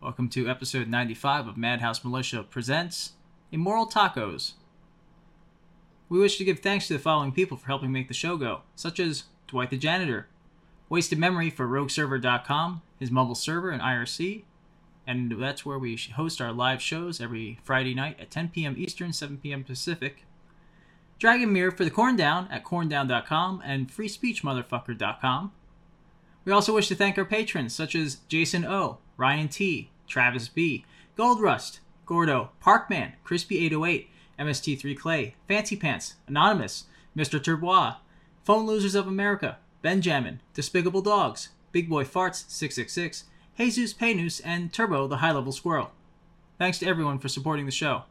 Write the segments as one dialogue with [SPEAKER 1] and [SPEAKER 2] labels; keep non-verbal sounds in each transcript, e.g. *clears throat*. [SPEAKER 1] welcome to episode 95 of Madhouse Militia Presents Immoral Tacos. We wish to give thanks to the following people for helping make the show go, such as Dwight the Janitor, Wasted Memory for RogueServer.com, his mobile server and IRC, and that's where we host our live shows every Friday night at 10 p.m. Eastern, 7 p.m. Pacific. Dragon Mirror for the Corn Down at corndown.com and freespeechmotherfucker.com. We also wish to thank our patrons such as Jason O, Ryan T, Travis B, Gold Rust, Gordo, Parkman, Crispy808, MST3 Clay, Fancy Pants, Anonymous, Mr. Turbois, Phone Losers of America, Benjamin, Despicable Dogs, Big Boy Farts 666, Jesus Paynus, and Turbo the High Level Squirrel. Thanks to everyone for supporting the show.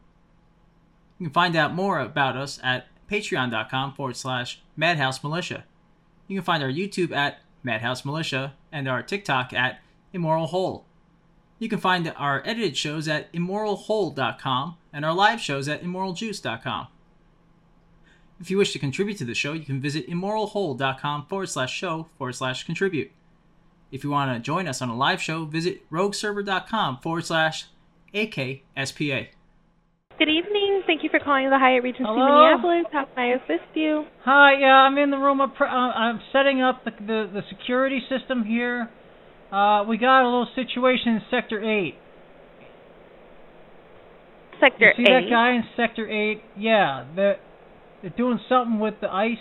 [SPEAKER 1] You can find out more about us at patreon.com forward slash madhouse militia. You can find our YouTube at Madhouse Militia, and our TikTok at Immoral Hole. You can find our edited shows at immoralhole.com and our live shows at immoraljuice.com. If you wish to contribute to the show, you can visit immoralhole.com forward slash show forward slash contribute. If you want to join us on a live show, visit rogueserver.com forward slash AKSPA.
[SPEAKER 2] Good evening. Thank you for calling the Hyatt Regency
[SPEAKER 3] Hello?
[SPEAKER 2] Minneapolis. How can I assist you?
[SPEAKER 3] Hi, yeah, I'm in the room. Of pr- uh, I'm setting up the, the the security system here. Uh, we got a little situation in Sector Eight.
[SPEAKER 2] Sector
[SPEAKER 3] Oh, you see
[SPEAKER 2] 8.
[SPEAKER 3] that guy in Sector Eight? Yeah, they're, they're doing something with the ice.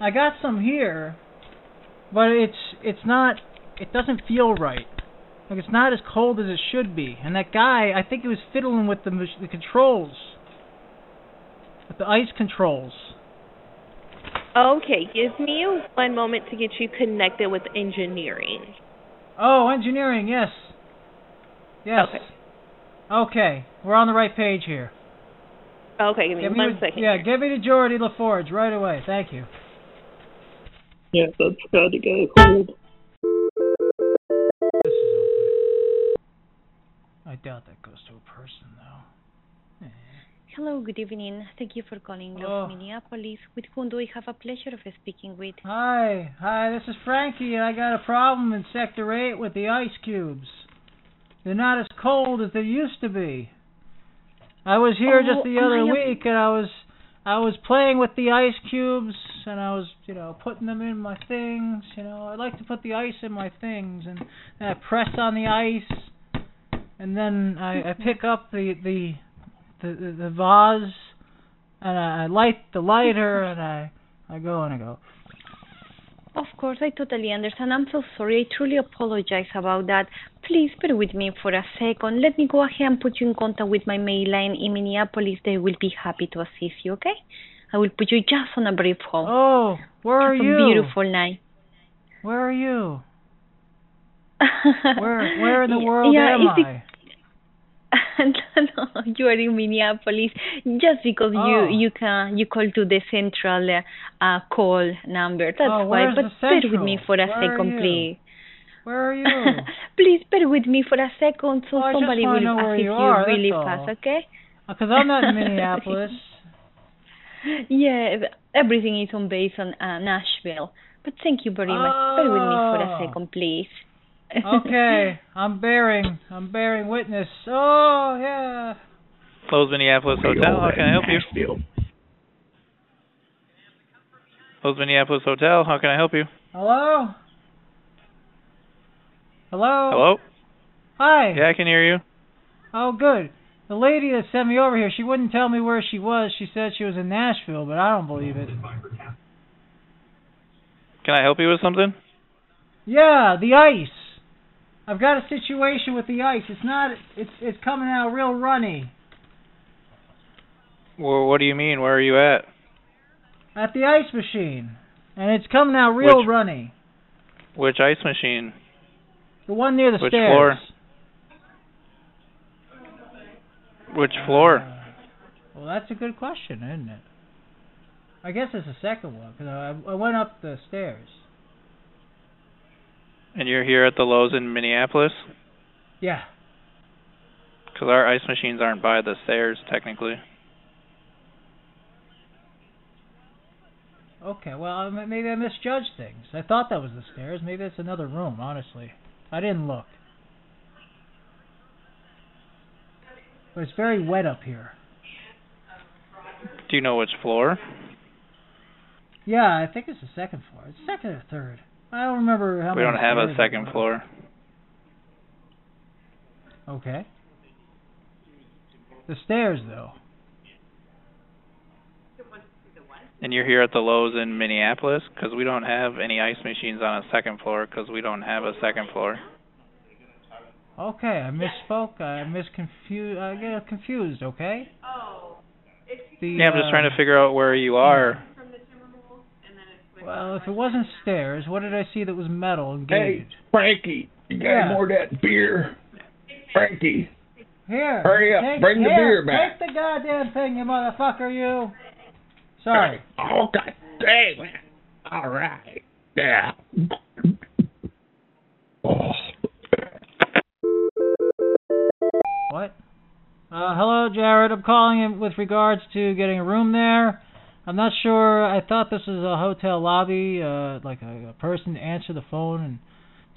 [SPEAKER 3] I got some here, but it's it's not. It doesn't feel right. Like it's not as cold as it should be. And that guy, I think he was fiddling with the mach- the controls, with the ice controls.
[SPEAKER 2] Okay, give me one moment to get you connected with engineering.
[SPEAKER 3] Oh, engineering, yes. Yes.
[SPEAKER 2] Okay.
[SPEAKER 3] Okay, we're on the right page here.
[SPEAKER 2] Okay, give me
[SPEAKER 3] Give me
[SPEAKER 2] one
[SPEAKER 3] the-
[SPEAKER 2] second.
[SPEAKER 3] Yeah,
[SPEAKER 2] here.
[SPEAKER 3] give me to Geordie LaForge right away. Thank you.
[SPEAKER 4] Yeah, that's got to get hold.
[SPEAKER 3] This is okay. I doubt that goes to a person, though. Eh.
[SPEAKER 5] Hello, good evening. Thank you for calling
[SPEAKER 3] Oh.
[SPEAKER 5] Los Minneapolis. With whom do I have a pleasure of speaking with?
[SPEAKER 3] Hi, hi, this is Frankie, and I got a problem in Sector 8 with the ice cubes. They're not as cold as they used to be. I was here just
[SPEAKER 5] Oh,
[SPEAKER 3] the other
[SPEAKER 5] I am-
[SPEAKER 3] week, and I was I was playing with the ice cubes, and I was you know putting them in my things. You know, I like to put the ice in my things, and, and I press on the ice, and then
[SPEAKER 5] *laughs*
[SPEAKER 3] I, I pick up the the the, the, the vase, and I, I light the lighter, and I I go and I go.
[SPEAKER 5] Of course, I totally understand. I'm so sorry. I truly apologize about that. Please bear with me for a second. Let me go ahead and put you in contact with my mail line in Minneapolis. They will be happy to assist you, okay? I will put you just on a brief hold.
[SPEAKER 3] Oh, where are
[SPEAKER 5] have
[SPEAKER 3] you?
[SPEAKER 5] a beautiful night.
[SPEAKER 3] Where are you? Where where
[SPEAKER 5] *laughs*
[SPEAKER 3] in the world
[SPEAKER 5] yeah,
[SPEAKER 3] am
[SPEAKER 5] it's be-
[SPEAKER 3] I?
[SPEAKER 5] no, no, *laughs* you are in Minneapolis. Just because
[SPEAKER 3] Oh.
[SPEAKER 5] you you can you call to the central uh, uh, call number. That's
[SPEAKER 3] Oh,
[SPEAKER 5] why.
[SPEAKER 3] where's
[SPEAKER 5] But
[SPEAKER 3] the
[SPEAKER 5] bear with me
[SPEAKER 3] central?
[SPEAKER 5] for a
[SPEAKER 3] Where are
[SPEAKER 5] second,
[SPEAKER 3] you?
[SPEAKER 5] please.
[SPEAKER 3] Where are you?
[SPEAKER 5] *laughs* please bear with me for a second, so
[SPEAKER 3] Oh, I just
[SPEAKER 5] somebody
[SPEAKER 3] wanna
[SPEAKER 5] will
[SPEAKER 3] know where
[SPEAKER 5] assist
[SPEAKER 3] you are, that's
[SPEAKER 5] really
[SPEAKER 3] all.
[SPEAKER 5] fast. Okay?
[SPEAKER 3] Because I'm
[SPEAKER 5] *laughs*
[SPEAKER 3] not in Minneapolis.
[SPEAKER 5] Yeah, everything is on base on uh, Nashville. But thank you very much. Bear with me for a
[SPEAKER 3] Oh.
[SPEAKER 5] second, please. *laughs*
[SPEAKER 3] Okay, I'm bearing. I'm bearing witness. Oh yeah.
[SPEAKER 6] Lowe's Minneapolis Hotel. How can I help you?
[SPEAKER 4] you?
[SPEAKER 6] Lowe's Minneapolis Hotel. How can I help you?
[SPEAKER 3] Hello. Hello.
[SPEAKER 6] Hello.
[SPEAKER 3] Hi.
[SPEAKER 6] Yeah, I can hear you.
[SPEAKER 3] Oh good. The lady that sent me over here, she wouldn't tell me where she was. She said she was in Nashville, but I don't believe it.
[SPEAKER 6] Can I help you with something?
[SPEAKER 3] Yeah, the ice. I've got a situation with the ice. It's not. It's it's coming out real runny.
[SPEAKER 6] Well, what do you mean? Where are you at?
[SPEAKER 3] at the ice machine, and it's coming out real
[SPEAKER 6] Which-
[SPEAKER 3] runny.
[SPEAKER 6] Which ice machine?
[SPEAKER 3] The one near the
[SPEAKER 6] Which
[SPEAKER 3] stairs.
[SPEAKER 6] floor? Which floor?
[SPEAKER 3] Uh, well, that's a good question, isn't it? I guess it's the second one because I, I went up the stairs.
[SPEAKER 6] And you're here at the Lowe's in Minneapolis?
[SPEAKER 3] Yeah.
[SPEAKER 6] Because our ice machines aren't by the stairs, technically.
[SPEAKER 3] Okay. Well, I- maybe I misjudged things. I thought that was the stairs. Maybe it's another room. Honestly. I didn't look. But it's very wet up here.
[SPEAKER 6] Do you know which floor?
[SPEAKER 3] Yeah, I think it's the second floor. It's second or third. I don't remember how
[SPEAKER 6] We
[SPEAKER 3] many
[SPEAKER 6] don't have a
[SPEAKER 3] stairs there
[SPEAKER 6] second
[SPEAKER 3] were.
[SPEAKER 6] floor.
[SPEAKER 3] Okay. The stairs, though.
[SPEAKER 6] And you're here at the Lowe's in Minneapolis because we don't have any ice machines on a second floor because we don't have a second floor.
[SPEAKER 3] Okay, I misspoke. I misconfused. I get confused. Okay. Oh. The,
[SPEAKER 6] Yeah, I'm
[SPEAKER 3] uh,
[SPEAKER 6] just trying to figure out where you are.
[SPEAKER 3] uh, Well, if it wasn't stairs, what did I see that was metal and
[SPEAKER 7] Hey,
[SPEAKER 3] gated?
[SPEAKER 7] Frankie, you got
[SPEAKER 3] Yeah.
[SPEAKER 7] more of that beer? Frankie,
[SPEAKER 3] Here.
[SPEAKER 7] Hurry up,
[SPEAKER 3] Take,
[SPEAKER 7] bring the beer
[SPEAKER 3] here,
[SPEAKER 7] back.
[SPEAKER 3] Take the goddamn thing, you motherfucker, you. Sorry.
[SPEAKER 7] Oh, God dang it. All right. Yeah. Oh.
[SPEAKER 3] What? Uh, hello, Jared. I'm calling in with regards to getting a room there. I'm not sure. I thought this was a hotel lobby, uh, like a, a person to answer the phone and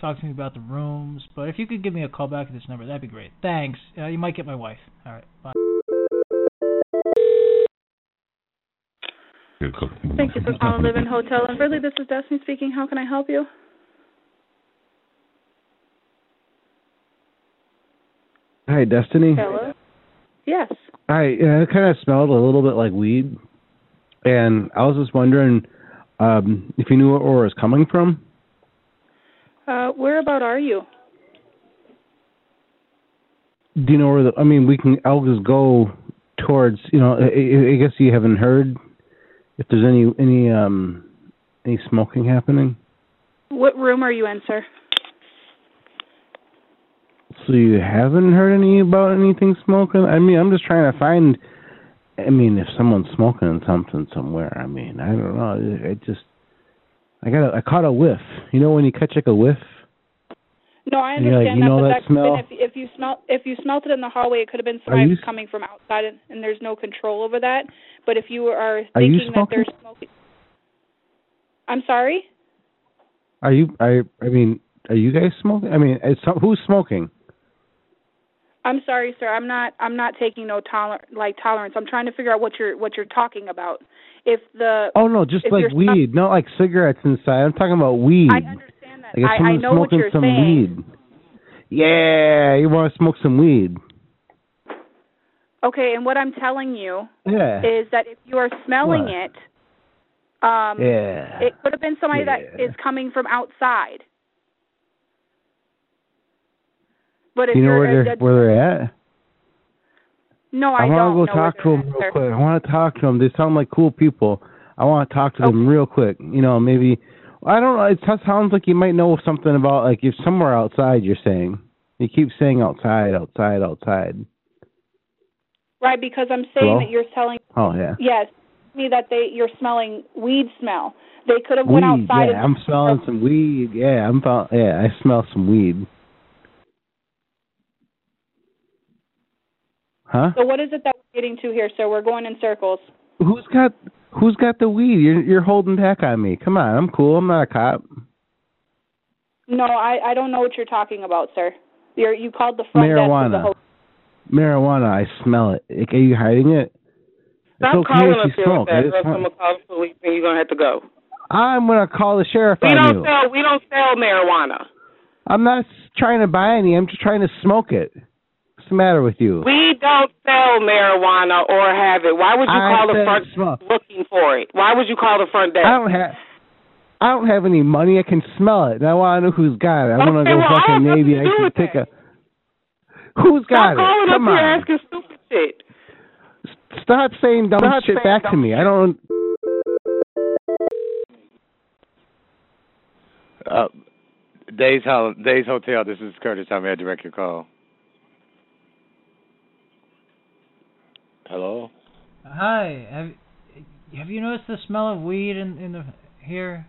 [SPEAKER 3] talk to me about the rooms. But if you could give me a call back at this number, that'd be great. Thanks. Uh, you might get my wife. All right. Bye.
[SPEAKER 8] Thank you for calling Live In Hotel and Fridley. This is Destiny speaking. How can I help you?
[SPEAKER 9] Hi, Destiny.
[SPEAKER 8] Hello. Yes.
[SPEAKER 9] Hi. Yeah, it kind of smelled a little bit like weed, and I was just wondering um, if you knew where it was coming from.
[SPEAKER 8] Uh, where about are you?
[SPEAKER 9] Do you know where the? I mean, we can. I'll just go towards. You know, I, I I guess you haven't heard if there's any any um any smoking happening.
[SPEAKER 8] What room are you in, sir?
[SPEAKER 9] So you haven't heard any about anything smoking? I mean, I'm just trying to find. I mean, if someone's smoking something somewhere, I mean, I don't know. I- I just, I got, a, I caught a whiff. You know when you catch like a whiff?
[SPEAKER 8] No, I
[SPEAKER 9] And you're like,
[SPEAKER 8] understand
[SPEAKER 9] you know
[SPEAKER 8] that, but
[SPEAKER 9] that
[SPEAKER 8] that could've
[SPEAKER 9] smell?
[SPEAKER 8] been if, if you smelt if you smelt it in the hallway, it could have been
[SPEAKER 9] Are you
[SPEAKER 8] smoke
[SPEAKER 9] s-
[SPEAKER 8] coming from outside, and, and there's no control over that. But if you are
[SPEAKER 9] Are you
[SPEAKER 8] thinking that
[SPEAKER 9] smoking?
[SPEAKER 8] there's smoke, I'm sorry.
[SPEAKER 9] Are you? I, I mean, are you guys smoking? I mean, it's, who's smoking?
[SPEAKER 8] I'm sorry, sir. I'm not. I'm not taking no toler- like tolerance. I'm trying to figure out what you're what you're talking about. If the
[SPEAKER 9] Oh no, just
[SPEAKER 8] If
[SPEAKER 9] like
[SPEAKER 8] you're smoking-
[SPEAKER 9] weed, not like cigarettes inside. I'm talking about weed.
[SPEAKER 8] I understand that.
[SPEAKER 9] like if
[SPEAKER 8] I, I
[SPEAKER 9] someone's
[SPEAKER 8] know what
[SPEAKER 9] smoking
[SPEAKER 8] you're
[SPEAKER 9] some
[SPEAKER 8] saying.
[SPEAKER 9] weed. Yeah, you want to smoke some weed?
[SPEAKER 8] Okay, and what I'm telling you
[SPEAKER 9] Yeah.
[SPEAKER 8] is that if you are smelling
[SPEAKER 9] What?
[SPEAKER 8] it, um,
[SPEAKER 9] yeah.
[SPEAKER 8] it could have been somebody that
[SPEAKER 9] Yeah.
[SPEAKER 8] is coming from outside. But if
[SPEAKER 9] you know
[SPEAKER 8] are
[SPEAKER 9] where they're where they're at?
[SPEAKER 8] no, I,
[SPEAKER 9] I
[SPEAKER 8] don't
[SPEAKER 9] want to go
[SPEAKER 8] know
[SPEAKER 9] talk
[SPEAKER 8] where
[SPEAKER 9] to
[SPEAKER 8] they're
[SPEAKER 9] them
[SPEAKER 8] at,
[SPEAKER 9] real
[SPEAKER 8] sir.
[SPEAKER 9] quick. I want to talk to them. They sound like cool people. I want to talk to them real quick. You know, maybe I don't know. It just sounds like you might know something about like if somewhere outside. You're saying you keep saying outside, outside, outside.
[SPEAKER 8] Right, because I'm saying
[SPEAKER 9] Hello?
[SPEAKER 8] that you're telling
[SPEAKER 9] Oh yeah,
[SPEAKER 8] yes me that they you're smelling weed smell. They could have went
[SPEAKER 9] weed.
[SPEAKER 8] outside.
[SPEAKER 9] yeah, I'm
[SPEAKER 8] and,
[SPEAKER 9] smelling some weed. Yeah, I'm fel- yeah, I smell some weed. Huh?
[SPEAKER 8] so what is it that we're getting to here, sir? We're going in circles.
[SPEAKER 9] Who's got who's got the weed? You're you're holding back on me. Come on, I'm cool. I'm not a cop.
[SPEAKER 8] No, I I don't know what you're talking about, sir. You're, you called the front desk of the
[SPEAKER 9] marijuana.
[SPEAKER 8] hotel.
[SPEAKER 9] Marijuana, I smell it. Like, are you hiding it? it's
[SPEAKER 4] Stop
[SPEAKER 9] okay
[SPEAKER 4] calling
[SPEAKER 9] if
[SPEAKER 4] us
[SPEAKER 9] you
[SPEAKER 4] here
[SPEAKER 9] smoke.
[SPEAKER 4] with that,
[SPEAKER 9] I just
[SPEAKER 4] or else
[SPEAKER 9] want-
[SPEAKER 4] I'm gonna call the police and you're gonna have to go.
[SPEAKER 9] I'm gonna call the sheriff
[SPEAKER 4] We
[SPEAKER 9] on
[SPEAKER 4] don't
[SPEAKER 9] you.
[SPEAKER 4] sell we don't sell marijuana.
[SPEAKER 9] I'm not s- trying to buy any. I'm just trying to smoke it. What's the matter with you?
[SPEAKER 4] We don't sell marijuana or have it. Why would you
[SPEAKER 9] I
[SPEAKER 4] call the
[SPEAKER 9] said
[SPEAKER 4] front
[SPEAKER 9] smoke.
[SPEAKER 4] looking for it? Why would you call the front desk?
[SPEAKER 9] I don't have. I don't have any money. I can smell it, and I want to know who's got it. I want to
[SPEAKER 4] Okay,
[SPEAKER 9] go
[SPEAKER 4] well, I have
[SPEAKER 9] fucking
[SPEAKER 4] nothing
[SPEAKER 9] maybe
[SPEAKER 4] to
[SPEAKER 9] I
[SPEAKER 4] do
[SPEAKER 9] can
[SPEAKER 4] with
[SPEAKER 9] take
[SPEAKER 4] that.
[SPEAKER 9] a. Who's got
[SPEAKER 4] Stop
[SPEAKER 9] it?
[SPEAKER 4] calling
[SPEAKER 9] Come
[SPEAKER 4] up
[SPEAKER 9] on.
[SPEAKER 4] here asking stupid shit.
[SPEAKER 9] S- Stop saying dumb
[SPEAKER 4] Stop
[SPEAKER 9] shit
[SPEAKER 4] saying
[SPEAKER 9] back to
[SPEAKER 4] dumb
[SPEAKER 9] me. I don't.
[SPEAKER 10] Uh, Days, Hol- Days Hotel. This is Curtis. How may I direct your call? Hello.
[SPEAKER 3] Uh, Hi. Have Have you noticed the smell of weed in in the here?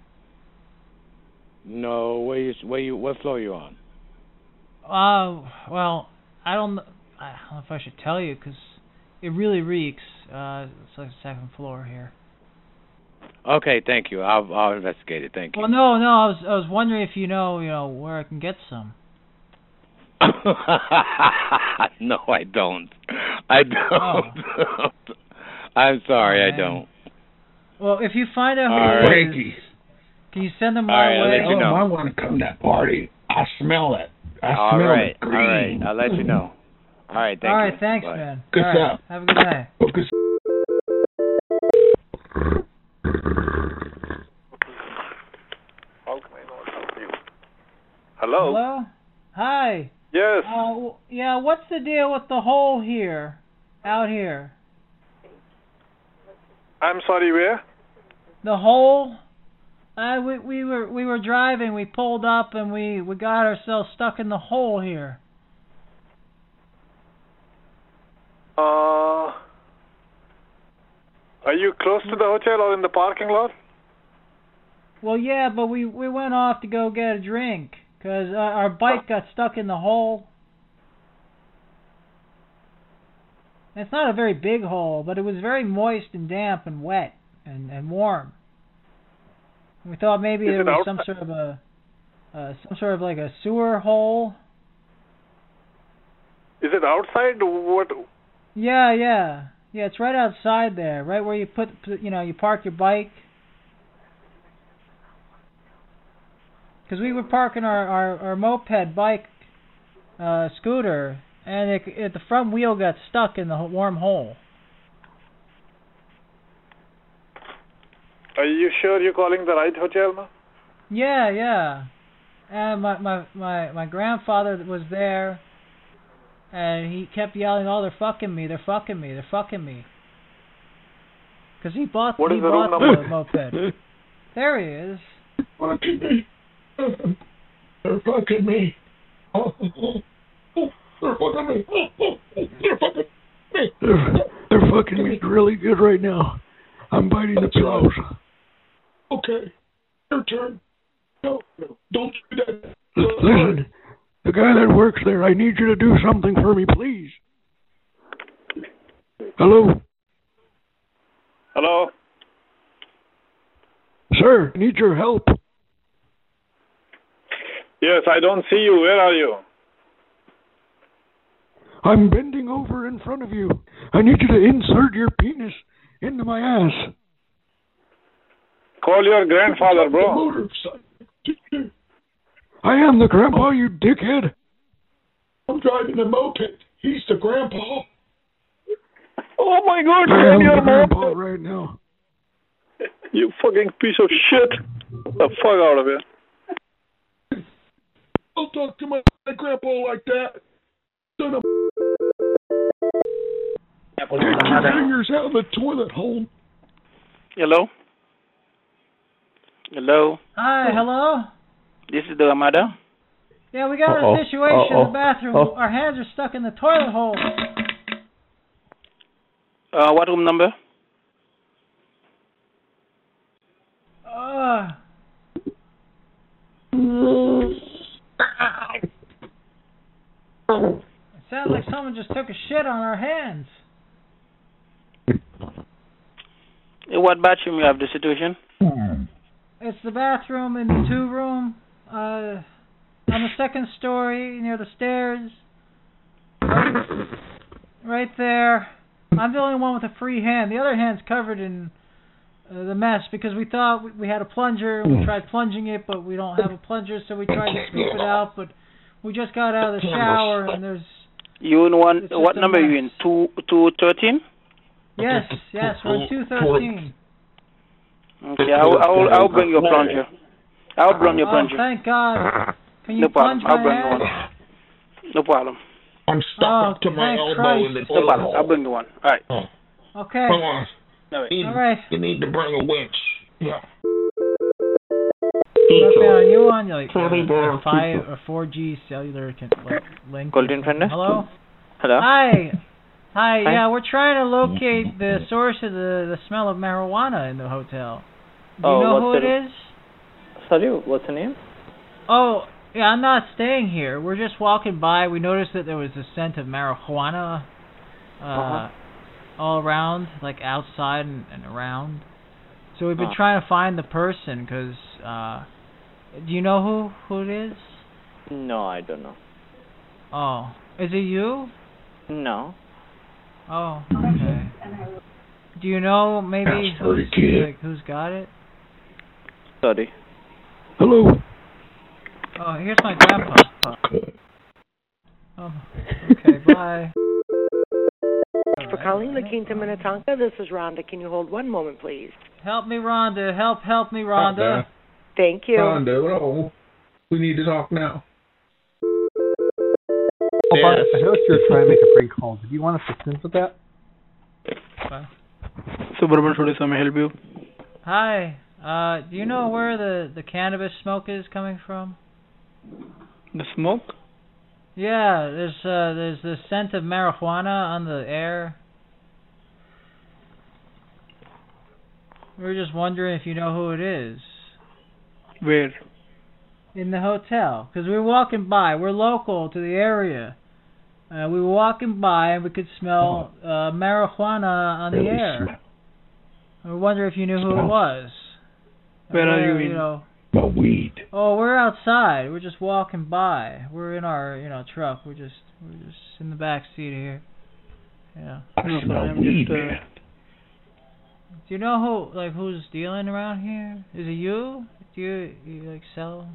[SPEAKER 10] No, where you where you what floor you on?
[SPEAKER 3] Uh, well, I don't. kn- I don't know if I should tell you because it really reeks. Uh, it's like second floor here.
[SPEAKER 10] Okay, thank you. I'll I'll investigate it. Thank you.
[SPEAKER 3] Well, no, no. I was I was wondering if you know you know where I can get some.
[SPEAKER 11] *laughs* no, I don't.
[SPEAKER 3] Oh.
[SPEAKER 11] I don't. *laughs* I'm sorry, I
[SPEAKER 3] man.
[SPEAKER 11] don't.
[SPEAKER 3] Well, if you find out who
[SPEAKER 11] All
[SPEAKER 3] it
[SPEAKER 11] right.
[SPEAKER 3] is, can you send them
[SPEAKER 11] All
[SPEAKER 3] my
[SPEAKER 11] right, I'll
[SPEAKER 3] way?
[SPEAKER 11] let you know.
[SPEAKER 12] Oh, I want to come to that party. I smell it. I
[SPEAKER 11] All
[SPEAKER 12] smell
[SPEAKER 11] right,
[SPEAKER 12] the
[SPEAKER 11] all
[SPEAKER 12] green.
[SPEAKER 11] right. I'll let you
[SPEAKER 12] *laughs*
[SPEAKER 11] know. All right, thank
[SPEAKER 3] All
[SPEAKER 11] you.
[SPEAKER 3] right, thanks,
[SPEAKER 11] Bye.
[SPEAKER 3] man.
[SPEAKER 12] Good
[SPEAKER 3] All right,
[SPEAKER 12] stuff.
[SPEAKER 3] Have a good night.
[SPEAKER 13] Hello?
[SPEAKER 3] Hello. Hi.
[SPEAKER 13] Yes.
[SPEAKER 3] Uh, w- yeah. What's the deal with the hole here, out here?
[SPEAKER 13] I'm sorry, where?
[SPEAKER 3] The hole. I we we were we were driving. We pulled up and we we got ourselves stuck in the hole here.
[SPEAKER 13] Uh, are you close to the hotel or in the parking lot?
[SPEAKER 3] Well, yeah, but we we went off to go get a drink because uh, our bike got stuck in the hole. And It's not a very big hole, but it was very moist and damp and wet and and warm. And we thought maybe
[SPEAKER 13] Is
[SPEAKER 3] there
[SPEAKER 13] it
[SPEAKER 3] was
[SPEAKER 13] out-
[SPEAKER 3] some sort of a uh, some sort of like a sewer hole.
[SPEAKER 13] Is it outside? What?
[SPEAKER 3] Yeah, yeah, yeah. It's right outside there, right where you put put- you know you park your bike. Because we were parking our, our, our moped bike uh, scooter, and it, it, the front wheel got stuck in the h- warm hole.
[SPEAKER 13] Are you sure you're calling the right hotel, ma'am?
[SPEAKER 3] Yeah, yeah. And my my my my grandfather was there, and he kept yelling, "Oh, they're fucking me! They're fucking me! They're fucking me!" Because he bought
[SPEAKER 13] What
[SPEAKER 3] he
[SPEAKER 13] is the room
[SPEAKER 3] bought
[SPEAKER 13] number?
[SPEAKER 3] the moped. There he is.
[SPEAKER 12] Fucking me. *laughs* They're fucking me. Oh, oh, oh, they're fucking me. Oh, oh, oh, they're fucking me.
[SPEAKER 14] They're, they're fucking me really good right now. I'm biting the pillows.
[SPEAKER 12] Okay, your turn. No, no, don't do that.
[SPEAKER 14] L- listen, the guy that works there, I need you to do something for me, please. Hello,
[SPEAKER 13] Hello?
[SPEAKER 14] sir. I need your help.
[SPEAKER 13] Yes, I don't see you. Where are you?
[SPEAKER 14] I'm bending over in front of you. I need you to insert your penis into my ass.
[SPEAKER 13] Call your grandfather, bro.
[SPEAKER 14] I am the
[SPEAKER 12] Oh.
[SPEAKER 14] grandpa, you dickhead.
[SPEAKER 12] I'm driving the moped. He's the grandpa.
[SPEAKER 13] Oh my god,
[SPEAKER 14] I am
[SPEAKER 13] you're
[SPEAKER 14] the
[SPEAKER 13] a
[SPEAKER 14] grandpa right now.
[SPEAKER 13] *laughs* You fucking piece of shit. The fuck out of here.
[SPEAKER 12] Don't talk to my, my grandpa like that. Son of Get your fingers out of the toilet hole.
[SPEAKER 4] Hello? Hello?
[SPEAKER 3] Hi, hello.
[SPEAKER 4] This is the Amada?
[SPEAKER 3] Yeah, we got
[SPEAKER 4] Uh-oh.
[SPEAKER 3] a situation in
[SPEAKER 4] Uh-oh.
[SPEAKER 3] the bathroom.
[SPEAKER 4] Oh.
[SPEAKER 3] Our hands are stuck in the toilet hole.
[SPEAKER 4] Uh, what room number?
[SPEAKER 3] Uh, it sounds like someone just took a shit on our hands.
[SPEAKER 4] Eh, What bathroom you have the situation?
[SPEAKER 3] It's the bathroom in the two room, uh, on the second story near the stairs. Right there. I'm the only one with a free hand. The other hand's covered in uh, the mess because we thought we, we had a plunger.
[SPEAKER 12] Hmm.
[SPEAKER 3] We tried plunging it, but we don't have a plunger, so we tried to scoop it out. But we just got out of the shower, and there's
[SPEAKER 4] You in one,
[SPEAKER 3] It's
[SPEAKER 4] what
[SPEAKER 3] just a
[SPEAKER 4] number you in? Two, two thirteen?
[SPEAKER 3] yes, yes, we're in 213.
[SPEAKER 4] Okay, I'll, I'll, I'll bring your plunger. I'll bring your
[SPEAKER 3] Oh,
[SPEAKER 4] plunger.
[SPEAKER 3] thank God. Can you
[SPEAKER 4] No problem.
[SPEAKER 3] plunge
[SPEAKER 4] I'll
[SPEAKER 3] my
[SPEAKER 4] bring
[SPEAKER 3] ass?
[SPEAKER 4] one. No problem.
[SPEAKER 12] *sighs* I'm stuck
[SPEAKER 3] Oh,
[SPEAKER 12] up to my
[SPEAKER 3] thank
[SPEAKER 12] elbow in the
[SPEAKER 3] Christ.
[SPEAKER 4] No
[SPEAKER 12] toilet
[SPEAKER 4] problem. I'll
[SPEAKER 12] hole.
[SPEAKER 4] bring you one. All right.
[SPEAKER 3] Okay.
[SPEAKER 12] Come on.
[SPEAKER 4] No,
[SPEAKER 12] You,
[SPEAKER 3] All right.
[SPEAKER 12] you need to bring a winch. Yeah.
[SPEAKER 3] Pepe, are you on like
[SPEAKER 12] Tell me
[SPEAKER 3] uh,
[SPEAKER 12] more.
[SPEAKER 3] a five or four G cellular can, like, link?
[SPEAKER 4] Golden Fender?
[SPEAKER 3] Hello.
[SPEAKER 4] Hello?
[SPEAKER 3] Hi. Hi.
[SPEAKER 4] Hi. Mm-hmm.
[SPEAKER 3] Yeah, we're trying to locate the source of the the smell of marijuana in the hotel. Do
[SPEAKER 4] Oh,
[SPEAKER 3] you know who
[SPEAKER 4] what's
[SPEAKER 3] it
[SPEAKER 4] the-
[SPEAKER 3] is?
[SPEAKER 4] Sorry, what's the name?
[SPEAKER 3] Oh, yeah. I'm not staying here. We're just walking by. We noticed that there was a scent of marijuana uh,
[SPEAKER 4] Uh-huh.
[SPEAKER 3] all around, like outside and, and around. So we've been
[SPEAKER 4] Huh.
[SPEAKER 3] trying to find the person because. Uh, do you know who who it is?
[SPEAKER 4] No, I don't know.
[SPEAKER 3] Oh, is it you?
[SPEAKER 15] No.
[SPEAKER 3] Oh, okay. Do you know maybe who's,
[SPEAKER 15] Bastard kid.
[SPEAKER 3] like, who's got it?
[SPEAKER 15] Sorry.
[SPEAKER 16] Hello.
[SPEAKER 3] Oh, here's my grandpa. Oh,
[SPEAKER 12] *laughs*
[SPEAKER 3] okay, bye.
[SPEAKER 17] For calling the Quinta Minnetonka, this is Rhonda. Can you hold one moment, please?
[SPEAKER 3] Help me, Rhonda. Help, help me, Rhonda.
[SPEAKER 17] Thank you.
[SPEAKER 7] Rondo, we need to talk now.
[SPEAKER 14] Oh, Bart, I noticed you were trying to make a prank call. Did you want us to assist with that?
[SPEAKER 18] Suburban Police, I may help you.
[SPEAKER 3] Hi. Uh, do you know where the the cannabis smoke is coming from?
[SPEAKER 18] The smoke?
[SPEAKER 3] Yeah, there's uh there's the scent of marijuana on the air. We were just wondering if you know who it is.
[SPEAKER 18] Where?
[SPEAKER 3] In the hotel, because we were walking by. We're local to the area. Uh, we were walking by and we could smell uh, marijuana on the
[SPEAKER 18] Really
[SPEAKER 3] air. I wonder if you knew who it was.
[SPEAKER 18] Where are you
[SPEAKER 3] Where,
[SPEAKER 18] in?
[SPEAKER 3] you know,
[SPEAKER 18] My weed.
[SPEAKER 3] Oh, we're outside. We're just walking by. We're in our, you know, truck. We're just, we're just in the back seat here. Yeah.
[SPEAKER 18] No, but
[SPEAKER 3] smell
[SPEAKER 18] I'm
[SPEAKER 3] weed,
[SPEAKER 18] just, uh,
[SPEAKER 3] man. Do you know who, like, who's dealing around here? Is it you? Do you, you like sell?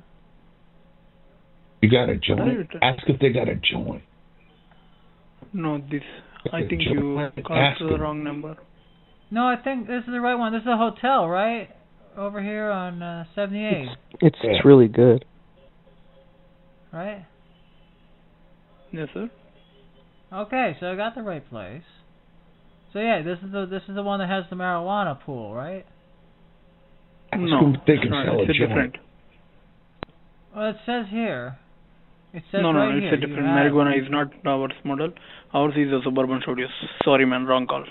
[SPEAKER 7] You got a
[SPEAKER 18] No, you
[SPEAKER 7] joint?
[SPEAKER 18] don't.
[SPEAKER 7] Ask if they got a joint.
[SPEAKER 18] no, this. I
[SPEAKER 7] Okay,
[SPEAKER 18] think
[SPEAKER 7] Joe,
[SPEAKER 18] you
[SPEAKER 7] ask
[SPEAKER 18] called to the
[SPEAKER 7] him.
[SPEAKER 18] wrong number.
[SPEAKER 3] No, I think this is the right one. This is the hotel, right? Over here on uh, 78,
[SPEAKER 14] It's it's really good.
[SPEAKER 3] right?
[SPEAKER 18] Yes, sir.
[SPEAKER 3] Okay, so I got the right place. So yeah, this is the this is the one that has the marijuana pool, right?
[SPEAKER 7] Ask
[SPEAKER 18] No,
[SPEAKER 7] them if they
[SPEAKER 18] it's
[SPEAKER 7] can
[SPEAKER 18] not.
[SPEAKER 7] sell
[SPEAKER 18] It's
[SPEAKER 7] a
[SPEAKER 18] a
[SPEAKER 7] joint.
[SPEAKER 18] different.
[SPEAKER 3] Well, it says here. It says
[SPEAKER 18] no, no,
[SPEAKER 3] right
[SPEAKER 18] it's
[SPEAKER 3] here.
[SPEAKER 18] a
[SPEAKER 3] you
[SPEAKER 18] different.
[SPEAKER 3] have-
[SPEAKER 18] Marijuana is not ours model. Ours is a Suburban Studios. Sorry, man, wrong call.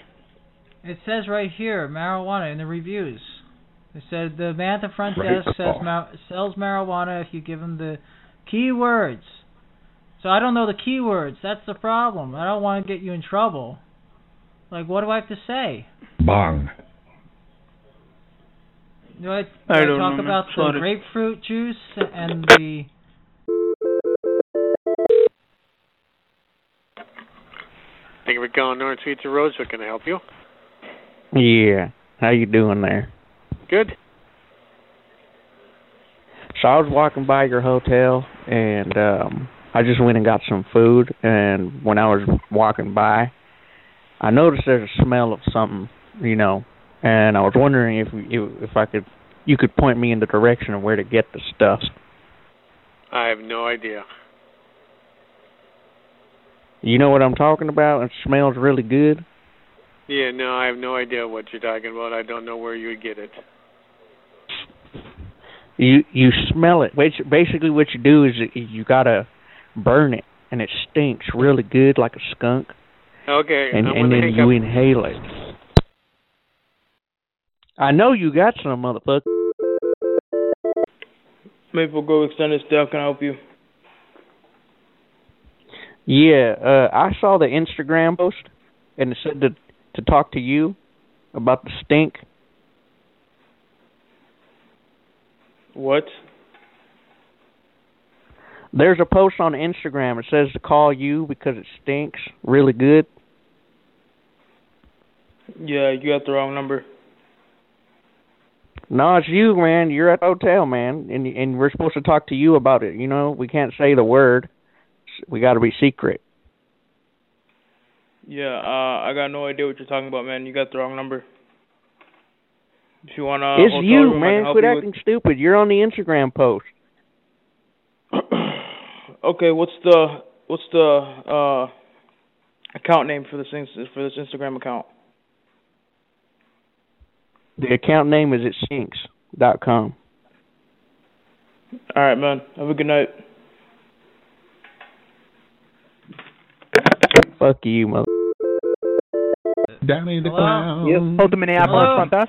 [SPEAKER 3] It says right here, marijuana in the reviews. It said the man at the front
[SPEAKER 18] Right.
[SPEAKER 3] desk says ma- sells marijuana if you give him the keywords. So I don't know the keywords. That's the problem. I don't want to get you in trouble. Like, what do I have to say?
[SPEAKER 7] Bong.
[SPEAKER 3] Do I, do
[SPEAKER 7] I
[SPEAKER 3] I
[SPEAKER 7] don't
[SPEAKER 3] talk
[SPEAKER 7] know, man.
[SPEAKER 3] about the
[SPEAKER 7] Sorry.
[SPEAKER 3] grapefruit juice and the?
[SPEAKER 19] Thank you for calling North Suites of Rosewood. Can I help you?
[SPEAKER 14] Yeah. How you doing there?
[SPEAKER 19] Good.
[SPEAKER 14] So I was walking by your hotel and um I just went and got some food and when I was walking by I noticed there's a smell of something, you know, and I was wondering if you if I could you could point me in the direction of where to get the stuff.
[SPEAKER 19] I have no idea.
[SPEAKER 14] You know what I'm talking about? It smells really good.
[SPEAKER 19] Yeah, no, I have no idea what you're talking about. I don't know where you would get it.
[SPEAKER 14] You you smell it. Which basically what you do is you gotta burn it and it stinks really good like a skunk
[SPEAKER 19] Okay,
[SPEAKER 14] and,
[SPEAKER 19] I'm
[SPEAKER 14] and
[SPEAKER 19] gonna
[SPEAKER 14] then
[SPEAKER 19] hang
[SPEAKER 14] you
[SPEAKER 19] up.
[SPEAKER 14] inhale it. I know you got some motherfucker.
[SPEAKER 20] Maple Grove Extended Staff, can I help you?
[SPEAKER 14] Yeah, uh, I saw the Instagram post and it said to to talk to you about the stink.
[SPEAKER 20] What?
[SPEAKER 14] There's a post on Instagram. It says to call you because it stinks really good.
[SPEAKER 20] Yeah, you got the wrong number.
[SPEAKER 14] No, it's you, man. You're at the hotel, man, and and we're supposed to talk to you about it. You know, we can't say the word. We got to be secret.
[SPEAKER 20] Yeah, uh, I got no idea what you're talking about, man. You got the wrong number. If you want to,
[SPEAKER 14] it's you, man. Quit acting stupid. You're on the Instagram post.
[SPEAKER 20] Okay, what's the what's the uh account name for this ins- for this Instagram account?
[SPEAKER 14] The account name is it sinks dot com.
[SPEAKER 20] All right, man. Have a good night.
[SPEAKER 14] Fuck you, mother.
[SPEAKER 7] Danny the
[SPEAKER 3] Hello?
[SPEAKER 7] clown.
[SPEAKER 21] Hold the Minneapolis
[SPEAKER 3] Hello?
[SPEAKER 21] front desk.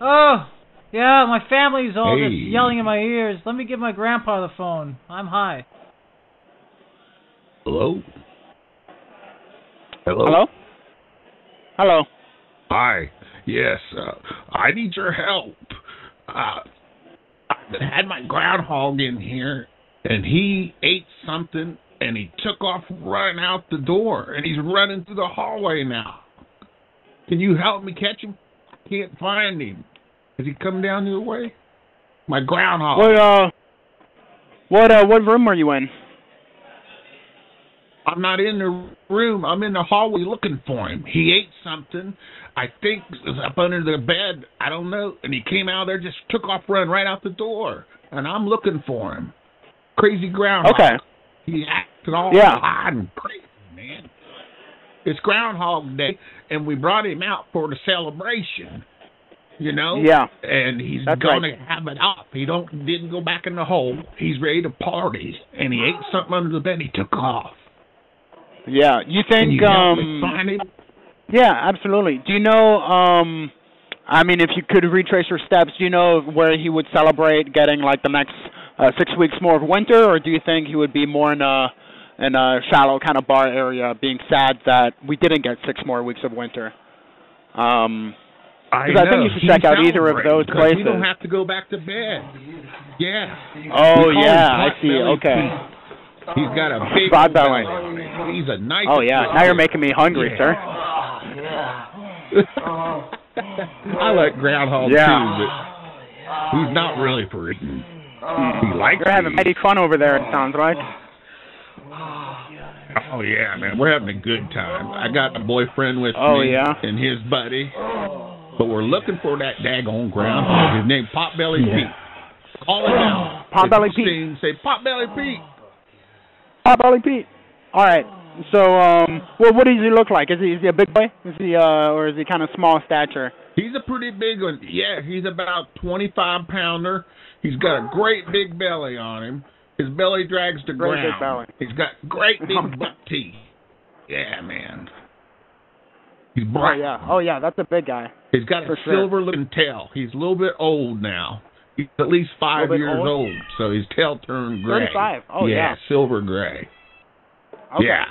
[SPEAKER 3] Oh, yeah, my family's all just
[SPEAKER 21] Hey.
[SPEAKER 3] yelling in my ears. Let me give my grandpa the phone. I'm high.
[SPEAKER 7] Hello. Hello.
[SPEAKER 21] Hello? Hello.
[SPEAKER 7] Hi. Yes. Uh, I need your help. Uh, I had my groundhog in here, and he ate something
[SPEAKER 13] and he took off running out the door, and he's running through the hallway now. Can you help me catch him? Can't find him. Has he come down your way? My groundhog.
[SPEAKER 21] What uh, what uh, what room are you in?
[SPEAKER 13] I'm not in the room. I'm in the hallway looking for him. He ate something. I think it was up under the bed. I don't know. And he came out of there, just took off running right out the door. And I'm looking for him. Crazy groundhog.
[SPEAKER 21] Okay.
[SPEAKER 13] He acted all
[SPEAKER 21] Yeah.
[SPEAKER 13] odd and crazy, man. It's Groundhog Day, and we brought him out for the celebration. You know.
[SPEAKER 21] Yeah.
[SPEAKER 13] And he's
[SPEAKER 21] That's
[SPEAKER 13] gonna
[SPEAKER 21] right.
[SPEAKER 13] have it up. He don't didn't go back in the hole. He's ready to party, and he ate something under the bed. He took off.
[SPEAKER 21] Yeah, you
[SPEAKER 13] Can
[SPEAKER 21] think
[SPEAKER 13] you help me
[SPEAKER 21] um
[SPEAKER 13] find him?
[SPEAKER 21] Yeah, absolutely. Do you know um I mean if you could retrace your steps, do you know where he would celebrate getting like the next uh, 6 weeks more of winter or do you think he would be more in a in a shallow kind of bar area being sad that we didn't get 6 more weeks of winter? Um
[SPEAKER 13] I,
[SPEAKER 21] 'cause I think
[SPEAKER 13] know.
[SPEAKER 21] you should
[SPEAKER 13] He
[SPEAKER 21] check out either of
[SPEAKER 13] celebrated
[SPEAKER 21] those
[SPEAKER 13] 'cause We
[SPEAKER 21] places.
[SPEAKER 13] don't have to go back to bed. Yeah.
[SPEAKER 21] Oh,
[SPEAKER 13] We call him
[SPEAKER 21] yeah, I
[SPEAKER 13] Black
[SPEAKER 21] see.
[SPEAKER 13] Belly
[SPEAKER 21] Okay.
[SPEAKER 13] Pete. He's got a big
[SPEAKER 21] Black
[SPEAKER 13] old
[SPEAKER 21] Belly.
[SPEAKER 13] belly on him. He's a nice.
[SPEAKER 21] Oh yeah, now you're making me hungry,
[SPEAKER 13] Yeah.
[SPEAKER 21] sir.
[SPEAKER 13] *laughs* I like groundhog
[SPEAKER 21] Yeah.
[SPEAKER 13] too, but he's not really for eating. He likes
[SPEAKER 21] You're having
[SPEAKER 13] to
[SPEAKER 21] mighty fun over there, it sounds
[SPEAKER 13] *sighs*
[SPEAKER 21] right.
[SPEAKER 13] eat. Oh yeah, man, we're having a good time. I got my boyfriend with
[SPEAKER 21] Oh,
[SPEAKER 13] me
[SPEAKER 21] yeah?
[SPEAKER 13] and his buddy, but we're looking for that daggone groundhog. His name Potbelly Pete. Call him out. Potbelly Pete. Say Potbelly Pete.
[SPEAKER 21] Pop Belly Pete. All right. So, um, well, what does he look like? Is he is he a big boy? Is he uh, or is he kind of small stature?
[SPEAKER 13] He's a pretty big one. Yeah, he's about twenty five pounder. He's got a great big belly on him. His belly drags the
[SPEAKER 21] Great big
[SPEAKER 13] ground. He's got
[SPEAKER 21] *laughs*
[SPEAKER 13] great big buck teeth. Yeah, man. He's
[SPEAKER 21] Oh
[SPEAKER 13] bright.
[SPEAKER 21] yeah. Oh yeah. That's a big guy.
[SPEAKER 13] He's got a
[SPEAKER 21] For sure.
[SPEAKER 13] silver looking tail. He's a little bit old now. He's at least five
[SPEAKER 21] Little bit
[SPEAKER 13] years
[SPEAKER 21] old?
[SPEAKER 13] old, so his tail turned gray.
[SPEAKER 21] 35. Oh, yeah.
[SPEAKER 13] silver gray.
[SPEAKER 21] Okay.
[SPEAKER 13] Yeah.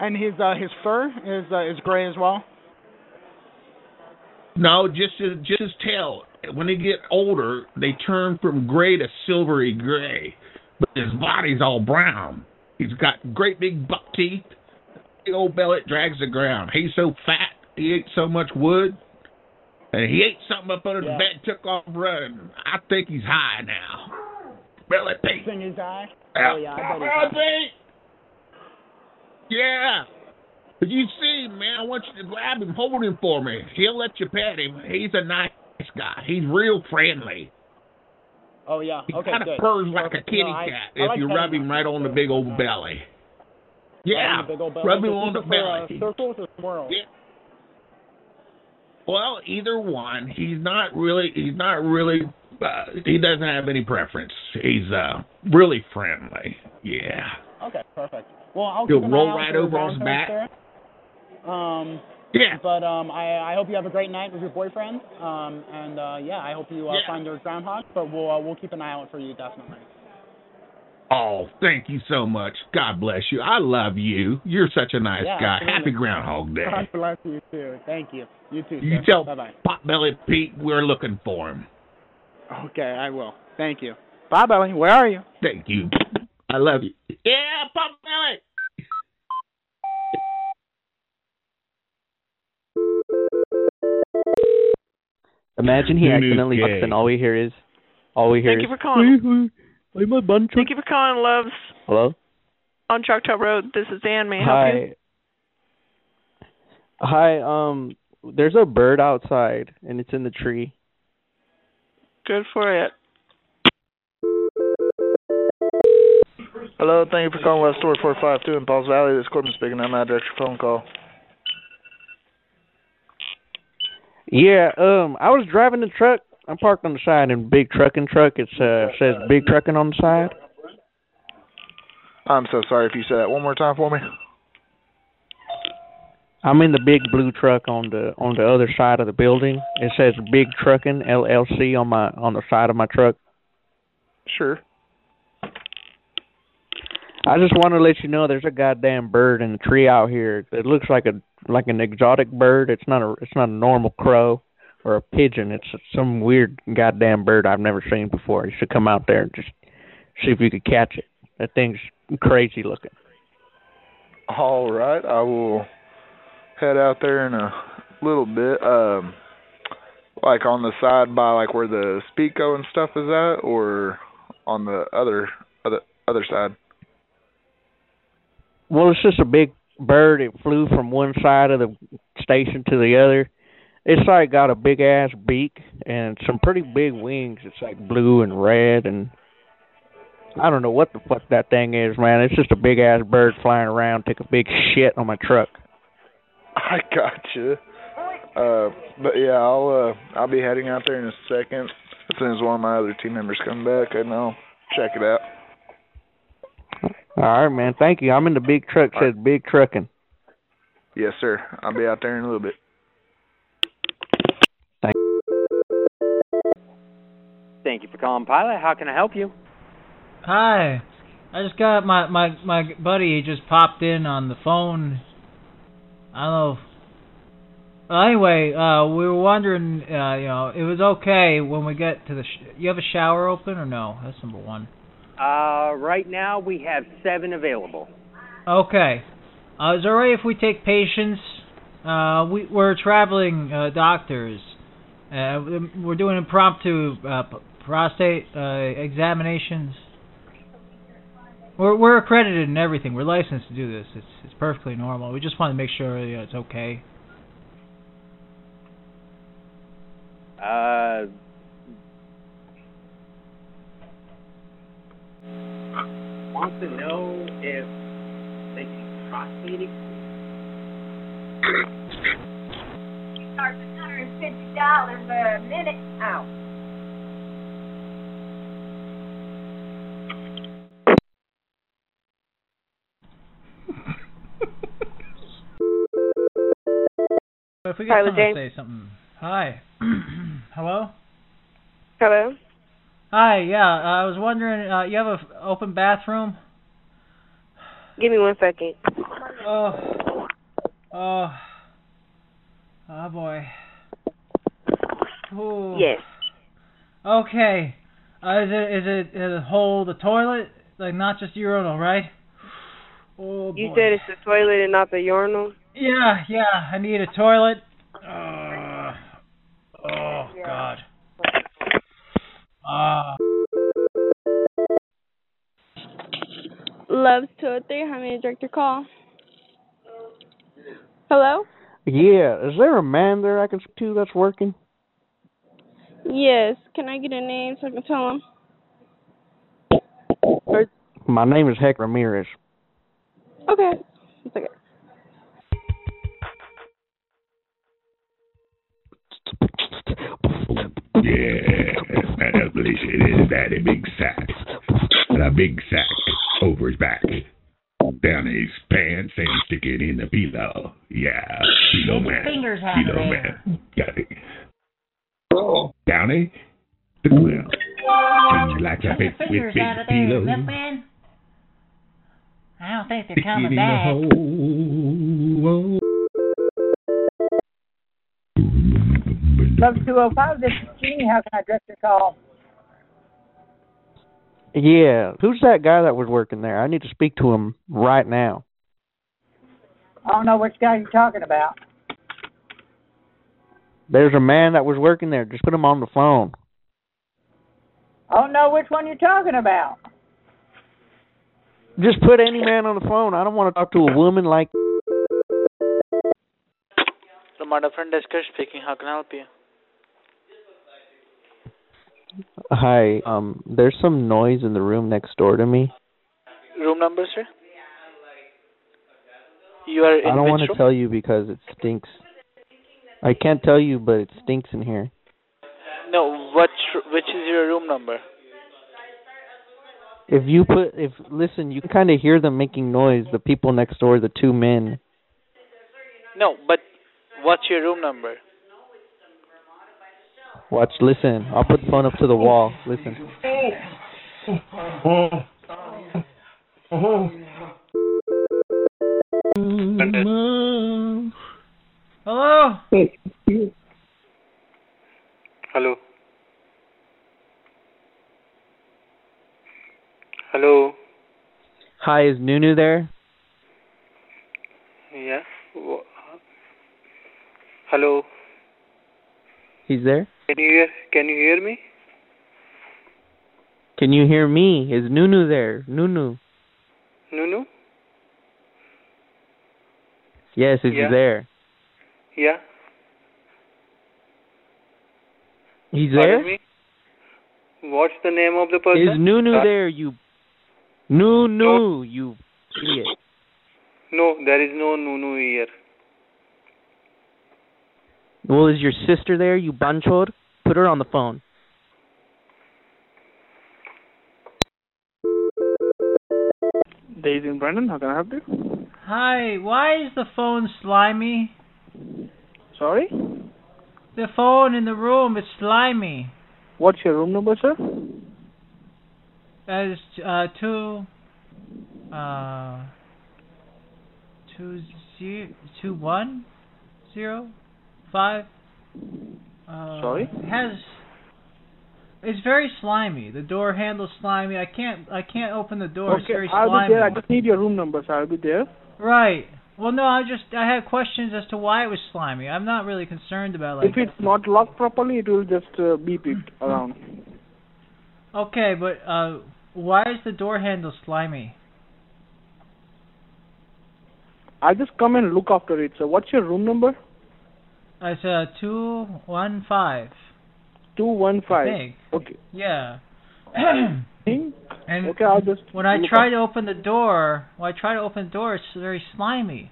[SPEAKER 21] And his uh, his fur is uh, is gray as well.
[SPEAKER 13] No, just his, just his tail. When they get older, they turn from gray to silvery gray, but his body's all brown. He's got great big buck teeth. Big old belly that drags the ground. He's so fat. He ate so much wood, and he ate something up under the
[SPEAKER 21] Yeah.
[SPEAKER 13] bed, took off running. I think he's high now. Belly Pete.
[SPEAKER 21] Thing his eye.
[SPEAKER 13] Yeah.
[SPEAKER 21] Oh yeah. I bet he's
[SPEAKER 13] Belly
[SPEAKER 21] high.
[SPEAKER 13] Pete. Yeah. If you see him, man, I want you to grab him, hold him for me. He'll let you pet him. He's a nice guy. He's real friendly.
[SPEAKER 21] Oh yeah.
[SPEAKER 13] He
[SPEAKER 21] Okay.
[SPEAKER 13] kind of
[SPEAKER 21] good.
[SPEAKER 13] purrs like a
[SPEAKER 21] Perfect.
[SPEAKER 13] kitty
[SPEAKER 21] No, I-
[SPEAKER 13] cat
[SPEAKER 21] I
[SPEAKER 13] if
[SPEAKER 21] like
[SPEAKER 13] you
[SPEAKER 21] that
[SPEAKER 13] rub him right on the big old belly. Um, Yeah,
[SPEAKER 21] Oh, the big old belly.
[SPEAKER 13] rub him
[SPEAKER 21] Does he
[SPEAKER 13] on the
[SPEAKER 21] prefer, uh,
[SPEAKER 13] belly.
[SPEAKER 21] circles or swirls?
[SPEAKER 13] Well, either one. He's not really. He's not really. Uh, he doesn't have any preference. He's uh really friendly. Yeah.
[SPEAKER 21] Okay. Perfect. Well, I'll
[SPEAKER 13] He'll
[SPEAKER 21] keep an
[SPEAKER 13] roll
[SPEAKER 21] eye out
[SPEAKER 13] right
[SPEAKER 21] for
[SPEAKER 13] over on his
[SPEAKER 21] groundhogs, sir. Um.
[SPEAKER 13] Yeah.
[SPEAKER 21] But um, I I hope you have a great night with your boyfriend. Um, and uh, yeah, I hope you uh,
[SPEAKER 13] Yeah.
[SPEAKER 21] find your groundhog. But we'll uh, we'll keep an eye out for you definitely.
[SPEAKER 13] Oh, thank you so much. God bless you. I love you. You're such a nice
[SPEAKER 21] Yeah,
[SPEAKER 13] guy.
[SPEAKER 21] absolutely. Uh-huh.
[SPEAKER 13] Happy Groundhog Day.
[SPEAKER 21] God bless you too. Thank you. You too.
[SPEAKER 13] You
[SPEAKER 21] sir.
[SPEAKER 13] tell
[SPEAKER 21] Bye-bye.
[SPEAKER 13] Potbelly Pete we're looking for him.
[SPEAKER 21] Okay, I will. Thank you. Bye, Belly. Where are you?
[SPEAKER 13] Thank you. I love you. Yeah, Potbelly.
[SPEAKER 14] Imagine he accidentally looks and all we hear is, all we hear
[SPEAKER 4] Thank
[SPEAKER 14] is.
[SPEAKER 4] you for calling.
[SPEAKER 14] "Wait, my bun truck."
[SPEAKER 4] Thank you for calling Loves
[SPEAKER 14] Hello.
[SPEAKER 4] on Choctaw Road. This is Dan. May I help you?
[SPEAKER 14] Hi. Hi. Um. There's a bird outside and it's in the tree.
[SPEAKER 4] Good for it.
[SPEAKER 12] Hello, thank you for calling West Store 452 in Paul's Valley. This is Corbin speaking. I'm out of your phone call.
[SPEAKER 14] Yeah. Um. I was driving the truck. I'm parked on the side and big trucking truck. It's uh says big trucking on the side.
[SPEAKER 12] I'm so sorry if you said that one more time for me.
[SPEAKER 14] I'm in the big blue truck on the on the other side of the building. It says Big Trucking LLC on my on the side of my truck.
[SPEAKER 12] Sure.
[SPEAKER 14] I just want to let you know there's a goddamn bird in the tree out here. It looks like a like an exotic bird. It's not a it's not a normal crow or a pigeon. It's some weird goddamn bird I've never seen before. You should come out there and just see if you could catch it. That thing's crazy looking.
[SPEAKER 12] All right, I will head out there in a little bit. Um, like on the side by like where the Speco and stuff is at, or on the other other other side. *laughs*
[SPEAKER 14] Well, it's just a big bird. It flew from one side of the station to the other. It's like got a big ass beak and some pretty big wings. It's like blue and red and I don't know what the fuck that thing is, man. It's just a big ass bird flying around, take a big shit on my truck.
[SPEAKER 12] I gotcha. Uh, but yeah, I'll uh, I'll be heading out there in a second. As soon as one of my other team members come back, and I'll check it out.
[SPEAKER 14] All right, man. Thank you. I'm in the big truck. Says big trucking.
[SPEAKER 12] Yes, sir. I'll be out there in a little bit.
[SPEAKER 14] Thank
[SPEAKER 4] Thank you for calling Pilot. How can I help you?
[SPEAKER 3] Hi. I just got my my my buddy. He just popped in on the phone. I don't know. if- Well, anyway, uh, we were wondering, uh, you know, it was okay when we get to the. Sh- you have a shower open or no? That's number one.
[SPEAKER 4] Uh, right now we have seven available.
[SPEAKER 3] Okay. Uh, is it alright if we take patients? Uh, we we're traveling uh, doctors. Uh, we're doing impromptu uh, p- prostate uh, examinations. We're we're accredited and everything. We're licensed to do this. It's it's perfectly normal. We just want to make sure you know, it's okay.
[SPEAKER 4] Uh, want to know if they can prostate
[SPEAKER 2] Starts at hundred and fifty dollars a minute. Ow.
[SPEAKER 3] But if we get
[SPEAKER 1] Tyler
[SPEAKER 3] someone to
[SPEAKER 1] James.
[SPEAKER 3] say something. Hi. *clears throat* Hello.
[SPEAKER 1] Hello.
[SPEAKER 3] Hi. Yeah. Uh, I was wondering. Uh, you have a f- open bathroom?
[SPEAKER 1] Give me one second.
[SPEAKER 3] Oh. Oh. Oh boy. Ooh.
[SPEAKER 1] Yes.
[SPEAKER 3] Okay. Uh, is it is it is it whole the toilet? Like not just urinal, right? Oh
[SPEAKER 1] You
[SPEAKER 3] boy.
[SPEAKER 1] said it's the toilet and not the urinal.
[SPEAKER 3] Yeah, yeah. I need a toilet. Uh, oh God. Ah.
[SPEAKER 22] Loves 203, how may I direct your call? Hello?
[SPEAKER 14] Yeah, is there a man there I can speak to that's working?
[SPEAKER 22] Yes, can I get a name so I can tell him?
[SPEAKER 14] My name is Heck Ramirez.
[SPEAKER 22] Okay. It's okay.
[SPEAKER 13] Yeah, that ugly shit is that a big sack. And a big sack over his back. Down his pants and stick it in the pillow. Yeah, pillow man.
[SPEAKER 3] Fingers out
[SPEAKER 13] Pillow man. Got it. Downey, the quill.
[SPEAKER 3] *laughs*
[SPEAKER 13] And you like that big, with
[SPEAKER 3] Fingers
[SPEAKER 13] big
[SPEAKER 3] out of there,
[SPEAKER 13] pillow.
[SPEAKER 3] is that man? I don't think they're
[SPEAKER 13] Stick it
[SPEAKER 3] coming
[SPEAKER 13] in
[SPEAKER 3] back.
[SPEAKER 13] the hole.
[SPEAKER 23] Love 205, this is Gene. How can I address your call?
[SPEAKER 14] Yeah, who's that guy that was working there? I need to speak to him right now.
[SPEAKER 23] I don't know which guy you're talking about.
[SPEAKER 14] There's a man that was working there. Just put him on the phone.
[SPEAKER 23] I don't know which one you're talking about.
[SPEAKER 14] Just put any man on the phone. I don't want to talk to a woman like.
[SPEAKER 7] The modern friend is Chris speaking. How can I help you?
[SPEAKER 14] Hi, um, there's some noise in the room next door to me.
[SPEAKER 7] Room number, sir? You are in
[SPEAKER 14] I don't
[SPEAKER 7] which
[SPEAKER 14] want to
[SPEAKER 7] room?
[SPEAKER 14] tell you because it stinks. I can't tell you, but it stinks in here.
[SPEAKER 7] No, what which is your room number?
[SPEAKER 14] If you put, if listen, you can kind of hear them making noise. The people next door, the two men.
[SPEAKER 7] No, but what's your room number?
[SPEAKER 14] Watch, listen. I'll put the phone up to the wall. Listen.
[SPEAKER 3] Hello?
[SPEAKER 7] Hello. Hello.
[SPEAKER 14] Hi, is Nunu there?
[SPEAKER 24] Yeah. Wha- Hello.
[SPEAKER 14] He's there.
[SPEAKER 24] Can you hear? Can you hear me?
[SPEAKER 14] Can you hear me? Is Nunu there? Nunu.
[SPEAKER 24] Nunu?
[SPEAKER 14] Yes, is
[SPEAKER 24] Yeah.
[SPEAKER 14] he there?
[SPEAKER 24] Yeah.
[SPEAKER 14] He's
[SPEAKER 24] Pardon
[SPEAKER 14] there.
[SPEAKER 24] me? What's the name of the person?
[SPEAKER 14] Is Nunu
[SPEAKER 24] Uh,
[SPEAKER 14] there? You. Nunu, you idiot.
[SPEAKER 24] No, there is no Nunu here.
[SPEAKER 14] Well, is your sister there? You banchor. Put her on the phone.
[SPEAKER 25] Daisy and Brandon, how can I help you?
[SPEAKER 3] Hi, why is the phone slimy?
[SPEAKER 25] Sorry?
[SPEAKER 3] The phone in the room is slimy.
[SPEAKER 25] What's your room number, sir?
[SPEAKER 3] As uh two uh two zero two one zero five uh
[SPEAKER 25] Sorry?
[SPEAKER 3] has it's very slimy. The door handle's slimy. I can't I can't open the door. it's
[SPEAKER 25] okay,
[SPEAKER 3] very
[SPEAKER 25] I'll
[SPEAKER 3] slimy.
[SPEAKER 25] be there. I just need your room number, sir. I'll be there.
[SPEAKER 3] Right. Well, no, I just I had questions as to why it was slimy. I'm not really concerned about like.
[SPEAKER 25] if it's not locked properly, it will just uh, beep it around.
[SPEAKER 3] Okay, but uh, why is the door handle slimy?
[SPEAKER 25] I'll just come and look after it, sir. What's your room number?
[SPEAKER 3] It's uh two one five.
[SPEAKER 25] Two one five.
[SPEAKER 3] Big.
[SPEAKER 25] Okay.
[SPEAKER 3] *clears throat* Yeah.
[SPEAKER 25] Thing?
[SPEAKER 3] and
[SPEAKER 25] Okay, I'll just.
[SPEAKER 3] when I
[SPEAKER 25] look
[SPEAKER 3] try
[SPEAKER 25] up-
[SPEAKER 3] to open the door, when I try to open the door, it's very slimy.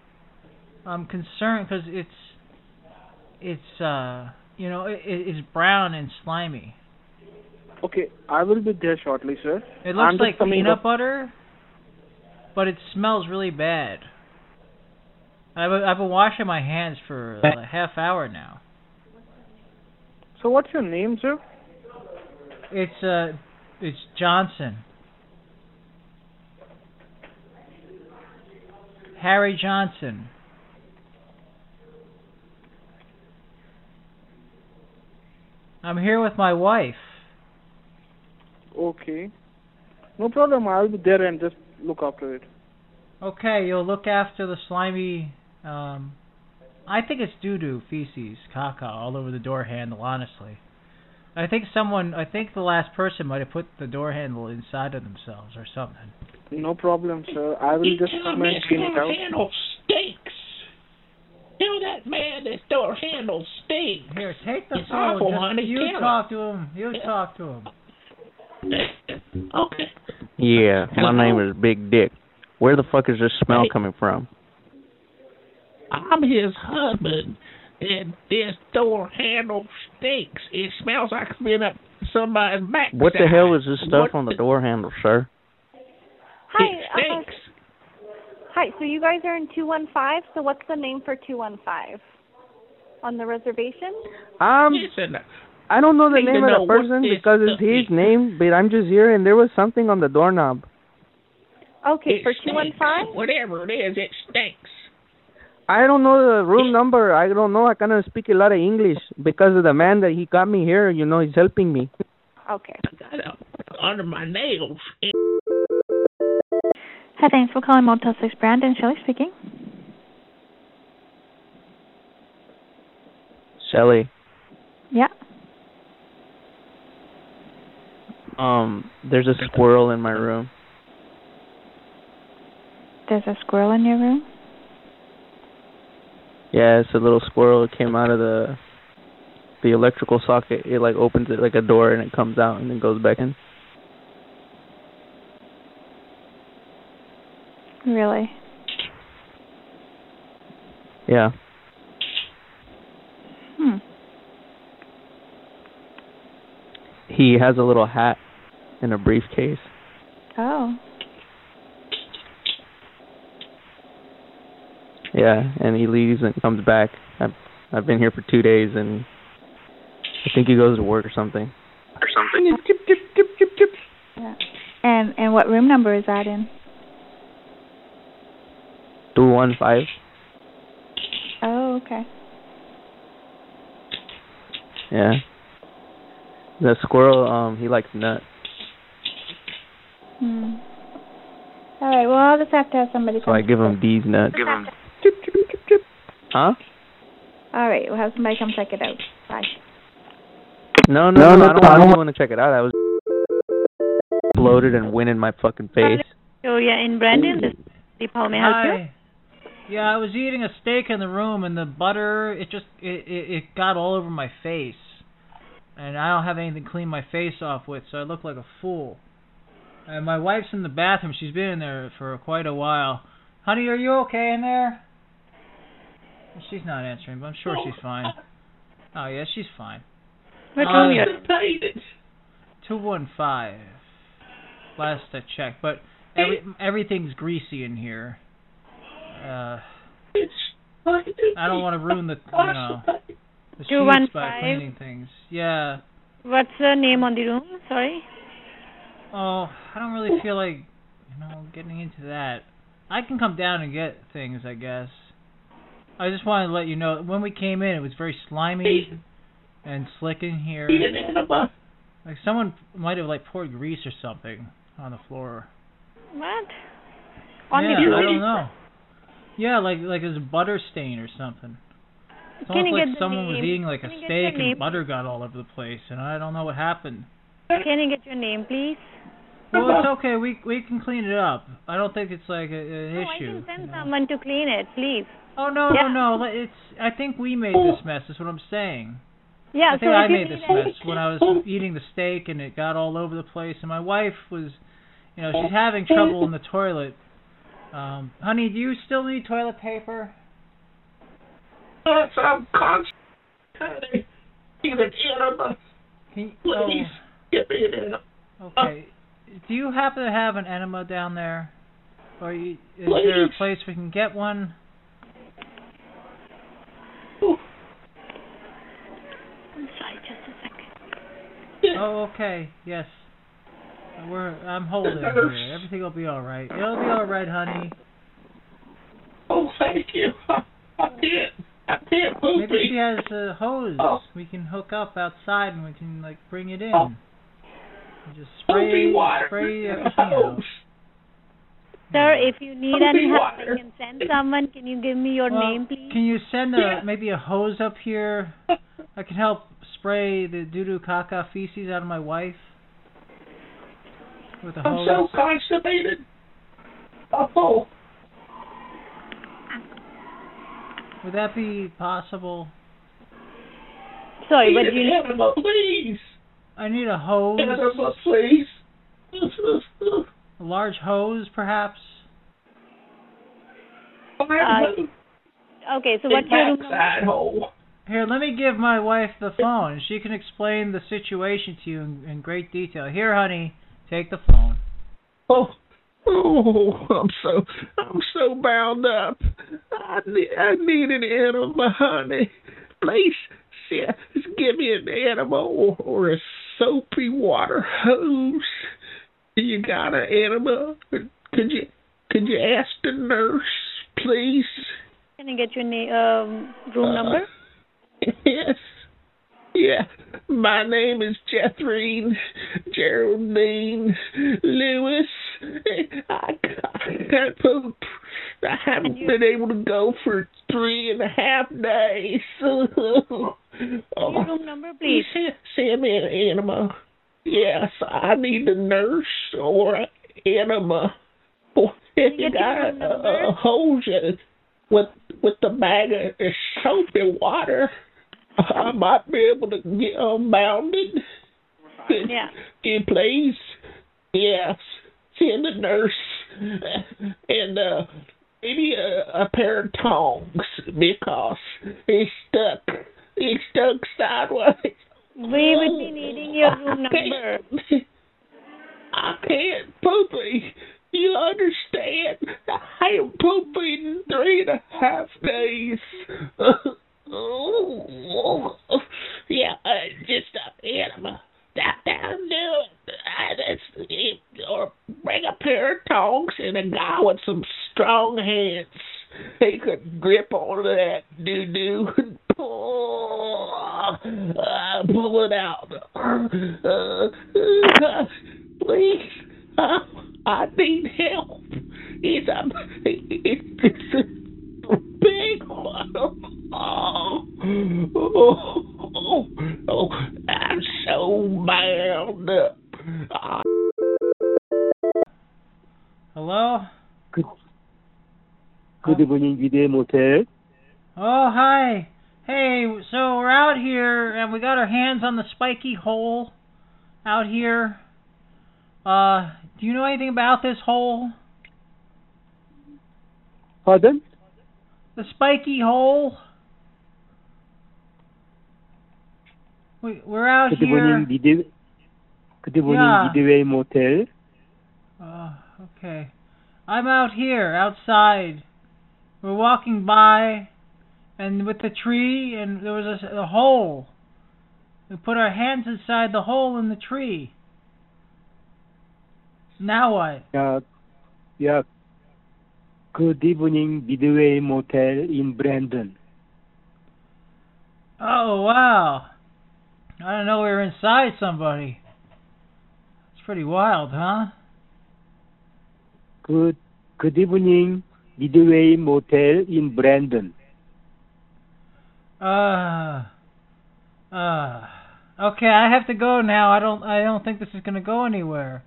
[SPEAKER 3] I'm concerned because it's it's uh you know it, it's brown and slimy.
[SPEAKER 25] Okay, I will be there shortly, sir.
[SPEAKER 3] It
[SPEAKER 25] I'm
[SPEAKER 3] looks
[SPEAKER 25] just
[SPEAKER 3] like
[SPEAKER 25] coming
[SPEAKER 3] peanut
[SPEAKER 25] up-
[SPEAKER 3] butter, but it smells really bad. I've been- I've been washing my hands for uh, a half hour now.
[SPEAKER 25] So what's your name, sir?
[SPEAKER 3] It's uh, it's Johnson. Harry Johnson. I'm here with my wife.
[SPEAKER 25] Okay. No problem. I'll be there and just look after it.
[SPEAKER 3] Okay, you'll look after the slimy. Um, I think it's doo doo, feces, caca all over the door handle. Honestly, I think someone, I think the last person might have put the door handle inside of themselves or something.
[SPEAKER 25] No problem, sir. I will just come and clean it out.
[SPEAKER 4] handle stinks. Tell that man this door handle stinks.
[SPEAKER 3] Here, take the
[SPEAKER 4] It's
[SPEAKER 3] phone.
[SPEAKER 4] awful,
[SPEAKER 3] Just-
[SPEAKER 4] honey.
[SPEAKER 3] You
[SPEAKER 4] Kill
[SPEAKER 3] talk to him. You talk to him.
[SPEAKER 4] Okay.
[SPEAKER 14] Yeah, my name is Big Dick. Where the fuck is this smell
[SPEAKER 4] Hey.
[SPEAKER 14] coming from?
[SPEAKER 4] I'm his husband, and this door handle stinks. It smells like it's been up somebody's back.
[SPEAKER 14] What the hell is this stuff on the door handle, sir?
[SPEAKER 4] Hi.
[SPEAKER 8] uh, Hi, so you guys are in 215, so what's the name for 215? On the reservation?
[SPEAKER 14] Um, I don't know the
[SPEAKER 8] Need to
[SPEAKER 14] name of
[SPEAKER 8] know
[SPEAKER 14] the
[SPEAKER 8] what
[SPEAKER 14] person
[SPEAKER 8] this
[SPEAKER 14] because it's his name, but I'm just here and there was something on the doorknob.
[SPEAKER 8] Okay,
[SPEAKER 4] It
[SPEAKER 8] for
[SPEAKER 4] stinks.
[SPEAKER 8] 215?
[SPEAKER 4] Whatever it is, it stinks.
[SPEAKER 14] I don't know the room number. I don't know. I cannot speak a lot of English because of the man that he got me here. You know, he's helping me.
[SPEAKER 8] Okay.
[SPEAKER 4] Got up under my nails.
[SPEAKER 9] Hi, thanks for calling Motel 6 Brandon. Shelley speaking.
[SPEAKER 14] Shelly,
[SPEAKER 9] Yeah.
[SPEAKER 14] um, there's a squirrel in my room.
[SPEAKER 9] There's a squirrel in your room?
[SPEAKER 14] Yeah, it's a little squirrel. It came out of the the electrical socket. It like opens it like a door and it comes out and then goes back in.
[SPEAKER 9] Really?
[SPEAKER 14] Yeah.
[SPEAKER 9] Hmm.
[SPEAKER 14] He has a little hat and a briefcase.
[SPEAKER 9] Oh.
[SPEAKER 14] Yeah, and he leaves and comes back. I've I've been here for two days and I think he goes to work or something.
[SPEAKER 4] Or something.
[SPEAKER 9] Yeah. And and what room number is that in?
[SPEAKER 14] Two one five.
[SPEAKER 9] Oh, okay.
[SPEAKER 14] Yeah. The squirrel, um, he likes nuts.
[SPEAKER 9] Hmm.
[SPEAKER 4] All right. Well, I'll just have to have somebody.
[SPEAKER 14] So I give him these nuts.
[SPEAKER 4] Give him.
[SPEAKER 14] Huh?
[SPEAKER 4] All right. We'll have somebody come check it out. Bye.
[SPEAKER 14] No, no, no. I don't, I don't want to check it out. I was bloated and went in my fucking face.
[SPEAKER 2] So yeah, in Brandon, this is Paul. May I help you?
[SPEAKER 3] Hi. Yeah, I was eating a steak in the room, and the butter it just it, it it got all over my face, and I don't have anything to clean my face off with, so I look like a fool. And my wife's in the bathroom; she's been in there for quite a while. Honey, are you okay in there? Well, she's not answering, but I'm sure she's fine. Oh yeah, she's fine.
[SPEAKER 2] What
[SPEAKER 3] Uh,
[SPEAKER 2] room you are?
[SPEAKER 3] Two one five. Last I checked, but every, everything's greasy in here. Uh, I don't want to ruin the you know the
[SPEAKER 2] Two
[SPEAKER 3] sheets
[SPEAKER 2] one
[SPEAKER 3] by
[SPEAKER 2] five.
[SPEAKER 3] cleaning things. Yeah.
[SPEAKER 2] What's the name on the room? Sorry.
[SPEAKER 3] Oh, I don't really feel like you know getting into that. I can come down and get things, I guess. I just wanted to let you know when we came in, it was very slimy and slick in here. Like someone might have like poured grease or something on the floor.
[SPEAKER 2] What? On
[SPEAKER 3] yeah,
[SPEAKER 2] the room?
[SPEAKER 3] I don't know. Yeah, like like there's a butter stain or something. It's
[SPEAKER 2] Can
[SPEAKER 3] almost
[SPEAKER 2] you
[SPEAKER 3] like
[SPEAKER 2] get the
[SPEAKER 3] someone was
[SPEAKER 2] name?
[SPEAKER 3] eating like a
[SPEAKER 2] Can you get the
[SPEAKER 3] steak and
[SPEAKER 2] name?
[SPEAKER 3] butter got all over the place, and I don't know what happened.
[SPEAKER 2] Can you get your name, please?
[SPEAKER 3] Well,
[SPEAKER 2] *laughs*
[SPEAKER 3] it's okay. We we can clean it up. I don't think it's like a, an
[SPEAKER 2] No, I
[SPEAKER 3] issue.
[SPEAKER 2] can send someone to clean it, please.
[SPEAKER 3] Oh no,
[SPEAKER 2] yeah.
[SPEAKER 3] no, no. It's I think we made this mess. Is what I'm saying.
[SPEAKER 2] Yeah,
[SPEAKER 3] I think
[SPEAKER 2] so
[SPEAKER 3] I
[SPEAKER 2] if you
[SPEAKER 3] made this
[SPEAKER 2] need
[SPEAKER 3] mess when I was eating the steak and it got all over the place. And my wife was, you know, she's having trouble in the toilet. Um, honey, do you still need toilet paper?
[SPEAKER 13] Yes, I'm constantly in enema.
[SPEAKER 3] Can you, oh,
[SPEAKER 13] Please get me an enema.
[SPEAKER 3] okay. Do you happen to have an enema down there, or you, is
[SPEAKER 13] Please.
[SPEAKER 3] there a place we can get one?
[SPEAKER 2] I'm sorry, just a second.
[SPEAKER 3] Oh, okay. Yes. We're I'm holding here. Everything will be all right. It'll be all right, honey.
[SPEAKER 13] Oh, thank you. *laughs* I did. I did.
[SPEAKER 3] Maybe she has a hose.
[SPEAKER 13] Oh.
[SPEAKER 3] We can hook up outside and we can like bring it in. And Just
[SPEAKER 2] Don't be
[SPEAKER 3] spray,
[SPEAKER 2] water.
[SPEAKER 3] spray
[SPEAKER 13] *laughs*
[SPEAKER 3] everything
[SPEAKER 13] Oh.
[SPEAKER 3] out.
[SPEAKER 2] Sir, if you need
[SPEAKER 3] Don't be
[SPEAKER 2] any help,
[SPEAKER 3] water.
[SPEAKER 2] I can send someone. Can you give me your
[SPEAKER 3] Well,
[SPEAKER 2] name, please?
[SPEAKER 3] Can you send a maybe a hose up here? I can help spray the doo doo caca feces out of my wife with a
[SPEAKER 13] I'm
[SPEAKER 3] hose.
[SPEAKER 13] so constipated. Oh,
[SPEAKER 3] Would that be possible?
[SPEAKER 2] Sorry,
[SPEAKER 13] but you need- Enema,
[SPEAKER 3] please. I need a hose.
[SPEAKER 13] Enema, please. *laughs*
[SPEAKER 3] A large hose, perhaps.
[SPEAKER 2] Uh, okay, so what's your room number?
[SPEAKER 3] Here, let me give my wife the phone. She can explain the situation to you in, in great detail. Here, honey, take the phone.
[SPEAKER 13] oh, oh, *laughs* I'm so, I'm so bound up. I need, I need an enema, honey. Please, se- give me an enema or, or a soapy water hose. You got an enema? Could you, could you ask the nurse, please?
[SPEAKER 2] Can I get your na- um, room
[SPEAKER 13] Uh,
[SPEAKER 2] number?
[SPEAKER 13] Yes. Yeah. My name is Jethrine Geraldine Lewis. I can't poop. I haven't been able to go for three and a half days. *laughs* oh.
[SPEAKER 2] Your room number, please.
[SPEAKER 13] Send, send me an enema. Yes, I need a nurse or an enema. Or if you got a, a hose uh, with with the bag of soap and water, I might be able to get unbounded.
[SPEAKER 2] Yeah.
[SPEAKER 13] Can you please? Yes. Send a nurse and uh, maybe a, a pair of tongs because it's stuck. It's stuck sideways.
[SPEAKER 2] We would be needing your room number.
[SPEAKER 13] I can't poopy. You understand? I am pooping three and a half days. *laughs* Oh, yeah, uh, just a enema. That that'll do it. Uh, That's
[SPEAKER 3] *sighs*
[SPEAKER 13] it. Or bring a pair of tongs and a guy with some strong hands. He could grip on that doo doo *laughs* and pull, uh, pull it out. Uh, uh, please, I, I need help.
[SPEAKER 4] It's a, it's a big one. Oh, oh, oh, oh, I'm so bound up. Ah.
[SPEAKER 3] Hello?
[SPEAKER 26] Good, good evening, Gide Motel.
[SPEAKER 3] Oh, hi. Hey, so we're out here and we got our hands on the spiky hole out here. Uh, do you know anything about this hole?
[SPEAKER 26] Pardon?
[SPEAKER 3] The spiky hole? We, we're out
[SPEAKER 26] Good
[SPEAKER 3] here.
[SPEAKER 26] evening, Gide. Good evening,
[SPEAKER 3] Yeah.
[SPEAKER 26] Gideway Motel.
[SPEAKER 3] Uh, okay. I'm out here, outside. We're walking by, and with the tree, and there was a, a hole. We put our hands inside the hole in the tree. Now what?
[SPEAKER 26] Yeah, yeah. Good evening, Midway Motel in Brandon.
[SPEAKER 3] Oh, wow. I don't know we were inside somebody. It's pretty wild, huh?
[SPEAKER 26] Good, good evening, Midway Motel in Brandon.
[SPEAKER 3] Uh, uh, okay, I have to go now. I don't, I don't think this is gonna go anywhere.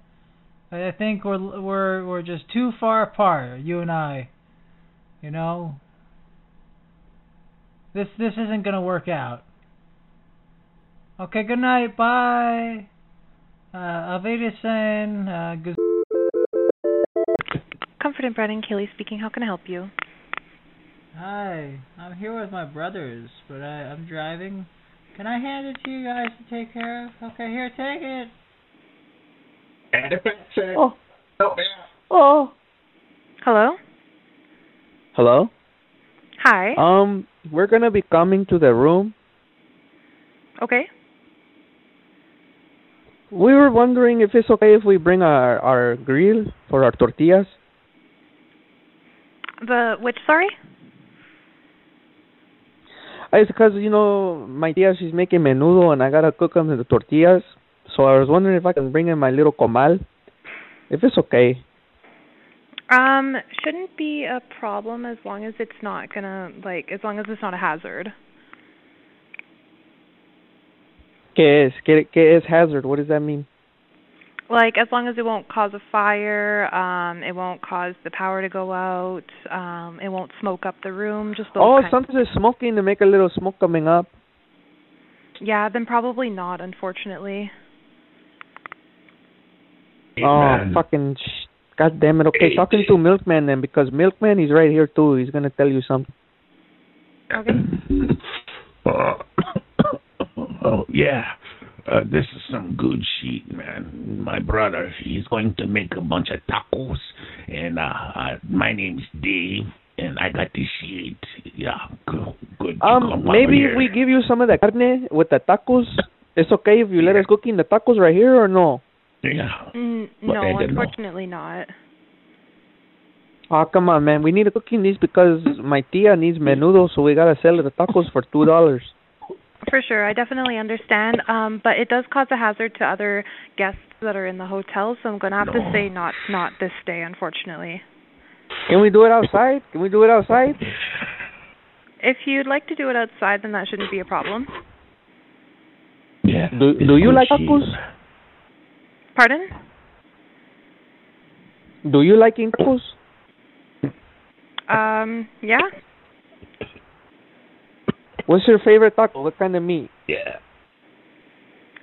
[SPEAKER 3] I I think we're, we're, we're just too far apart, you and I. You know, this, this isn't gonna work out. Okay, good night, bye. Uh, Aveda Sen, uh, good.
[SPEAKER 16] Comfort and Bread and Kaylee speaking. How can I help you?
[SPEAKER 3] Hi, I'm here with my brothers, but I, I'm driving. Can I hand it to you guys to take care of? Okay, here, take it.
[SPEAKER 4] Oh.
[SPEAKER 16] Oh. Hello?
[SPEAKER 7] Hello?
[SPEAKER 16] Hi.
[SPEAKER 7] Um, we're gonna be coming to the room.
[SPEAKER 16] okay.
[SPEAKER 7] We were wondering if it's okay if we bring our our grill for our tortillas.
[SPEAKER 16] The which sorry?
[SPEAKER 7] It's because you know my tia she's making menudo and I gotta cook them the tortillas. So I was wondering if I can bring in my little comal, if it's okay.
[SPEAKER 16] Um, shouldn't be a problem as long as it's not gonna like as long as it's not a hazard.
[SPEAKER 7] ¿Qué es? ¿Qué, qué es hazard? What does that mean?
[SPEAKER 16] Like as long as it won't cause a fire, um, it won't cause the power to go out, um, it won't smoke up the room, just those
[SPEAKER 7] oh,
[SPEAKER 16] kind
[SPEAKER 7] something is smoking to make a little smoke coming up.
[SPEAKER 16] Yeah, then probably not, unfortunately.
[SPEAKER 7] Oh, fucking sh- God damn it. Okay, talking to Milkman then, because Milkman is right here too. He's going to tell you something.
[SPEAKER 16] Okay.
[SPEAKER 13] Oh yeah, uh, this is some good shit, man. My brother, he's going to make a bunch of tacos, and uh, uh my name's Dave, and I got this shit. Yeah, good, good. you
[SPEAKER 7] Um,
[SPEAKER 13] come over
[SPEAKER 7] maybe
[SPEAKER 13] here.
[SPEAKER 7] we give you some of the carne with the tacos. It's okay if you let us cook in the tacos right here or no?
[SPEAKER 13] Yeah.
[SPEAKER 16] Mm,
[SPEAKER 7] Well, I
[SPEAKER 16] no,
[SPEAKER 7] don't know.
[SPEAKER 16] unfortunately not.
[SPEAKER 7] Oh, come on, man. We need to cook in these because my tia needs menudo, so we got to sell the tacos for $2.
[SPEAKER 16] For sure, I definitely understand. Um, but it does cause a hazard to other guests that are in the hotel, so I'm gonna have to say not not this day, unfortunately.
[SPEAKER 7] Can we do it outside? Can we do it outside?
[SPEAKER 16] If you'd like to do it outside, then that shouldn't be a problem.
[SPEAKER 13] Yeah.
[SPEAKER 7] Do, do you like tacos?
[SPEAKER 16] Pardon?
[SPEAKER 7] Do you like in tacos?
[SPEAKER 16] Um, yeah.
[SPEAKER 7] What's your favorite taco? What kind of meat?
[SPEAKER 13] Yeah.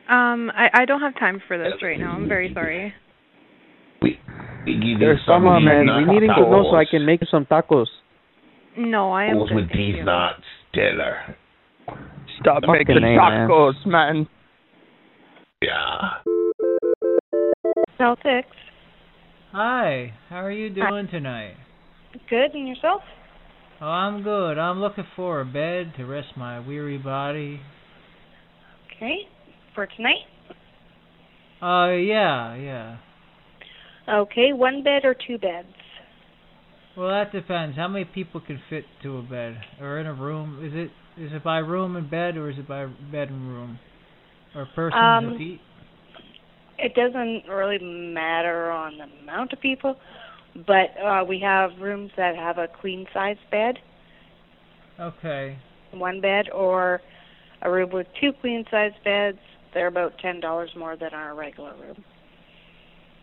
[SPEAKER 16] Um, I I don't have time for this right now. I'm very sorry.
[SPEAKER 7] There's some,
[SPEAKER 13] some
[SPEAKER 7] uh, man.
[SPEAKER 13] meat
[SPEAKER 7] We need to know so I
[SPEAKER 13] tacos.
[SPEAKER 7] can make you some tacos.
[SPEAKER 16] No, I am
[SPEAKER 13] What's with
[SPEAKER 16] good.
[SPEAKER 13] these nuts, Taylor?
[SPEAKER 26] Stop
[SPEAKER 7] Fucking
[SPEAKER 26] making
[SPEAKER 7] A, man.
[SPEAKER 26] tacos, man.
[SPEAKER 13] Yeah.
[SPEAKER 27] Celtics.
[SPEAKER 3] Hi, how are you doing tonight?
[SPEAKER 27] Good, and yourself?
[SPEAKER 3] Oh, I'm good. I'm looking for a bed to rest my weary body.
[SPEAKER 27] Okay. For tonight?
[SPEAKER 3] Uh, yeah, yeah.
[SPEAKER 27] Okay, one bed or two beds?
[SPEAKER 3] Well, that depends. How many people can fit to a bed or in a room? Is it is it by room and bed, or is it by bed and room, or person
[SPEAKER 27] Um,
[SPEAKER 3] and feet?
[SPEAKER 27] It doesn't really matter on the amount of people,
[SPEAKER 4] but uh, we have rooms that have a queen size bed,
[SPEAKER 3] Okay.
[SPEAKER 4] one bed, or a room with two queen size beds. They're about ten dollars more than our regular room.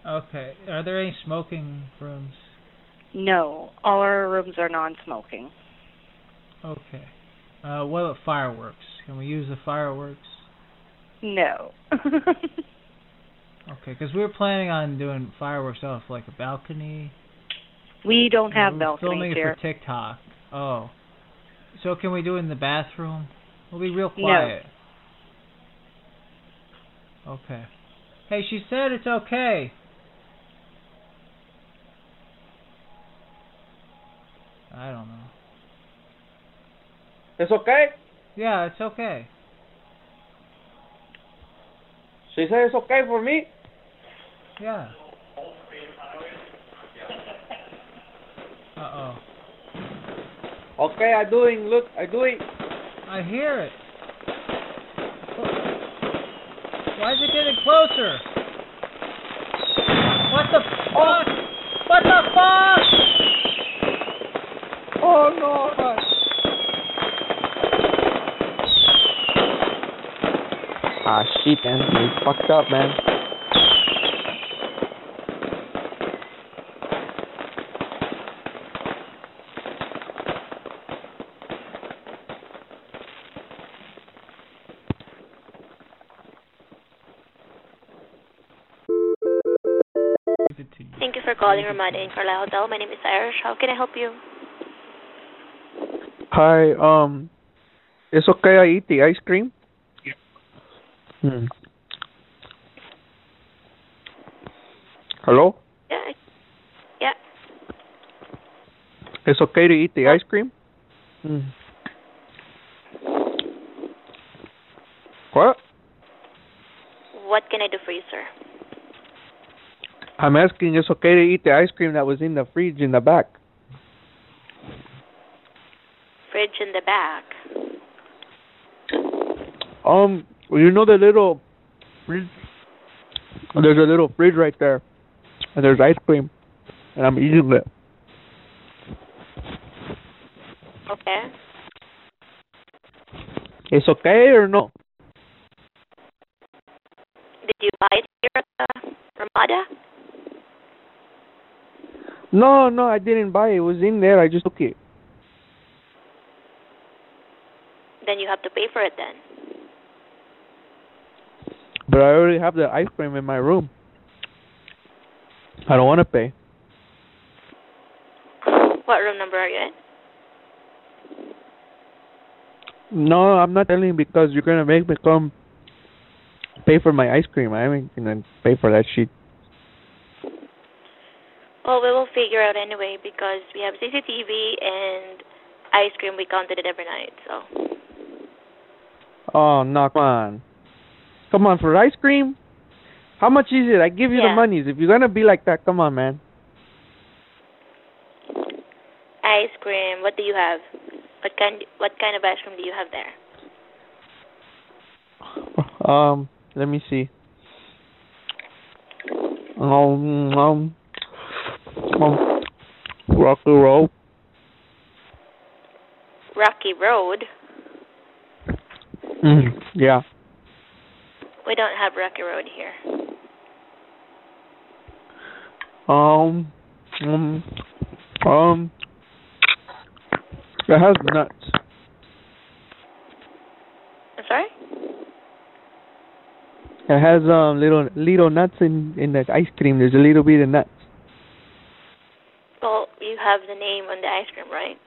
[SPEAKER 3] Okay. Are there any smoking rooms?
[SPEAKER 4] No, all our rooms are non-smoking.
[SPEAKER 3] Okay. Uh, what about fireworks? Can we use the fireworks?
[SPEAKER 4] No. *laughs*
[SPEAKER 3] Okay, because we were planning on doing fireworks off like a balcony.
[SPEAKER 4] We don't
[SPEAKER 3] Yeah,
[SPEAKER 4] have
[SPEAKER 3] we're
[SPEAKER 4] balconies
[SPEAKER 3] filming
[SPEAKER 4] here.
[SPEAKER 3] it for TikTok. Oh, so can we do it in the bathroom? We'll be real
[SPEAKER 4] No.
[SPEAKER 3] quiet. Okay. Hey, she said it's okay. I don't know.
[SPEAKER 28] It's okay?
[SPEAKER 3] Yeah, Uh, it's okay.
[SPEAKER 28] She said it's okay for me.
[SPEAKER 3] Yeah. Uh oh.
[SPEAKER 28] Okay, I doing. Look, I doing.
[SPEAKER 3] I hear it. Why is it getting closer? What the fuck? What the fuck?
[SPEAKER 28] Oh no! no.
[SPEAKER 7] Ah, shit, man. You fucked up, man.
[SPEAKER 19] Thank you for calling Ramada in Carlisle Hotel. My name is Irish. How can I help you?
[SPEAKER 7] Hi, um, it's okay I eat the ice cream? Hmm. Hello?
[SPEAKER 19] Yeah. I- Yeah.
[SPEAKER 7] It's okay to eat the ice cream? Hmm. What?
[SPEAKER 19] What can I do for you, sir?
[SPEAKER 7] I'm asking it's okay to eat the ice cream that was in the fridge in the back.
[SPEAKER 19] Fridge in the back.
[SPEAKER 7] Um, you know the little fridge? There's a little fridge right there, and there's ice cream, and I'm eating it.
[SPEAKER 19] Okay.
[SPEAKER 7] It's okay or no?
[SPEAKER 19] Did you buy it here at the Ramada?
[SPEAKER 7] No, no, I didn't buy it. It was in there. I just took it.
[SPEAKER 19] Then you have to pay for it then.
[SPEAKER 7] But I already have the ice cream in my room. I don't want to pay.
[SPEAKER 19] What room number are you in?
[SPEAKER 7] No, I'm not telling you because you're gonna make me come pay for my ice cream. I ain't gonna pay for that shit.
[SPEAKER 19] Well, we will figure out anyway because we have CCTV and ice cream. We counted it every night, so.
[SPEAKER 7] Oh no, come on, come on for ice cream. How much is it? I give you the
[SPEAKER 19] Yeah.
[SPEAKER 7] monies. If you're gonna be like that, come on, man.
[SPEAKER 19] Ice cream. What do you have? What kind? What kind of ice cream do you have there?
[SPEAKER 7] Um, let me see. Um, um, um rock and roll.
[SPEAKER 19] Rocky Road.
[SPEAKER 7] Mm, yeah.
[SPEAKER 19] We don't have Rocky Road here.
[SPEAKER 7] Um, um, um. It has nuts.
[SPEAKER 19] I'm sorry.
[SPEAKER 7] It has um little little nuts in in the ice cream. There's a little bit of nuts.
[SPEAKER 19] Well, you have the name on the ice cream, right?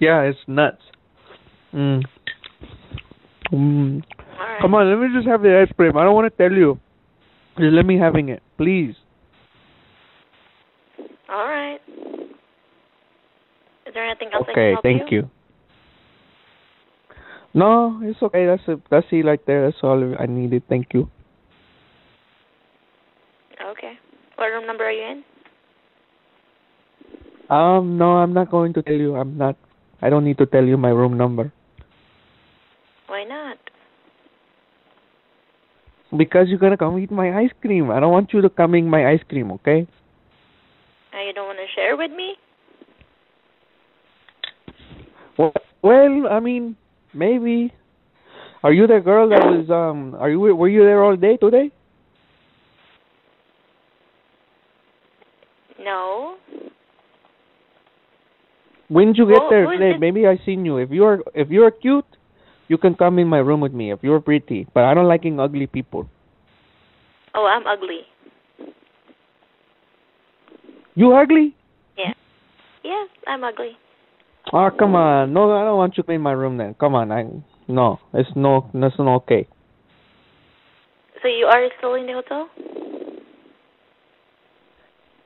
[SPEAKER 7] Yeah, it's nuts. Mm. Mm.
[SPEAKER 19] Alright.
[SPEAKER 7] Come on, let me just have the ice cream. I don't want to tell you. Just let me having it, please.
[SPEAKER 19] All right. Is there anything else
[SPEAKER 7] Okay,
[SPEAKER 19] I can help
[SPEAKER 7] thank
[SPEAKER 19] you?
[SPEAKER 7] you. No, it's okay. That's it. That's it right there. That's all I needed. Thank you.
[SPEAKER 19] Okay. What room number are you in?
[SPEAKER 7] Um, no, I'm not going to tell you. I'm not. I don't need to tell you my room number.
[SPEAKER 19] Why not?
[SPEAKER 7] because you're gonna come eat my ice cream. I don't want you to come eat my ice cream, okay?
[SPEAKER 19] Uh, you don't want to share with me?
[SPEAKER 7] Well, well, I mean, maybe. Are you the girl that was um? Are you were you there all day today?
[SPEAKER 19] No.
[SPEAKER 7] When did you get
[SPEAKER 19] Who-
[SPEAKER 7] there
[SPEAKER 19] who is
[SPEAKER 7] today?
[SPEAKER 19] this-
[SPEAKER 7] Maybe I seen you. If you are if you are cute, you can come in my room with me. If you're pretty, but I don't liking ugly people.
[SPEAKER 19] Oh, I'm ugly.
[SPEAKER 7] You ugly?
[SPEAKER 19] Yeah. Yeah, I'm ugly.
[SPEAKER 7] Oh come on! No, I don't want you in my room then. Come on, I no, it's no, that's not okay.
[SPEAKER 19] So you are still in the hotel?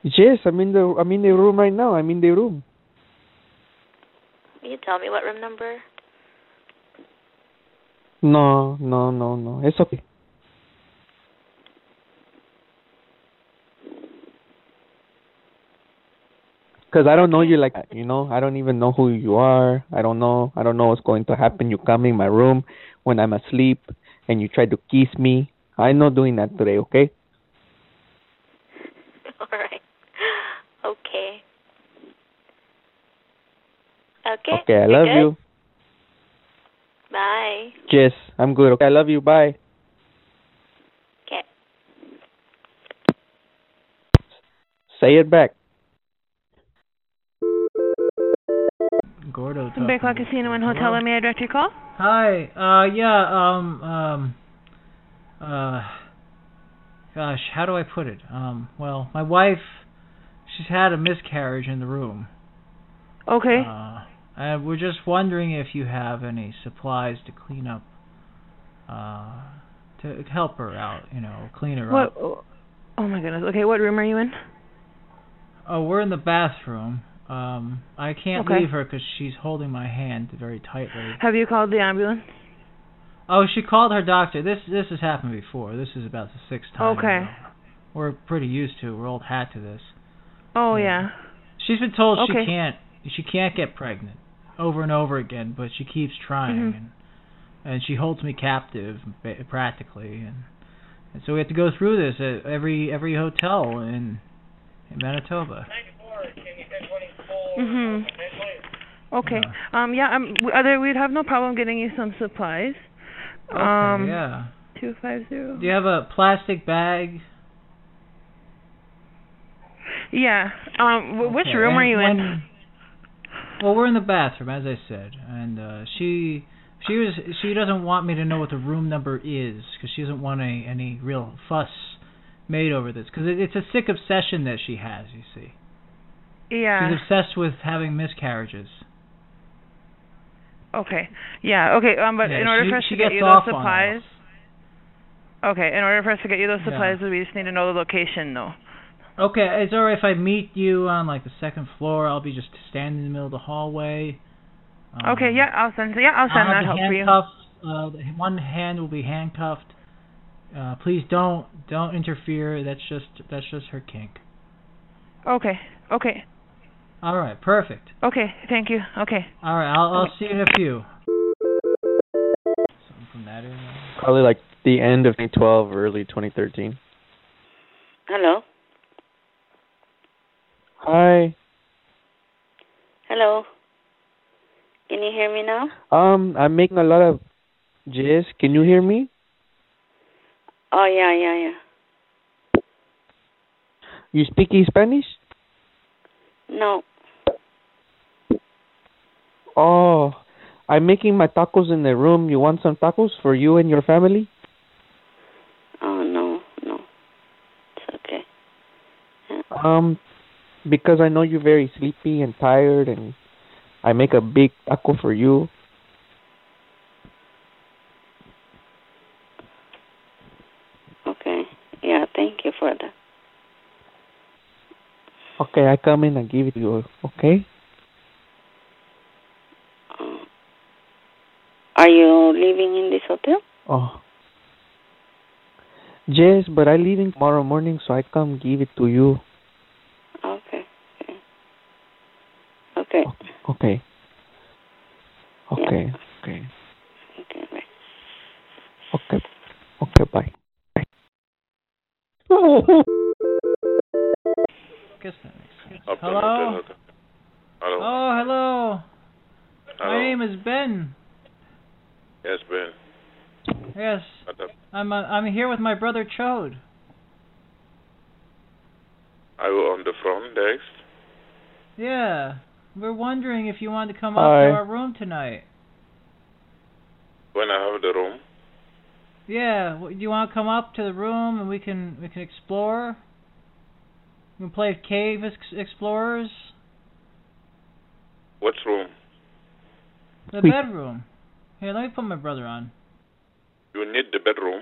[SPEAKER 7] Yes, I'm in the I'm in the room right now. I'm in the room.
[SPEAKER 19] Will you tell me what room number?
[SPEAKER 7] No, no, no, no. It's okay. Cause I don't know you like that, you know. I don't even know who you are. I don't know. I don't know what's going to happen. You come in my room when I'm asleep, and you try to kiss me. I'm not doing that today, okay?
[SPEAKER 19] All right. Okay. Okay.
[SPEAKER 7] Okay, I
[SPEAKER 19] you're
[SPEAKER 7] love
[SPEAKER 19] good?
[SPEAKER 7] you.
[SPEAKER 19] Bye.
[SPEAKER 7] Yes, I'm good. Okay, I love you. Bye.
[SPEAKER 19] Okay.
[SPEAKER 7] Say it back.
[SPEAKER 3] Gordo talking.
[SPEAKER 16] Bayclaw Casino and Hotel,
[SPEAKER 3] Hello?
[SPEAKER 16] may I direct your call?
[SPEAKER 3] Hi. Uh, yeah. Um. Um. Uh. Gosh, how do I put it? Um. Well, my wife, she's had a miscarriage in the room.
[SPEAKER 16] Okay.
[SPEAKER 3] Uh, and we're just wondering if you have any supplies to clean up. Uh, to help her out, you know, clean her
[SPEAKER 16] what?
[SPEAKER 3] up.
[SPEAKER 16] Oh oh my goodness. Okay, what room are you in?
[SPEAKER 3] Oh, we're in the bathroom. Um, I can't
[SPEAKER 16] Okay.
[SPEAKER 3] leave her because she's holding my hand very tightly.
[SPEAKER 16] Have you called the ambulance?
[SPEAKER 3] Oh, she called her doctor. This this has happened before. This is about the sixth time.
[SPEAKER 16] Okay.
[SPEAKER 3] now. We're pretty used to. it. We're old hat to this.
[SPEAKER 16] Oh
[SPEAKER 7] Hmm.
[SPEAKER 3] Yeah.
[SPEAKER 16] yeah.
[SPEAKER 3] She's been told
[SPEAKER 16] Okay.
[SPEAKER 3] she can't she can't get pregnant over and over again, but she keeps trying
[SPEAKER 16] Mhm.
[SPEAKER 3] and and she holds me captive ba- practically and and so we have to go through this at every every hotel in in Manitoba.
[SPEAKER 16] Mhm. Okay. Um. Yeah. Um. w- Other. We'd have no problem getting you some supplies.
[SPEAKER 3] Okay,
[SPEAKER 16] um.
[SPEAKER 3] yeah.
[SPEAKER 16] Two five zero.
[SPEAKER 3] Do you have a plastic bag?
[SPEAKER 16] Yeah. Um. W- Which
[SPEAKER 3] Okay,
[SPEAKER 16] room are
[SPEAKER 3] and
[SPEAKER 16] you in?
[SPEAKER 3] when- Well, we're in the bathroom, as I said, and uh, she she was she doesn't want me to know what the room number is because she doesn't want any any real fuss made over this because it, it's a sick obsession that she has. You see,
[SPEAKER 16] Yeah.
[SPEAKER 3] she's obsessed with having miscarriages.
[SPEAKER 16] Okay. Yeah. Okay. Um. But
[SPEAKER 3] Yeah,
[SPEAKER 16] in order
[SPEAKER 3] she-
[SPEAKER 16] for us
[SPEAKER 3] she
[SPEAKER 16] to get
[SPEAKER 3] gets
[SPEAKER 16] you
[SPEAKER 3] off
[SPEAKER 16] those
[SPEAKER 3] on
[SPEAKER 16] supplies. Okay. In order for us to get you those
[SPEAKER 3] Yeah.
[SPEAKER 16] supplies, we just need to know the location, though.
[SPEAKER 3] Okay, it's alright if I meet you on like the second floor. I'll be just standing in the middle of the hallway. Um,
[SPEAKER 16] okay. Yeah. I'll send. Yeah. I'll send
[SPEAKER 3] I'll
[SPEAKER 16] that
[SPEAKER 3] be
[SPEAKER 16] help for you.
[SPEAKER 3] handcuffed, Uh, the- one hand will be handcuffed. Uh, please don't don't interfere. That's just that's just her kink.
[SPEAKER 16] Okay. Okay.
[SPEAKER 3] All right, perfect.
[SPEAKER 16] Okay. Thank you. Okay.
[SPEAKER 3] All right, I'll I'll
[SPEAKER 16] Okay.
[SPEAKER 3] see you in a
[SPEAKER 4] *laughs*
[SPEAKER 3] few. Something from that area.
[SPEAKER 14] Probably like the end of 2012, early 2013.
[SPEAKER 2] Hello.
[SPEAKER 14] Hi.
[SPEAKER 2] Hello. Can you hear me now?
[SPEAKER 14] Um, I'm making a lot of jizz. Can you hear me?
[SPEAKER 2] Oh yeah, yeah, yeah.
[SPEAKER 14] You speak Spanish?
[SPEAKER 2] No.
[SPEAKER 14] Oh, I'm making my tacos in the room. You want some tacos for you and your family?
[SPEAKER 2] Oh no, no. It's okay.
[SPEAKER 14] Um, because I know you're very sleepy and tired, and I make a big taco for you.
[SPEAKER 2] Okay. Yeah, thank you for that.
[SPEAKER 14] Okay, I come in and give it to you. Okay?
[SPEAKER 2] Uh, are you living in this hotel?
[SPEAKER 14] Oh. Yes, but I leaving tomorrow morning, so I come give it to you.
[SPEAKER 2] Okay. Okay. Okay.
[SPEAKER 14] Okay. Okay. Okay. Okay. Okay. Okay. Bye. Bye.
[SPEAKER 3] Oh, Guess that makes sense.
[SPEAKER 4] Up there,
[SPEAKER 3] Hello?
[SPEAKER 4] up there, up there. Hello.
[SPEAKER 3] Oh, hello.
[SPEAKER 4] Hello.
[SPEAKER 3] My name is Ben.
[SPEAKER 4] Yes, Ben.
[SPEAKER 3] Yes,
[SPEAKER 4] What the-
[SPEAKER 3] I'm uh, I'm here with my brother Chode.
[SPEAKER 4] Are you on the phone next?
[SPEAKER 3] Yeah, we're wondering if you wanted to come
[SPEAKER 4] Hi.
[SPEAKER 3] up to our room tonight.
[SPEAKER 4] When I have the room?
[SPEAKER 3] Yeah, w- do you want to come up to the room and we can we can explore? We can play Cave Ex- Explorers.
[SPEAKER 4] What room?
[SPEAKER 3] The
[SPEAKER 7] We-
[SPEAKER 3] bedroom. Here, let me put my brother on.
[SPEAKER 4] You need the bedroom.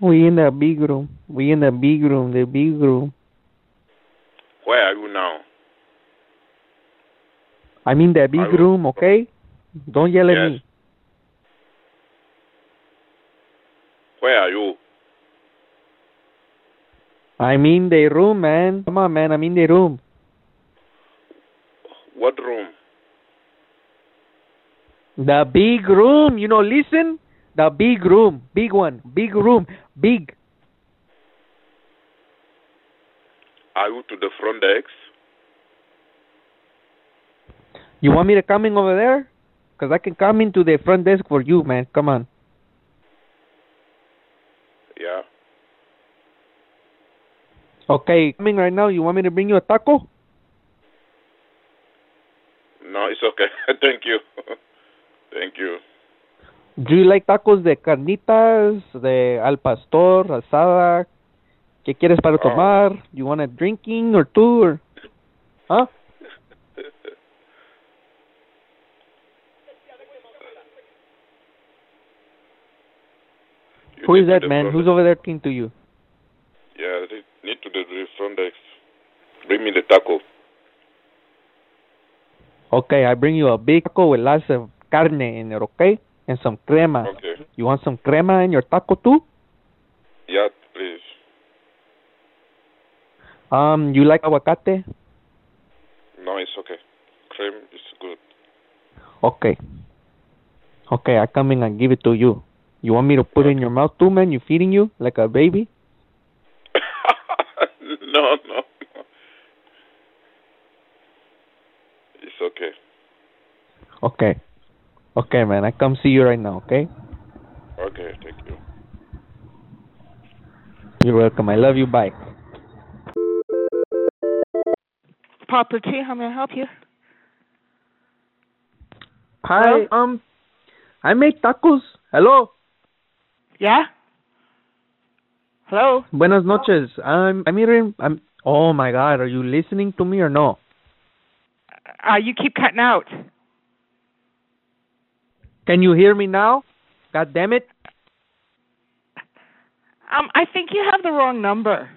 [SPEAKER 7] We in the big room. We in the big room. The big room.
[SPEAKER 4] Where are you now?
[SPEAKER 7] I mean the big room. Okay. Don't yell at me.
[SPEAKER 4] Where are you?
[SPEAKER 7] I mean the room, man. Come on, man. I'm in the room.
[SPEAKER 4] What room?
[SPEAKER 7] The big room. You know, listen. The big room. Big one. Big room. Big.
[SPEAKER 4] Are you to the front desk?
[SPEAKER 7] You want me to come in over there? Cause I can come into the front desk for you, man. Come on.
[SPEAKER 4] Yeah.
[SPEAKER 7] Okay, coming right now. You want me to bring you a taco?
[SPEAKER 4] No, it's okay. *laughs* Thank you. Thank you.
[SPEAKER 7] Do you like tacos de carnitas, de al pastor, asada? ¿Qué quieres para tomar? You want a drinking or two or? Huh? Who is that man? Who's over there talking to you?
[SPEAKER 4] Yeah, I need to the the front desk. Bring me the taco.
[SPEAKER 7] Okay, I bring you a big taco with lots of carne in it, okay? And some crema.
[SPEAKER 4] Okay.
[SPEAKER 7] You want some crema in your taco too?
[SPEAKER 4] Yeah, please.
[SPEAKER 7] Um, you like aguacate?
[SPEAKER 4] No, it's okay. Cream is good. *laughs*
[SPEAKER 7] Okay. Okay, I come in and give it to you. You want me to put it in your mouth too, man? You feeding you like a baby?
[SPEAKER 4] no, no, no. It's okay.
[SPEAKER 7] Okay. Okay, man. I come see you right now, okay?
[SPEAKER 4] Okay, thank you.
[SPEAKER 7] You're welcome. I love you. Bye.
[SPEAKER 29] Property, how may I help you?
[SPEAKER 7] Hi. Um, I make tacos. Hello.
[SPEAKER 29] Yeah? Hello.
[SPEAKER 7] Buenas noches. I'm I'm here. in- I'm. Oh my God. Are you listening to me or no?
[SPEAKER 29] Uh, you keep cutting out.
[SPEAKER 7] Can you hear me now? God damn it.
[SPEAKER 29] Um, I think you have the wrong number.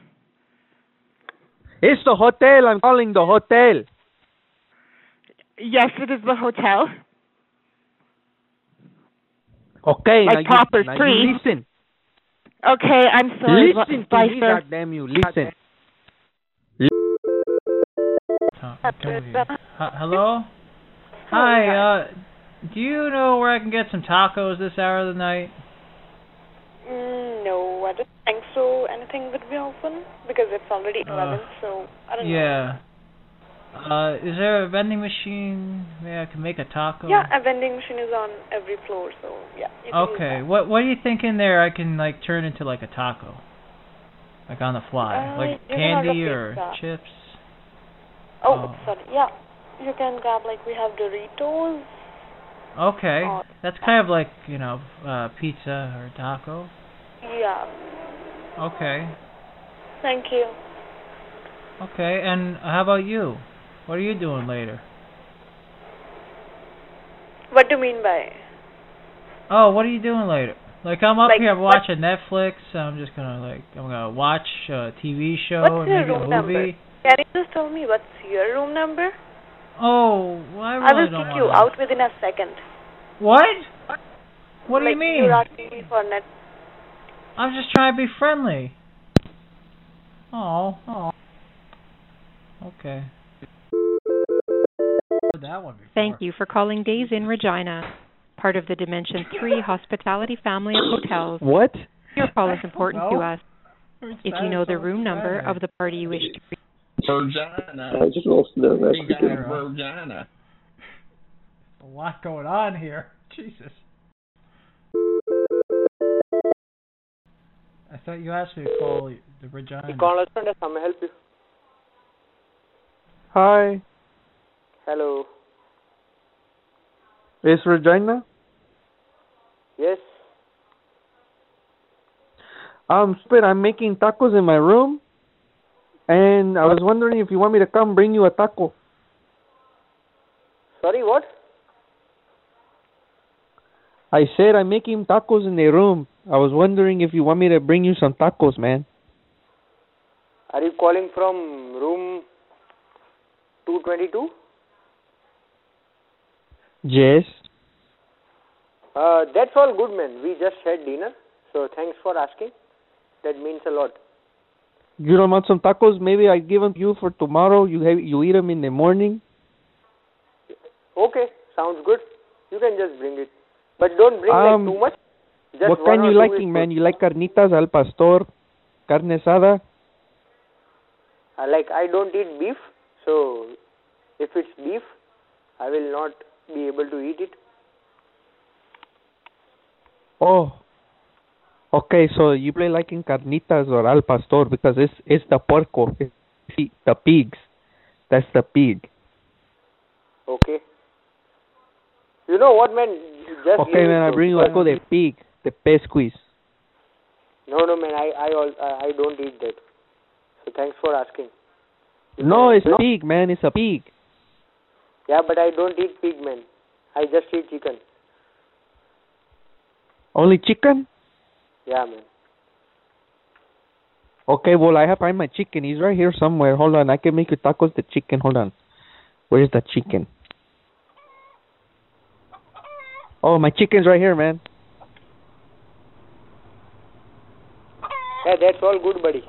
[SPEAKER 7] It's the hotel. I'm calling the hotel.
[SPEAKER 29] Yes, it is the hotel.
[SPEAKER 7] Okay.
[SPEAKER 29] Like
[SPEAKER 7] now
[SPEAKER 29] proper
[SPEAKER 7] you, now you
[SPEAKER 29] three.
[SPEAKER 7] listen.
[SPEAKER 29] Okay, I'm sorry. but-
[SPEAKER 7] listen
[SPEAKER 29] bye,
[SPEAKER 7] to me.
[SPEAKER 29] sir.
[SPEAKER 7] God damn you. Listen.
[SPEAKER 3] H- Hello. Hi. Uh, do you know where I can get some tacos this hour of the night?
[SPEAKER 30] Mm, no, I don't think so. Anything would be open because it's already
[SPEAKER 3] Uh,
[SPEAKER 30] 11, so I don't
[SPEAKER 3] Yeah. Uh, is there a vending machine where I can make a taco?
[SPEAKER 30] know. Yeah, a vending machine is on every floor, so yeah. You can use
[SPEAKER 3] Okay. What What do you think in there? I can like turn into like a taco, like on the fly,
[SPEAKER 30] Uh,
[SPEAKER 3] like
[SPEAKER 30] you can order
[SPEAKER 3] candy or
[SPEAKER 30] pizza.
[SPEAKER 3] chips.
[SPEAKER 30] that. Oh,
[SPEAKER 3] Oh.
[SPEAKER 30] sorry. Yeah, you can grab like we have Doritos.
[SPEAKER 3] Oh, Okay.
[SPEAKER 30] Or-
[SPEAKER 3] That's kind of like you know uh, pizza or taco.
[SPEAKER 30] Yeah.
[SPEAKER 3] Okay.
[SPEAKER 30] Thank you.
[SPEAKER 3] Okay. And how about you? What are you doing later?
[SPEAKER 30] What do you mean by?
[SPEAKER 3] Oh, what are you doing later? Like I'm up
[SPEAKER 30] Like,
[SPEAKER 3] here
[SPEAKER 30] what-
[SPEAKER 3] watching Netflix. I'm just gonna like I'm gonna watch a TV show
[SPEAKER 30] What's
[SPEAKER 3] and
[SPEAKER 30] your
[SPEAKER 3] Oh, maybe
[SPEAKER 30] room
[SPEAKER 3] a
[SPEAKER 30] number?
[SPEAKER 3] movie.
[SPEAKER 30] Can you just tell me what's your room number?
[SPEAKER 3] Oh, well, I
[SPEAKER 30] I
[SPEAKER 3] really
[SPEAKER 30] will
[SPEAKER 3] don't
[SPEAKER 30] kick
[SPEAKER 3] wanna
[SPEAKER 30] you
[SPEAKER 3] know.
[SPEAKER 30] out within a second.
[SPEAKER 3] What? What do
[SPEAKER 30] like,
[SPEAKER 3] you mean?
[SPEAKER 30] You're asking me for net.
[SPEAKER 3] I'm just trying to be friendly. Oh, oh. Okay. That one.
[SPEAKER 8] Thank you for calling Days in Regina, part of the Dimension 3 Hospitality family of hotels.
[SPEAKER 7] What?
[SPEAKER 8] Your call is important to
[SPEAKER 7] No.
[SPEAKER 8] us.
[SPEAKER 16] if you know the room number of the party you wish to reach.
[SPEAKER 4] Virginia.
[SPEAKER 31] I just lost the rest
[SPEAKER 4] We
[SPEAKER 31] of
[SPEAKER 4] got
[SPEAKER 31] the-
[SPEAKER 4] a Virginia.
[SPEAKER 3] A lot going on here. Jesus. I thought you asked me to call you- the Regina.
[SPEAKER 26] Conrad Sanders, how may I help you?
[SPEAKER 7] Hi,
[SPEAKER 26] Hello.
[SPEAKER 7] it's Regina.
[SPEAKER 26] Yes.
[SPEAKER 7] Um, Spit, I'm making tacos in my room, and I was wondering if you want me to come bring you a taco.
[SPEAKER 26] Sorry, what?
[SPEAKER 7] I said I'm making tacos in the room. I was wondering if you want me to bring you some tacos, man.
[SPEAKER 26] Are you calling from room 222?
[SPEAKER 7] Yes.
[SPEAKER 26] Uh, that's all good, man. We just had dinner, so thanks for asking. That means a lot.
[SPEAKER 7] You don't want some tacos? Maybe I give them to you for tomorrow. You have, you eat them in the morning.
[SPEAKER 26] Okay, sounds good. You can just bring it. But don't bring
[SPEAKER 7] Um,
[SPEAKER 26] like too much. Just
[SPEAKER 7] what
[SPEAKER 26] one
[SPEAKER 7] kind
[SPEAKER 26] or
[SPEAKER 7] you
[SPEAKER 26] two
[SPEAKER 7] liking,
[SPEAKER 26] is
[SPEAKER 7] man? You like carnitas al pastor, carne asada?
[SPEAKER 26] good. Uh, like, I don't eat beef, so if it's beef, I will not be able to eat it.
[SPEAKER 7] Oh. Okay, so you play liking carnitas or al pastor because it's it's the porco, it's the- the pigs. That's the pig.
[SPEAKER 26] Okay. You know what, man? You Just
[SPEAKER 7] Okay,
[SPEAKER 26] leave
[SPEAKER 7] man,
[SPEAKER 26] it
[SPEAKER 7] I
[SPEAKER 26] to-
[SPEAKER 7] bring you taco de pig, the pesquis.
[SPEAKER 26] No, no, man. I, I, al- I I don't eat that. So thanks for asking.
[SPEAKER 7] No, it's pig, man. It's a pig.
[SPEAKER 26] Yeah, but I don't eat pig, man. I just eat chicken.
[SPEAKER 7] Only chicken?
[SPEAKER 26] Yeah, man.
[SPEAKER 7] Okay, well, I have find my chicken. He's right here somewhere. Hold on, I can make you tacos the chicken. Hold on. Where's the chicken? Oh, my chicken's right here, man.
[SPEAKER 26] Yeah, that's all good, buddy.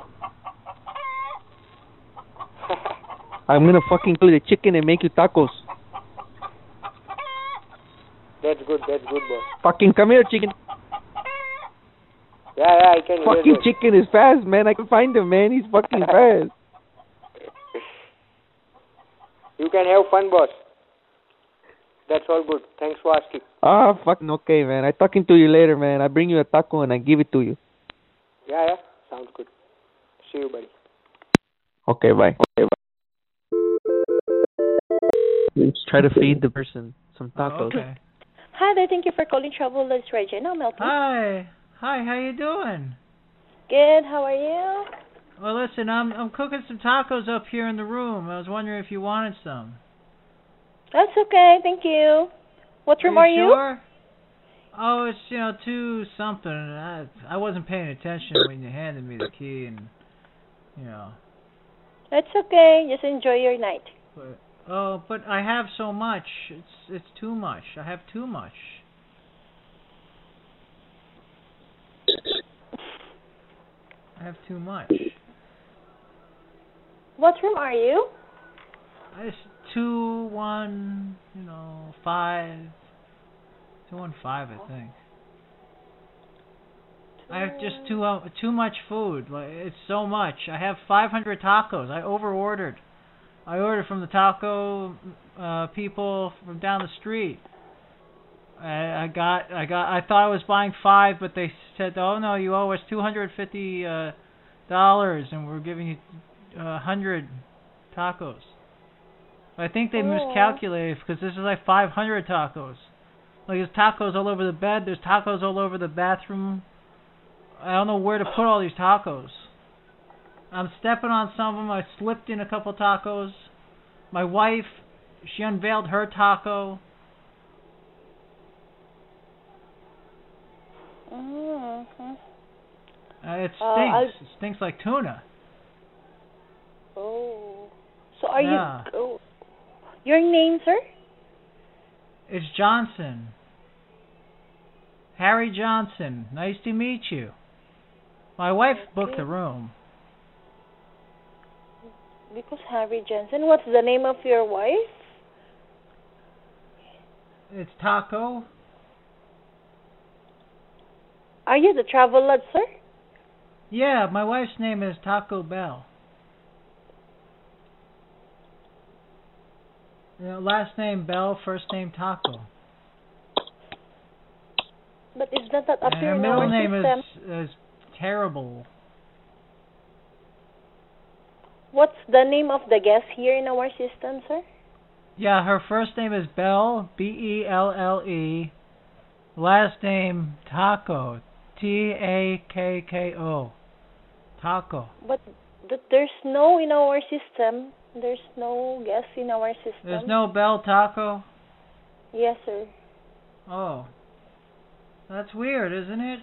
[SPEAKER 7] I'm gonna fucking kill the chicken and make you tacos.
[SPEAKER 26] That's good. That's good, boss.
[SPEAKER 7] Fucking come here, chicken.
[SPEAKER 26] Yeah, yeah. I can hear
[SPEAKER 7] Fucking
[SPEAKER 26] that.
[SPEAKER 7] chicken is fast, man. I can find him, man. He's fucking fast.
[SPEAKER 26] You can have fun, boss. That's all good. Thanks for asking.
[SPEAKER 7] Ah, fucking okay, man. I talking to you later, man. I bring you a taco and I give it to you.
[SPEAKER 26] Yeah, yeah. Sounds good. See you, buddy.
[SPEAKER 7] Okay, bye. Okay, bye. Try to feed the person some tacos.
[SPEAKER 3] Okay.
[SPEAKER 2] Hi there. Thank you for calling Travel List Regina. I'll help you.
[SPEAKER 3] Hi. Hi, how you doing?
[SPEAKER 2] Good. How are you?
[SPEAKER 3] Well, listen, I'm I'm cooking some tacos up here in the room. I was wondering if you wanted some.
[SPEAKER 2] That's okay. Thank you. What room are you?
[SPEAKER 3] sure? Oh, it's you know two something. I I wasn't paying attention when you handed me the key, and you know.
[SPEAKER 2] That's okay. Just enjoy your night.
[SPEAKER 3] But, oh, but I have so much. It's it's too much. I have too much. I have too much.
[SPEAKER 2] What room are you?
[SPEAKER 3] I just two one, you know, five, two one five, I think. I have just too uh, too much food. Like it's so much. I have 500 tacos. I overordered. I ordered from the taco uh, people from down the street. I, I got I got I thought I was buying five, but they said, "Oh no, you owe us 250 uh, dollars, and we're giving you uh, 100 tacos." I think they
[SPEAKER 2] Oh.
[SPEAKER 3] miscalculated because this is like 500 tacos. Like there's tacos all over the bed. There's tacos all over the bathroom. I don't know where to put all these tacos. I'm stepping on some of them. I slipped in a couple tacos. My wife, she unveiled her taco.
[SPEAKER 2] Mm, okay.
[SPEAKER 3] Uh, it stinks.
[SPEAKER 2] Uh, I-
[SPEAKER 3] it stinks like tuna.
[SPEAKER 2] Oh. So are
[SPEAKER 3] Yeah.
[SPEAKER 2] you? Oh. Your name, sir?
[SPEAKER 3] It's Johnson. Harry Johnson. Nice to meet you. My wife booked the room.
[SPEAKER 2] Because Harry Jensen. What's the name of your wife?
[SPEAKER 3] It's taco.
[SPEAKER 2] Are you the travel lad, sir?
[SPEAKER 3] Yeah, my wife's name is Taco Bell. You know, last name Bell, first name Taco.
[SPEAKER 2] But is that that
[SPEAKER 3] And her
[SPEAKER 2] appearing in
[SPEAKER 3] middle
[SPEAKER 2] our
[SPEAKER 3] Uh, name
[SPEAKER 2] system?
[SPEAKER 3] is is terrible.
[SPEAKER 2] What's the name of the guest here in our system, sir?
[SPEAKER 3] Yeah, her first name is Bell, B E L L E. Last name Taco, T A K K O. Taco.
[SPEAKER 2] But th- there's no in our system. There's no guest in our system.
[SPEAKER 3] There's no Bell Taco.
[SPEAKER 2] Yes, sir.
[SPEAKER 3] Oh. That's weird, isn't it?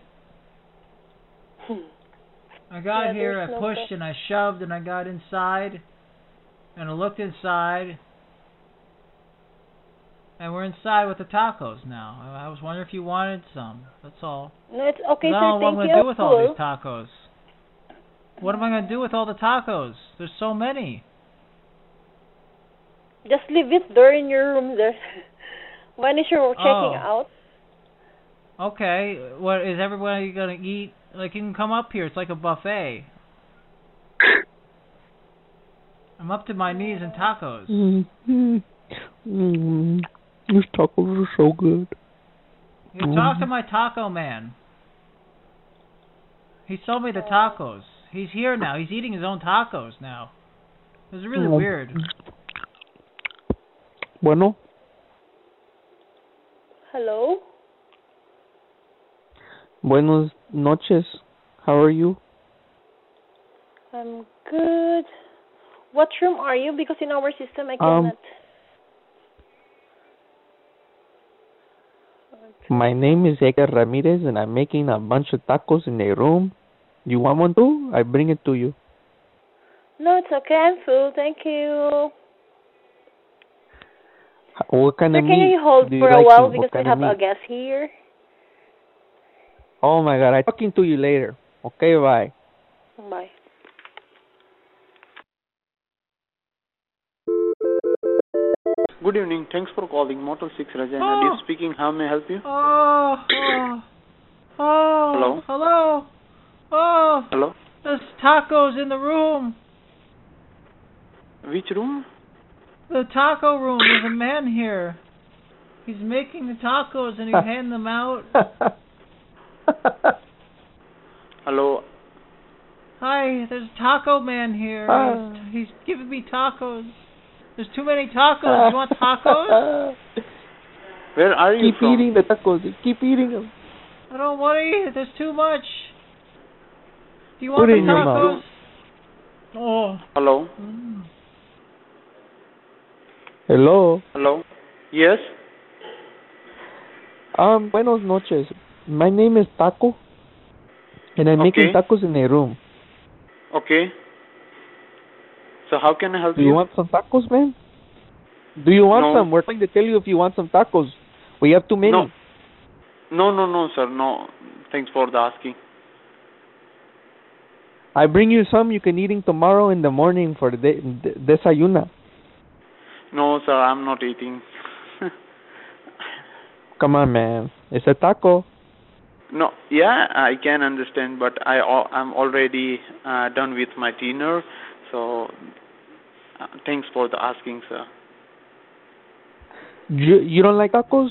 [SPEAKER 3] I got
[SPEAKER 2] Yeah,
[SPEAKER 3] here,
[SPEAKER 2] there's
[SPEAKER 3] I
[SPEAKER 2] no
[SPEAKER 3] pushed
[SPEAKER 2] bell.
[SPEAKER 3] and I shoved and I got inside. And I looked inside. And we're inside with the tacos now. I I was wondering if you wanted some. That's all.
[SPEAKER 2] No, it's okay,
[SPEAKER 3] now
[SPEAKER 2] sir.
[SPEAKER 3] what am
[SPEAKER 2] Thank
[SPEAKER 3] I
[SPEAKER 2] you.
[SPEAKER 3] gonna do with all
[SPEAKER 2] Cool.
[SPEAKER 3] these tacos? What am I gonna do with all the tacos? There's so many.
[SPEAKER 2] Just leave it there in your room there. *laughs* when is your checking
[SPEAKER 3] Oh.
[SPEAKER 2] out?
[SPEAKER 3] Okay, what is everybody gonna eat? Like you can come up here. It's like a buffet. I'm up to my knees in tacos.
[SPEAKER 7] Mm-hmm. Mm-hmm. These tacos are so good.
[SPEAKER 3] You talk to my taco man. He sold me the tacos. He's here now. He's eating his own tacos now. It was really
[SPEAKER 7] Mm.
[SPEAKER 3] weird.
[SPEAKER 7] Bueno,
[SPEAKER 2] Hello?
[SPEAKER 7] buenos noches. How are you?
[SPEAKER 2] I'm good. What room are you? Because in our system I
[SPEAKER 7] Um,
[SPEAKER 2] cannot.
[SPEAKER 7] My name is Edgar Ramirez, and I'm making a bunch of tacos in a room. You want one too? I bring it to you.
[SPEAKER 2] No, it's okay. I'm full. Thank you.
[SPEAKER 7] H- What kind
[SPEAKER 2] Sir,
[SPEAKER 7] of
[SPEAKER 2] can
[SPEAKER 7] meat
[SPEAKER 2] you hold
[SPEAKER 7] do
[SPEAKER 2] for a
[SPEAKER 7] like
[SPEAKER 2] while
[SPEAKER 7] What
[SPEAKER 2] because we
[SPEAKER 7] kind
[SPEAKER 2] have
[SPEAKER 7] of
[SPEAKER 2] a
[SPEAKER 7] meat?
[SPEAKER 2] guest here?
[SPEAKER 7] Oh my God! I'm talking to you later. Okay, bye.
[SPEAKER 2] Bye.
[SPEAKER 24] Good evening. Thanks for calling Motel 6 Rajan.
[SPEAKER 3] Oh.
[SPEAKER 24] speaking. How may I help you?
[SPEAKER 3] Oh, oh, oh. Hello. Hello. Oh,
[SPEAKER 24] Hello.
[SPEAKER 3] there's tacos in the room.
[SPEAKER 24] Which room?
[SPEAKER 3] The taco room. There's a man here. He's making the
[SPEAKER 7] *laughs*
[SPEAKER 3] tacos and he's handing them out.
[SPEAKER 24] Hello.
[SPEAKER 3] Hi, there's Taco Man here.
[SPEAKER 24] Ah.
[SPEAKER 3] He's, he's giving me tacos. There's too many tacos. You want
[SPEAKER 7] *laughs*
[SPEAKER 3] tacos?
[SPEAKER 24] Where are you
[SPEAKER 7] Keep
[SPEAKER 24] from?
[SPEAKER 7] eating the tacos. Keep eating them.
[SPEAKER 3] I don't want to eat it. There's too much. Do you
[SPEAKER 7] Put
[SPEAKER 3] want
[SPEAKER 7] it
[SPEAKER 3] the
[SPEAKER 7] in your mouth.
[SPEAKER 3] tacos? Oh.
[SPEAKER 24] Hello.
[SPEAKER 7] Hmm.
[SPEAKER 3] Mm.
[SPEAKER 7] Hello.
[SPEAKER 24] Hello. Yes.
[SPEAKER 7] Um, buenos noches. My name is Taco, and I'm making
[SPEAKER 24] Okay.
[SPEAKER 7] tacos in a room.
[SPEAKER 24] Okay. So how can I help
[SPEAKER 7] Do you want some tacos, man? Do you want
[SPEAKER 24] No.
[SPEAKER 7] some? We're trying to tell you if you want some tacos. We have too many.
[SPEAKER 24] No. No, no, no, sir. No. Thanks for the asking.
[SPEAKER 7] I bring you some. You can eat them tomorrow in the morning for the de- de- desayuna.
[SPEAKER 24] No, sir. I'm not eating.
[SPEAKER 7] Come on, man. It's a taco.
[SPEAKER 24] No. Yeah, I can understand, but I al- I'm already uh, done with my dinner. So uh, thanks for the asking, sir.
[SPEAKER 7] You, you don't like tacos,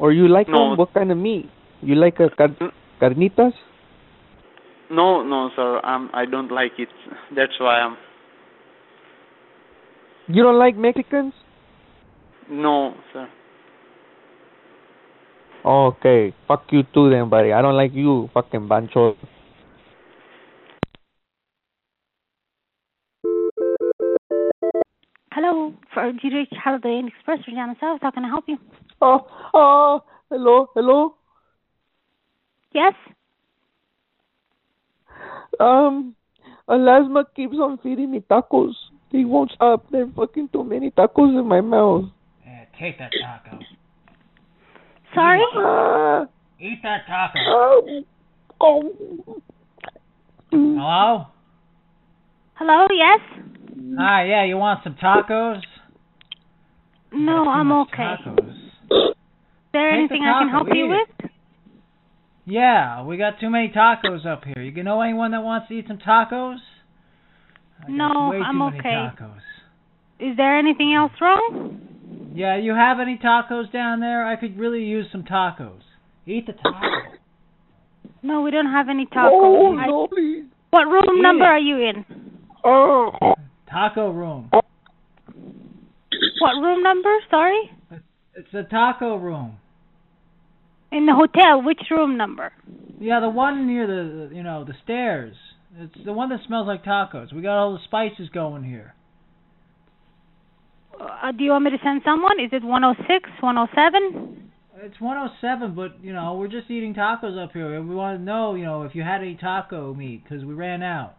[SPEAKER 7] or you like
[SPEAKER 24] No. Mm.
[SPEAKER 7] them? What kind of meat? You like a car- carnitas?
[SPEAKER 24] No, no, sir. Um, I don't like it. *laughs* That's why I'm.
[SPEAKER 7] You don't like Mexicans?
[SPEAKER 24] No, sir.
[SPEAKER 7] Okay, fuck you too, then, buddy. I don't like you, fucking bancho.
[SPEAKER 4] Hello, for did you reach Holiday Inn Express, Regina South. How can I help you?
[SPEAKER 7] Oh, oh, hello, hello.
[SPEAKER 4] Yes.
[SPEAKER 7] Um, Alasma keeps on feeding me tacos. He won't stop. There are fucking too many tacos in my mouth.
[SPEAKER 3] take that taco.
[SPEAKER 4] Sorry.
[SPEAKER 7] Ah,
[SPEAKER 3] Eat that taco.
[SPEAKER 7] oh, oh.
[SPEAKER 3] Hello?
[SPEAKER 4] Hello. Yes.
[SPEAKER 3] Hi, yeah, you want some tacos?
[SPEAKER 4] No, I'm okay.
[SPEAKER 3] Tacos.
[SPEAKER 4] Is there
[SPEAKER 3] Take the
[SPEAKER 4] anything I can
[SPEAKER 3] taco,
[SPEAKER 4] help you
[SPEAKER 3] eat
[SPEAKER 4] with?
[SPEAKER 3] Yeah, we got too many tacos up here. You know anyone that wants to eat some tacos? I got
[SPEAKER 6] No,
[SPEAKER 3] way too
[SPEAKER 6] I'm
[SPEAKER 3] many
[SPEAKER 6] okay.
[SPEAKER 3] tacos.
[SPEAKER 6] Is there anything else wrong?
[SPEAKER 3] Yeah, you have any tacos down there? I could really use some tacos. Eat the taco.
[SPEAKER 6] No, we don't have any tacos.
[SPEAKER 3] Oh,
[SPEAKER 6] I-
[SPEAKER 3] no,
[SPEAKER 6] What room
[SPEAKER 3] Yeah.
[SPEAKER 6] number are you in?
[SPEAKER 3] Oh. Taco room.
[SPEAKER 6] What room number? Sorry?
[SPEAKER 3] It's a taco room.
[SPEAKER 6] In the hotel, which room number?
[SPEAKER 3] Yeah, the one near the the- you know the stairs. It's the one that smells like tacos. We got all the spices going here.
[SPEAKER 6] Uh, do you want me to send someone? Is it 106, 107?
[SPEAKER 3] It's 107, but you know we're just eating tacos up here. We want to know you know if you had any taco meat because we ran out.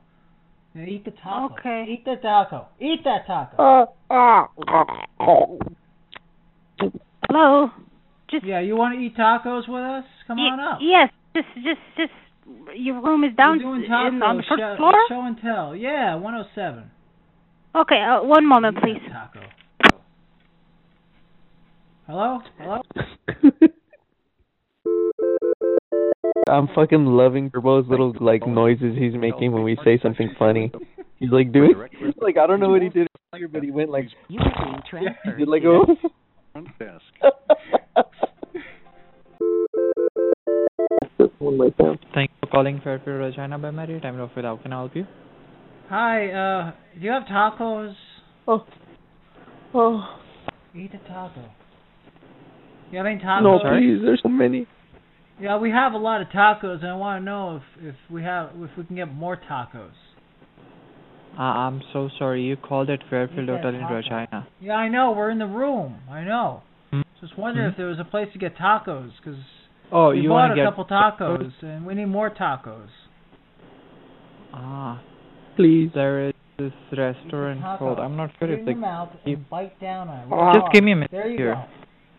[SPEAKER 3] Yeah, eat the taco. Okay. Eat the taco. Eat that taco.
[SPEAKER 6] Oh, Hello. Just
[SPEAKER 3] yeah, you want to eat tacos with us? Come
[SPEAKER 6] Ye-
[SPEAKER 3] on up.
[SPEAKER 6] Yes, just, just, just. Your room is down
[SPEAKER 3] We're doing
[SPEAKER 6] in- on the
[SPEAKER 3] tacos,
[SPEAKER 6] first
[SPEAKER 3] show,
[SPEAKER 6] floor.
[SPEAKER 3] Show and tell. Yeah, 107.
[SPEAKER 6] Okay, uh, one moment, please.
[SPEAKER 3] Taco. Hello? Hello?
[SPEAKER 7] I'm fucking loving Turbo's little like noises he's making when we say something funny. He's like doing *laughs* like I don't know what he did earlier, but he went like
[SPEAKER 8] You are being
[SPEAKER 7] *laughs*
[SPEAKER 8] transferred.
[SPEAKER 7] did like a
[SPEAKER 8] Front desk.
[SPEAKER 24] Thank you for calling Fairfield Regina by Marriott. I'm Rafael. How can I help you?
[SPEAKER 3] Hi, uh, do you have tacos?
[SPEAKER 7] Oh. Oh.
[SPEAKER 3] Eat a taco. You have any tacos?
[SPEAKER 7] No, please, there's so many.
[SPEAKER 3] Yeah, we have a lot of tacos, and I want to know if, if we have if we can get more tacos.
[SPEAKER 24] Uh, I'm so sorry. You called at Fairfield
[SPEAKER 3] You said
[SPEAKER 24] Hotel in
[SPEAKER 3] taco.
[SPEAKER 24] Regina.
[SPEAKER 3] Yeah, I know. We're in the room. I know.
[SPEAKER 24] Hmm.
[SPEAKER 3] Just wondering
[SPEAKER 24] Hmm.
[SPEAKER 3] if there was a place to get tacos, because
[SPEAKER 24] Oh,
[SPEAKER 3] we
[SPEAKER 24] you
[SPEAKER 3] bought
[SPEAKER 24] want
[SPEAKER 3] a
[SPEAKER 24] to get
[SPEAKER 3] couple tacos, and we need more tacos.
[SPEAKER 24] Ah, please. There is this restaurant called. I'm not sure
[SPEAKER 3] Put it
[SPEAKER 24] if
[SPEAKER 3] in
[SPEAKER 24] they.
[SPEAKER 3] your mouth
[SPEAKER 24] you-
[SPEAKER 3] and bite down on it.
[SPEAKER 24] Just
[SPEAKER 3] Wow.
[SPEAKER 24] give me a minute
[SPEAKER 3] Ah. There you
[SPEAKER 24] here.
[SPEAKER 3] go.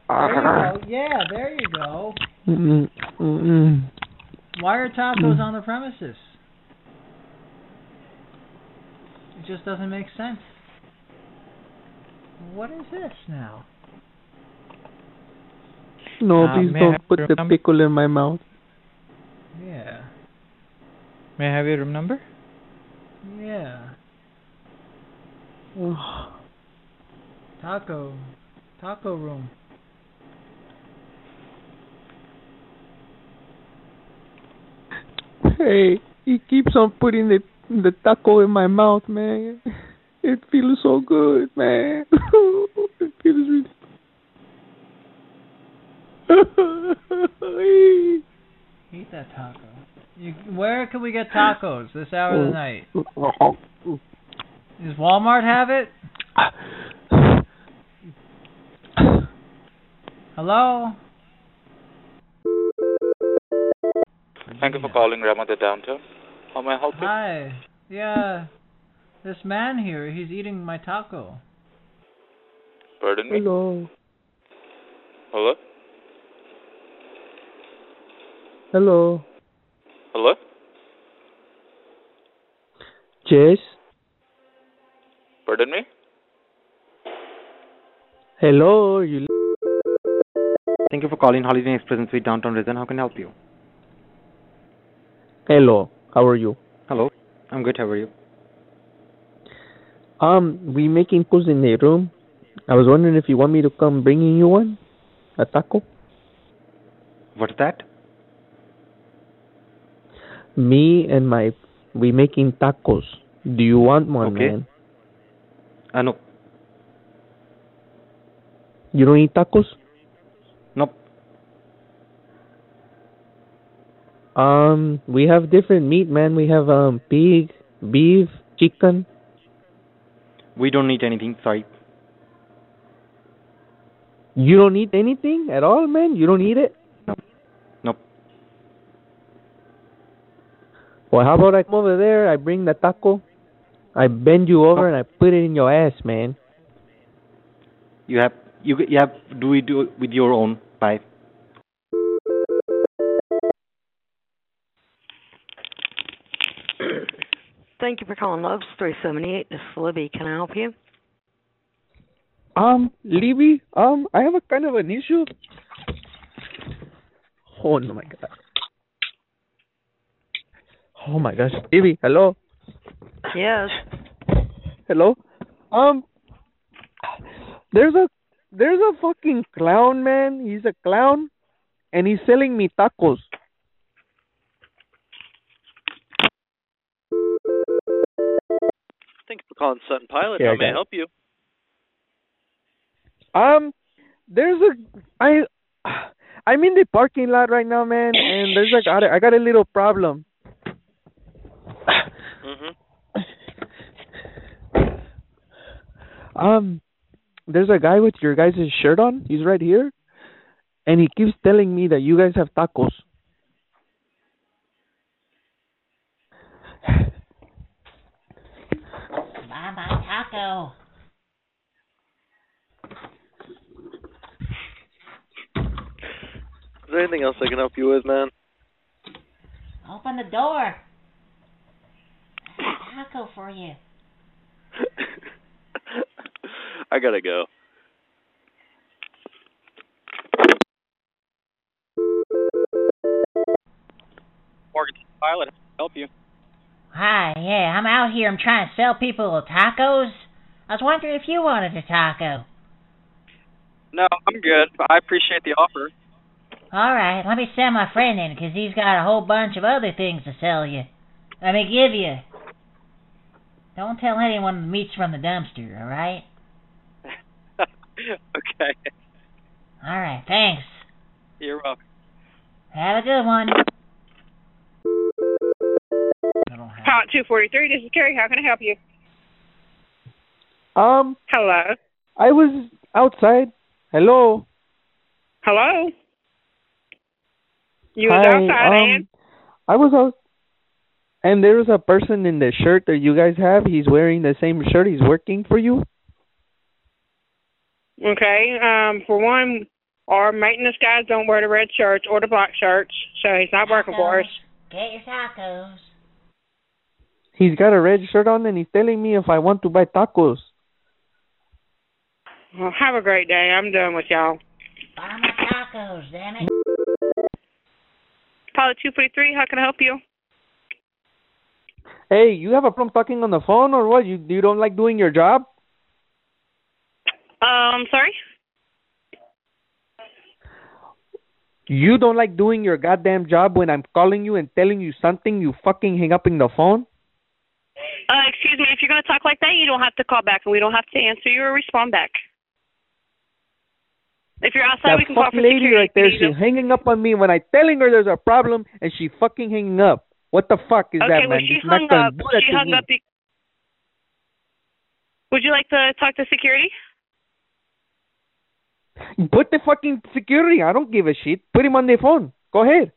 [SPEAKER 3] There you go. Yeah, there you go.
[SPEAKER 7] Mm-mm. Mm-mm.
[SPEAKER 3] Why are tacos
[SPEAKER 7] Mm.
[SPEAKER 3] on the premises? It just doesn't make sense. What is this now?
[SPEAKER 7] No,
[SPEAKER 8] Ah,
[SPEAKER 24] Uh,
[SPEAKER 7] please
[SPEAKER 24] may I have
[SPEAKER 7] don't put
[SPEAKER 24] your
[SPEAKER 7] the
[SPEAKER 24] number?
[SPEAKER 7] pickle in my mouth.
[SPEAKER 3] Yeah.
[SPEAKER 24] May I have your room number?
[SPEAKER 3] Yeah. Taco. Taco room.
[SPEAKER 7] Hey, he keeps on putting the the taco in my mouth, man. It feels so good, man. it feels
[SPEAKER 3] *laughs*
[SPEAKER 7] really
[SPEAKER 3] Eat that taco. You, where can we get tacos this hour of the night?
[SPEAKER 7] Oh.
[SPEAKER 3] Does Walmart have
[SPEAKER 24] *coughs*
[SPEAKER 3] it? Hello?
[SPEAKER 25] Thank you for calling Ramada Downtown. How may I help you?
[SPEAKER 3] Hi. Yeah. This man here, he's eating my taco.
[SPEAKER 25] Pardon me?
[SPEAKER 7] Hello.
[SPEAKER 25] Hello?
[SPEAKER 7] Hello.
[SPEAKER 25] Hello?
[SPEAKER 7] Jess?
[SPEAKER 25] Pardon me?
[SPEAKER 7] Hello, you
[SPEAKER 26] Thank you for calling Holiday Inn Express and Suite Downtown Resident. How can I help you?
[SPEAKER 7] Hello. How are you?
[SPEAKER 26] Hello. I'm good. How are you?
[SPEAKER 7] *laughs* Um, we making tacos in the room. I was wondering if you want me to come bringing you one, a taco.
[SPEAKER 26] What's that?
[SPEAKER 7] Me and my, we making tacos. Do you want one,
[SPEAKER 26] Okay.
[SPEAKER 7] man?
[SPEAKER 26] Uh, no.
[SPEAKER 7] You don't eat tacos?
[SPEAKER 26] Nope.
[SPEAKER 7] Um, we have different meat, man. We have um pig, beef, chicken.
[SPEAKER 26] We don't need anything. Sorry.
[SPEAKER 7] You don't eat anything at all, man. You don't eat it.
[SPEAKER 26] Nope.
[SPEAKER 7] Well, how about I come over there? I bring the taco. I bend you over and I put it in your ass, man.
[SPEAKER 26] You have you you have do it do- with your own. Bye.
[SPEAKER 32] Thank you for calling Love's 378. This is Libby. Can I help you?
[SPEAKER 7] Um, Libby, um, I have a kind of an issue. Oh no, my God. Oh my gosh, Stevie, hello,
[SPEAKER 32] Yes.
[SPEAKER 7] hello. Um, there's a there's a fucking clown man. He's a clown, and he's selling me tacos.
[SPEAKER 9] Thank you for calling Sutton Pilot.
[SPEAKER 7] Yeah,
[SPEAKER 9] How
[SPEAKER 7] I
[SPEAKER 9] may
[SPEAKER 7] got
[SPEAKER 9] I
[SPEAKER 7] it.
[SPEAKER 9] help
[SPEAKER 7] *laughs*
[SPEAKER 9] you?
[SPEAKER 7] Um, there's a I I'm in the parking lot right now, man, and there's like I I got a little problem.
[SPEAKER 9] Mm-hmm.
[SPEAKER 7] Um, there's a guy with your guys' shirt on. He's right here, and he keeps telling me that you guys have tacos.
[SPEAKER 10] Baba Taco.
[SPEAKER 9] Is there anything else I can help you with, man?
[SPEAKER 10] Open the door. I have a Taco for you.
[SPEAKER 9] *laughs* I gotta go.
[SPEAKER 33] Morgan Pilot, how can I help you?
[SPEAKER 10] Hi, yeah, I'm out here. I'm trying to sell people tacos. I was wondering if you wanted a taco.
[SPEAKER 33] No, I'm good. I appreciate the offer. *laughs*
[SPEAKER 10] All right, let me send my friend in because he's got a whole bunch of other things to sell you. Let me give you. Don't tell anyone the meat's from the dumpster, all right?
[SPEAKER 33] okay.
[SPEAKER 10] All right, thanks.
[SPEAKER 33] You're welcome.
[SPEAKER 10] Have a good one.
[SPEAKER 16] Pilot 243, this is Carrie. How can I help you?
[SPEAKER 7] Um,
[SPEAKER 16] Hello.
[SPEAKER 7] I was outside. Hello.
[SPEAKER 16] Hello. You was
[SPEAKER 7] Hi,
[SPEAKER 16] outside,
[SPEAKER 7] um,
[SPEAKER 16] and
[SPEAKER 7] I was out, and there was a person in the shirt that you guys have. He's wearing the same shirt. He's working for you.
[SPEAKER 16] okay. Um, for one, our maintenance guys don't wear the red shirts or the black shirts, so he's not working for us.
[SPEAKER 10] Get your tacos.
[SPEAKER 7] He's got a red shirt on, and he's telling me if I want to buy tacos.
[SPEAKER 16] Well, have a great day. I'm done with y'all.
[SPEAKER 10] Buy my tacos, damn it.
[SPEAKER 16] Pilot 243, how can I help you?
[SPEAKER 7] Hey, you have a problem talking on the phone or what? You you don't like doing your job?
[SPEAKER 16] Um, sorry.
[SPEAKER 7] You don't like doing your goddamn job when I'm calling you and telling you something, you fucking hang up in the phone?
[SPEAKER 16] Uh, excuse me. If you're going to talk like that, you don't have to call back, and we don't have to answer you or respond back. If you're outside,
[SPEAKER 7] that
[SPEAKER 16] we can call
[SPEAKER 7] fuck
[SPEAKER 16] for
[SPEAKER 7] lady
[SPEAKER 16] security.
[SPEAKER 7] right there,
[SPEAKER 16] if you need
[SPEAKER 7] she's hanging up on me when I telling her there's a problem and she fucking hanging up. What the fuck is
[SPEAKER 16] okay,
[SPEAKER 7] that, man?
[SPEAKER 16] well, she
[SPEAKER 7] She's
[SPEAKER 16] hung
[SPEAKER 7] not gonna
[SPEAKER 16] up.
[SPEAKER 7] do that
[SPEAKER 16] She
[SPEAKER 7] to
[SPEAKER 16] hung
[SPEAKER 7] me.
[SPEAKER 16] up. Be- Would you like to talk to security?
[SPEAKER 7] Put the fucking security. I don't give a shit. Put him on the phone. Go ahead.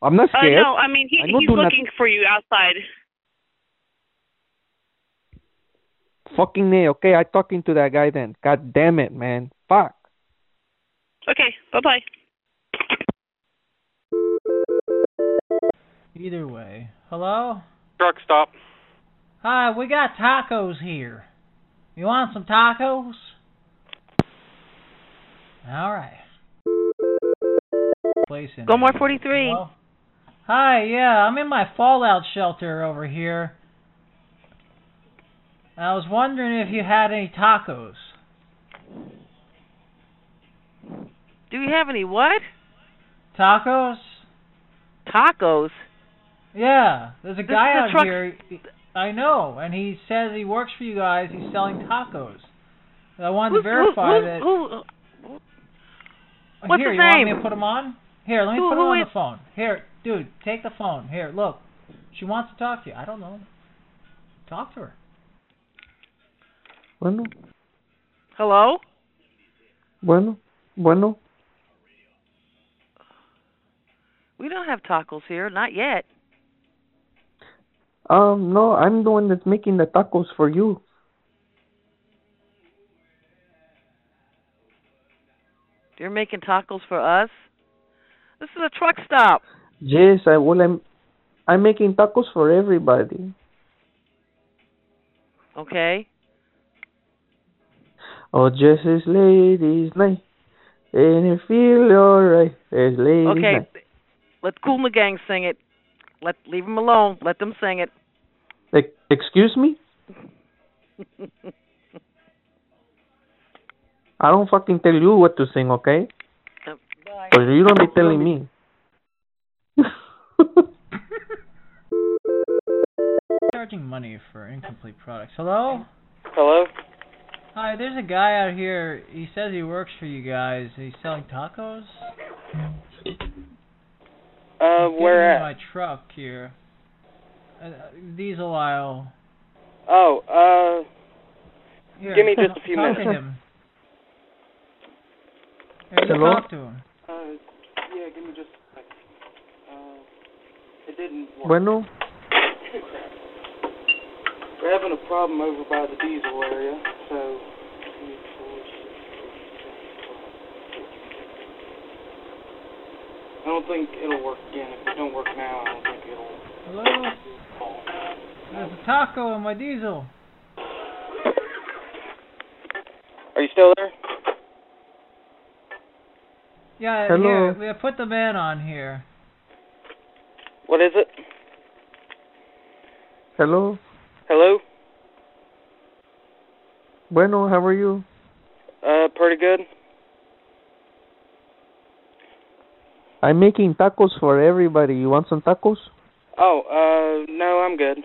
[SPEAKER 7] I'm not
[SPEAKER 16] Uh,
[SPEAKER 7] scared.
[SPEAKER 16] no, I mean he,
[SPEAKER 7] I don't
[SPEAKER 16] he's
[SPEAKER 7] do
[SPEAKER 16] looking for you outside.
[SPEAKER 7] Fucking nay. Okay, I talking to that guy then. God damn it, man. Fuck.
[SPEAKER 16] Okay, bye bye.
[SPEAKER 3] Either way. Hello?
[SPEAKER 33] Truck stop.
[SPEAKER 3] Hi, we got tacos here. You want some tacos? Alright. Place in.
[SPEAKER 17] Go more 43.
[SPEAKER 3] Hi, yeah, I'm in my fallout shelter over here. I was wondering if you had any tacos.
[SPEAKER 17] Do you have any what?
[SPEAKER 3] Tacos?
[SPEAKER 17] Tacos?
[SPEAKER 3] Yeah, there's a
[SPEAKER 17] This
[SPEAKER 3] guy
[SPEAKER 17] is a
[SPEAKER 3] out
[SPEAKER 17] truck-
[SPEAKER 3] here. I know, and he says he works for you guys. He's selling tacos. I
[SPEAKER 17] Who's- who-
[SPEAKER 3] wanted to verify
[SPEAKER 17] who-
[SPEAKER 3] that.
[SPEAKER 17] who-
[SPEAKER 3] Oh,
[SPEAKER 17] What's
[SPEAKER 3] Here,
[SPEAKER 17] his
[SPEAKER 3] you want me
[SPEAKER 17] name?
[SPEAKER 3] to put him on? Here, let me
[SPEAKER 17] Who-
[SPEAKER 3] put him
[SPEAKER 17] who
[SPEAKER 3] on
[SPEAKER 17] is-
[SPEAKER 3] the phone. Here, dude, take the phone. Here, look. She wants to talk to you. I don't know. Talk to her.
[SPEAKER 7] Bueno,
[SPEAKER 17] Hello?
[SPEAKER 7] bueno, bueno.
[SPEAKER 17] We don't have tacos here, not yet.
[SPEAKER 7] Um, no, I'm the one that's making the tacos for you.
[SPEAKER 17] They're making tacos for us. This is a truck stop.
[SPEAKER 7] Yes, I will. I'm, I'm making tacos for everybody.
[SPEAKER 17] Okay.
[SPEAKER 7] Oh, just it's ladies' night, and it feel alright. It's ladies'
[SPEAKER 17] Okay.
[SPEAKER 7] night.
[SPEAKER 17] Let Cool and the Gang sing it. Let leave them alone. Let them sing it. *laughs*
[SPEAKER 7] Ex- excuse me? I don't fucking tell you what to sing, okay? Because you don't be telling me.
[SPEAKER 3] Charging money for incomplete products. Hello?
[SPEAKER 4] Hello?
[SPEAKER 3] Hi, there's a guy out here. He says he works for you guys. He's selling tacos?
[SPEAKER 4] Uh,
[SPEAKER 3] He's
[SPEAKER 4] where at?
[SPEAKER 3] giving me my truck here. Uh, Uh, diesel aisle.
[SPEAKER 4] Oh, uh,
[SPEAKER 3] Here,
[SPEAKER 4] give me just a few
[SPEAKER 3] talk
[SPEAKER 4] minutes.
[SPEAKER 3] To him. Here, you
[SPEAKER 4] Hello?
[SPEAKER 3] Talk to him.
[SPEAKER 4] Uh, yeah, give me just a second. Uh, it didn't work.
[SPEAKER 7] Bueno,
[SPEAKER 4] We're having a problem over by the diesel area, so. I don't think it'll work again. If it don't work now, I don't think it'll.
[SPEAKER 3] Hello? There's a taco in my diesel.
[SPEAKER 4] Are you still there?
[SPEAKER 3] Yeah,
[SPEAKER 4] Hello?
[SPEAKER 3] here. We put the man on here.
[SPEAKER 4] What is it?
[SPEAKER 7] hello.
[SPEAKER 4] Hello?
[SPEAKER 7] Bueno, how are you?
[SPEAKER 4] Uh, pretty good.
[SPEAKER 7] I'm making tacos for everybody. You want some tacos?
[SPEAKER 4] Oh, uh, no, I'm good.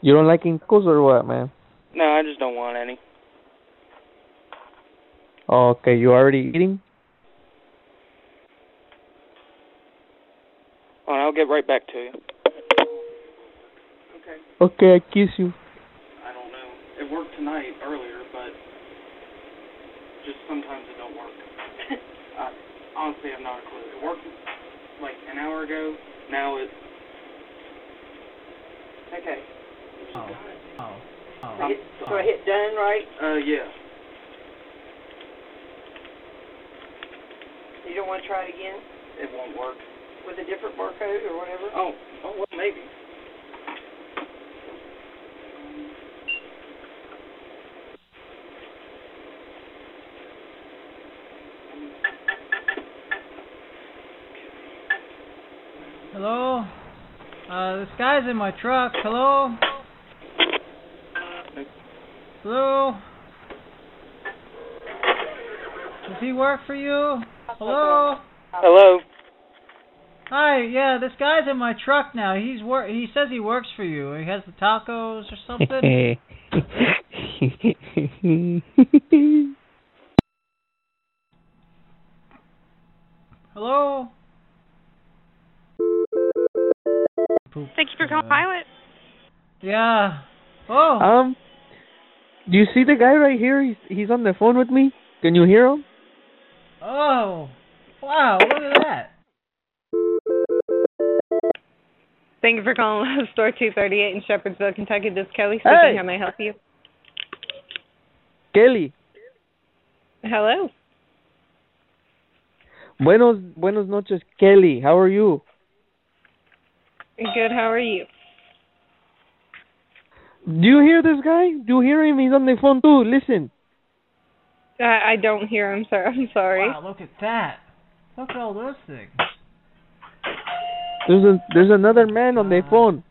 [SPEAKER 7] You don't like tacos or what, man?
[SPEAKER 4] No, I just don't want any.
[SPEAKER 7] Oh, okay, you already eating?
[SPEAKER 4] Hold on, I'll get right back to you.
[SPEAKER 7] Okay, I kiss you.
[SPEAKER 4] I don't know. It worked tonight earlier, but just sometimes it don't *laughs* work. I, honestly, I have not a clue. It worked like an hour ago. Now it. Okay.
[SPEAKER 3] Oh. Oh. Oh.
[SPEAKER 4] I hit, so I hit done, right? Uh-huh. Uh, yeah. You don't want to try it again? It won't work. With a different barcode or whatever? Oh, oh well, maybe.
[SPEAKER 3] Hello? Uh, this guy's in my truck. Hello? Hello?
[SPEAKER 4] Uh,
[SPEAKER 3] Does he work for you? Hello?
[SPEAKER 4] Hello.
[SPEAKER 3] Hi, yeah, this guy's in my truck now. He's wor- he says he works for you. He has the tacos or something.
[SPEAKER 4] *laughs*
[SPEAKER 3] *laughs* Hello?
[SPEAKER 15] Thank you for calling Pilot.
[SPEAKER 3] Yeah. Oh.
[SPEAKER 7] Um, do you see the guy right here? He's he's on the phone with me. Can you hear him?
[SPEAKER 3] Oh. Wow, look at that.
[SPEAKER 15] Thank you for calling *laughs* Love Store 238 in Shepherdsville, Kentucky. This is Kelly speaking.
[SPEAKER 7] Hey.
[SPEAKER 15] How may I help you?
[SPEAKER 7] Kelly.
[SPEAKER 15] Hello.
[SPEAKER 7] Buenos buenos noches, Kelly. How are you?
[SPEAKER 15] Good. How are you?
[SPEAKER 7] Do you hear this guy? Do you hear him? He's on the phone too. Listen.
[SPEAKER 15] I, I don't hear him, sir. I'm sorry.
[SPEAKER 3] Wow, look at that. Look at all those things.
[SPEAKER 7] There's a there's another man on the phone.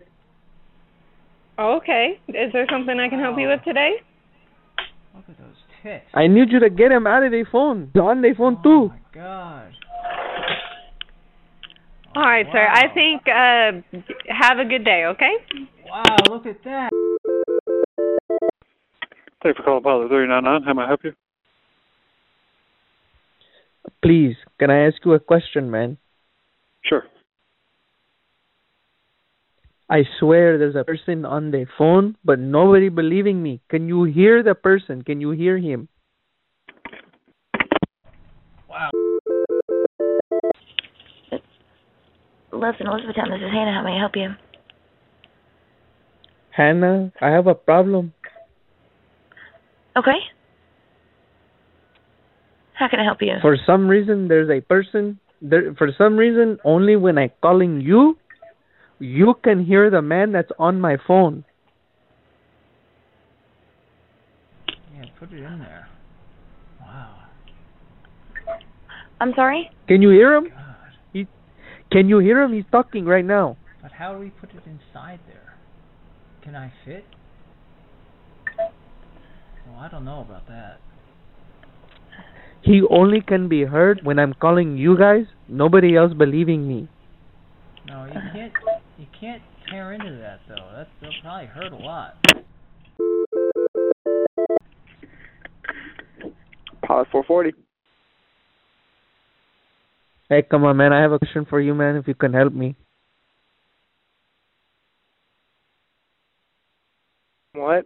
[SPEAKER 15] Oh, okay. Is there something I can help you with today?
[SPEAKER 3] Look at those tits.
[SPEAKER 7] I need you to get him out of the phone. He's on the phone too.
[SPEAKER 3] God.
[SPEAKER 15] All right, sir. I think uh have a good day, okay?
[SPEAKER 3] Wow, look at that.
[SPEAKER 18] Thank you for calling Pilot 399. How may I help you?
[SPEAKER 7] Please, can I ask you a question, man?
[SPEAKER 18] Sure.
[SPEAKER 7] I swear there's a person on the phone, but nobody believing me. Can you hear the person? Can you hear him?
[SPEAKER 19] Loves in Elizabethtown, this is Hannah. How may I help you?
[SPEAKER 7] Hannah, I have a problem.
[SPEAKER 19] Okay. How can I help you?
[SPEAKER 7] For some reason, there's a person. There, for some reason, only when I calling you, you can hear the man that's on my phone.
[SPEAKER 3] Yeah, put it in there. Wow.
[SPEAKER 19] I'm sorry?
[SPEAKER 7] Can you hear him? He, Can you hear him? He's talking right now.
[SPEAKER 3] But how do we put it inside there? Can I fit? Well, I don't know about that.
[SPEAKER 7] He only can be heard when I'm calling you guys. Nobody else believing me.
[SPEAKER 3] No, *laughs* you can't. You can't tear into that though. That's that'll probably hurt a lot.
[SPEAKER 1] Pilot 440.
[SPEAKER 7] Hey, come on, man. I have a question for you, man. If you can help me.
[SPEAKER 1] What?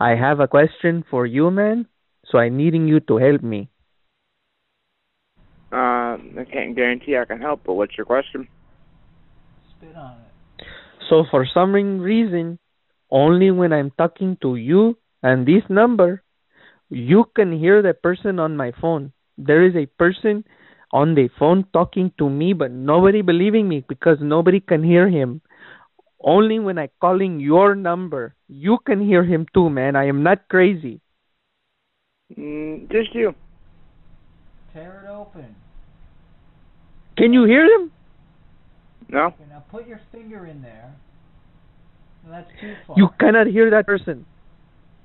[SPEAKER 7] I have a question for you, man. So I'm needing you to help me.
[SPEAKER 1] Um, I can't guarantee I can help, but what's your question?
[SPEAKER 3] Spit on it.
[SPEAKER 7] So for some ring- reason, only when I'm talking to you and this number, you can hear the person on my phone. There is a person on the phone talking to me, but nobody believing me because nobody can hear him. Only when I calling your number, you can hear him too, man. I am not crazy.
[SPEAKER 1] Mm, just you.
[SPEAKER 3] Tear it open.
[SPEAKER 7] Can you hear him?
[SPEAKER 1] No.
[SPEAKER 3] Okay, now put your finger in there. No, that's too far.
[SPEAKER 7] You cannot hear that person.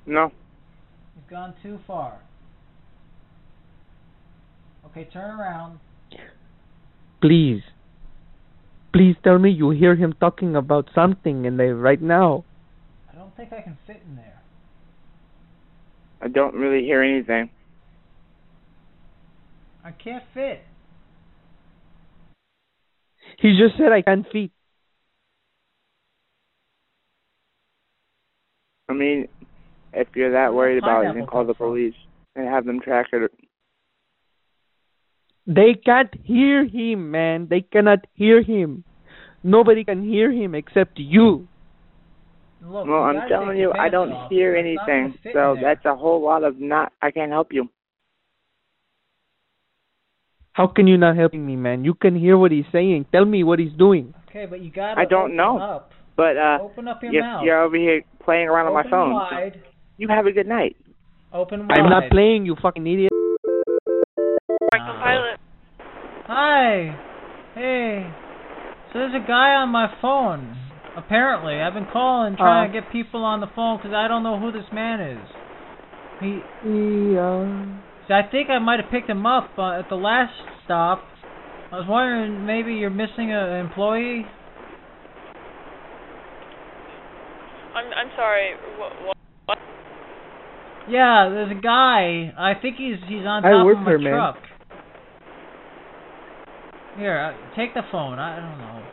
[SPEAKER 1] No.
[SPEAKER 3] You've gone too far. Okay, turn around.
[SPEAKER 7] Please. Please tell me you hear him talking about something in there right now.
[SPEAKER 3] I don't think I can fit in there.
[SPEAKER 1] I don't really hear anything.
[SPEAKER 3] I can't fit.
[SPEAKER 7] He just said I can't feed.
[SPEAKER 1] I mean, if you're that worried about it, then
[SPEAKER 3] Pineapple
[SPEAKER 1] call the police and have them track it.
[SPEAKER 7] They can't hear him, man. They cannot hear him. Nobody can hear him except you.
[SPEAKER 3] Look,
[SPEAKER 1] Well,
[SPEAKER 3] you
[SPEAKER 1] I'm
[SPEAKER 3] gotta
[SPEAKER 1] telling
[SPEAKER 3] take
[SPEAKER 1] you,
[SPEAKER 3] the
[SPEAKER 1] I
[SPEAKER 3] pants
[SPEAKER 1] don't
[SPEAKER 3] off.
[SPEAKER 1] hear
[SPEAKER 3] It's not
[SPEAKER 1] anything.
[SPEAKER 3] gonna fit in
[SPEAKER 1] So
[SPEAKER 3] there.
[SPEAKER 1] that's a whole lot of not. I can't help you.
[SPEAKER 7] How can you not helping me, man? You can hear what he's saying. Tell me what he's doing.
[SPEAKER 3] Okay, but you gotta.
[SPEAKER 1] I don't
[SPEAKER 3] open
[SPEAKER 1] know.
[SPEAKER 3] Up.
[SPEAKER 1] But uh,
[SPEAKER 3] Open up your
[SPEAKER 1] you're,
[SPEAKER 3] mouth.
[SPEAKER 1] you're over here playing around on my
[SPEAKER 3] Open
[SPEAKER 1] phone. so
[SPEAKER 3] wide.
[SPEAKER 1] You have a good night.
[SPEAKER 3] Open wide.
[SPEAKER 7] I'm not playing, you fucking idiot.
[SPEAKER 3] pilot. Hi. Hey. So there's a guy on my phone. Apparently, I've been calling trying
[SPEAKER 1] Uh-huh.
[SPEAKER 3] to get people on the phone because I don't know who this man is. He.
[SPEAKER 1] E
[SPEAKER 7] Yeah.
[SPEAKER 3] So I think I might have picked him up uh, at the last stop. I was wondering maybe you're missing a- an employee.
[SPEAKER 20] I'm I'm sorry. What? what?
[SPEAKER 3] Yeah, there's a guy. I think he's he's on
[SPEAKER 7] I
[SPEAKER 3] top
[SPEAKER 7] work
[SPEAKER 3] of
[SPEAKER 7] there,
[SPEAKER 3] my
[SPEAKER 7] man.
[SPEAKER 3] truck. Here, uh, take the phone. I I don't know.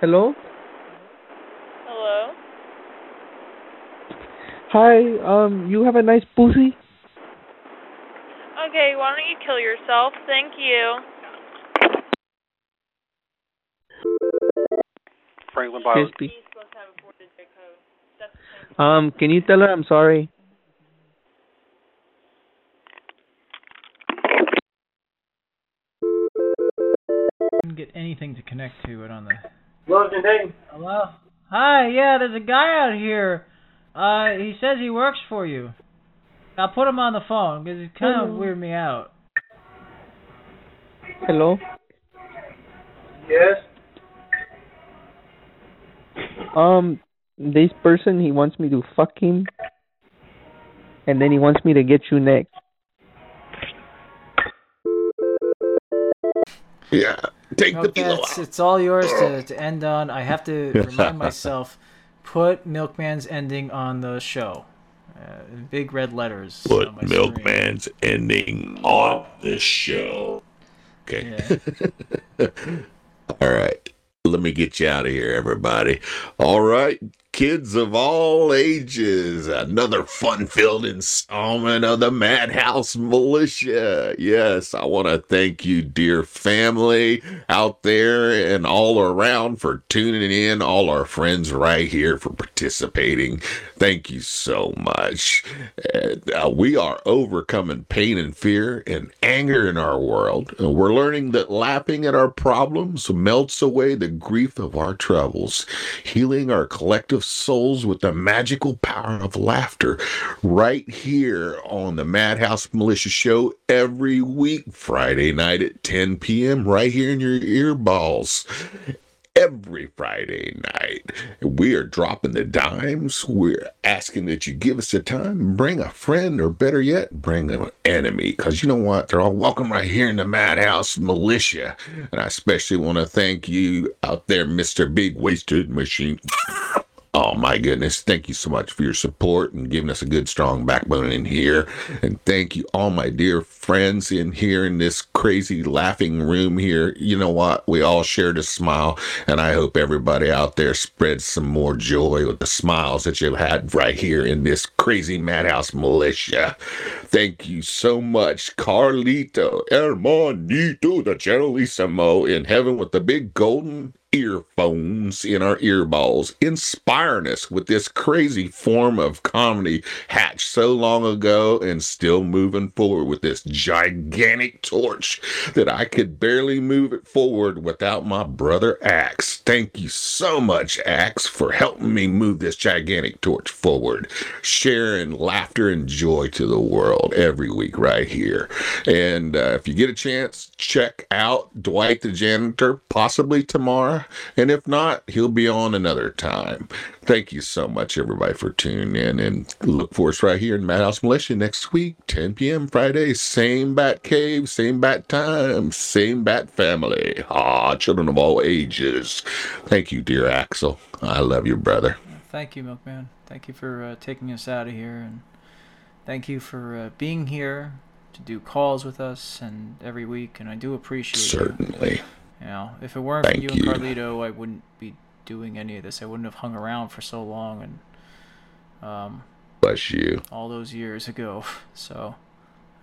[SPEAKER 7] Hello?
[SPEAKER 20] Hello.
[SPEAKER 7] Hi, um, you have a nice pussy?
[SPEAKER 20] Okay. Why don't you kill yourself? Thank you.
[SPEAKER 21] Franklin
[SPEAKER 7] Pilot. Um, can you tell her I'm sorry?
[SPEAKER 3] Couldn't get anything to connect to it on the. Hello. Hi. Yeah, there's a guy out here. Uh, he says he works for you. I'll put him on the phone because he's kind of
[SPEAKER 7] Hello.
[SPEAKER 3] weirded me out.
[SPEAKER 7] Hello?
[SPEAKER 13] Yes.
[SPEAKER 7] Um, this person, he wants me to fuck him. And then he wants me to get you next.
[SPEAKER 34] Yeah. Take the
[SPEAKER 3] Okay, it's, it's all yours
[SPEAKER 34] *laughs*
[SPEAKER 3] to, to end on. I have to remind myself, put Milkman's ending on the show. Uh, in big red letters.
[SPEAKER 34] Put Milkman's ending *laughs* on the show. Okay. all right. Let me get you out of here, everybody. All right. Kids of all ages, another fun filled installment of the Madhouse Militia. Yes, I want to thank you, dear family out there and all around, for tuning in, all our friends right here for participating. Thank you so much. And, uh, we are overcoming pain and fear and anger in our world. And we're learning that laughing at our problems melts away the grief of our troubles, healing our collective souls with the magical power of laughter right here on the Madhouse Militia Show every week, Friday night at 10 p.m., right here in your earballs. Every Friday night, we are dropping the dimes. We're asking that you give us the time, bring a friend, or better yet, bring an enemy. Because you know what? They're all welcome right here in the Madhouse Militia. And I especially want to thank you out there, Mr. Big Wasted Machine. *laughs* Oh my goodness. Thank you so much for your support and giving us a good strong backbone in here. And thank you all my dear friends in here in this crazy laughing room here. You know what? We all shared a smile and I hope everybody out there spreads some more joy with the smiles that you've had right here in this crazy madhouse militia. Thank you so much, Carlito, Hermanito, the Generalissimo in heaven with the big golden earphones in our earballs, inspiring us with this crazy form of comedy hatched so long ago and still moving forward with this gigantic torch that I could barely move it forward without my brother Axe. Thank you so much, Axe, for helping me move this gigantic torch forward, sharing laughter and joy to the world every week right here. And uh, if you get a chance, check out Dwight the Janitor, possibly tomorrow. And if not, he'll be on another time. Thank you so much, everybody, for tuning in. And look for us right here in Madhouse Militia next week, 10 p.m. Friday. Same bat cave, same bat time, same bat family. Ah, children of all ages. Thank you, dear Axel. I love you, brother.
[SPEAKER 1] Thank you, Milkman. Thank you for uh, taking us out of here, and thank you for uh, being here to do calls with us and every week. And I do appreciate
[SPEAKER 34] Certainly.
[SPEAKER 1] You. you know, if it weren't for
[SPEAKER 34] Thank
[SPEAKER 1] you and
[SPEAKER 34] you.
[SPEAKER 1] Carlito, I wouldn't be doing any of this. I wouldn't have hung around for so long and um,
[SPEAKER 34] Bless you.
[SPEAKER 1] all those years ago. *laughs* So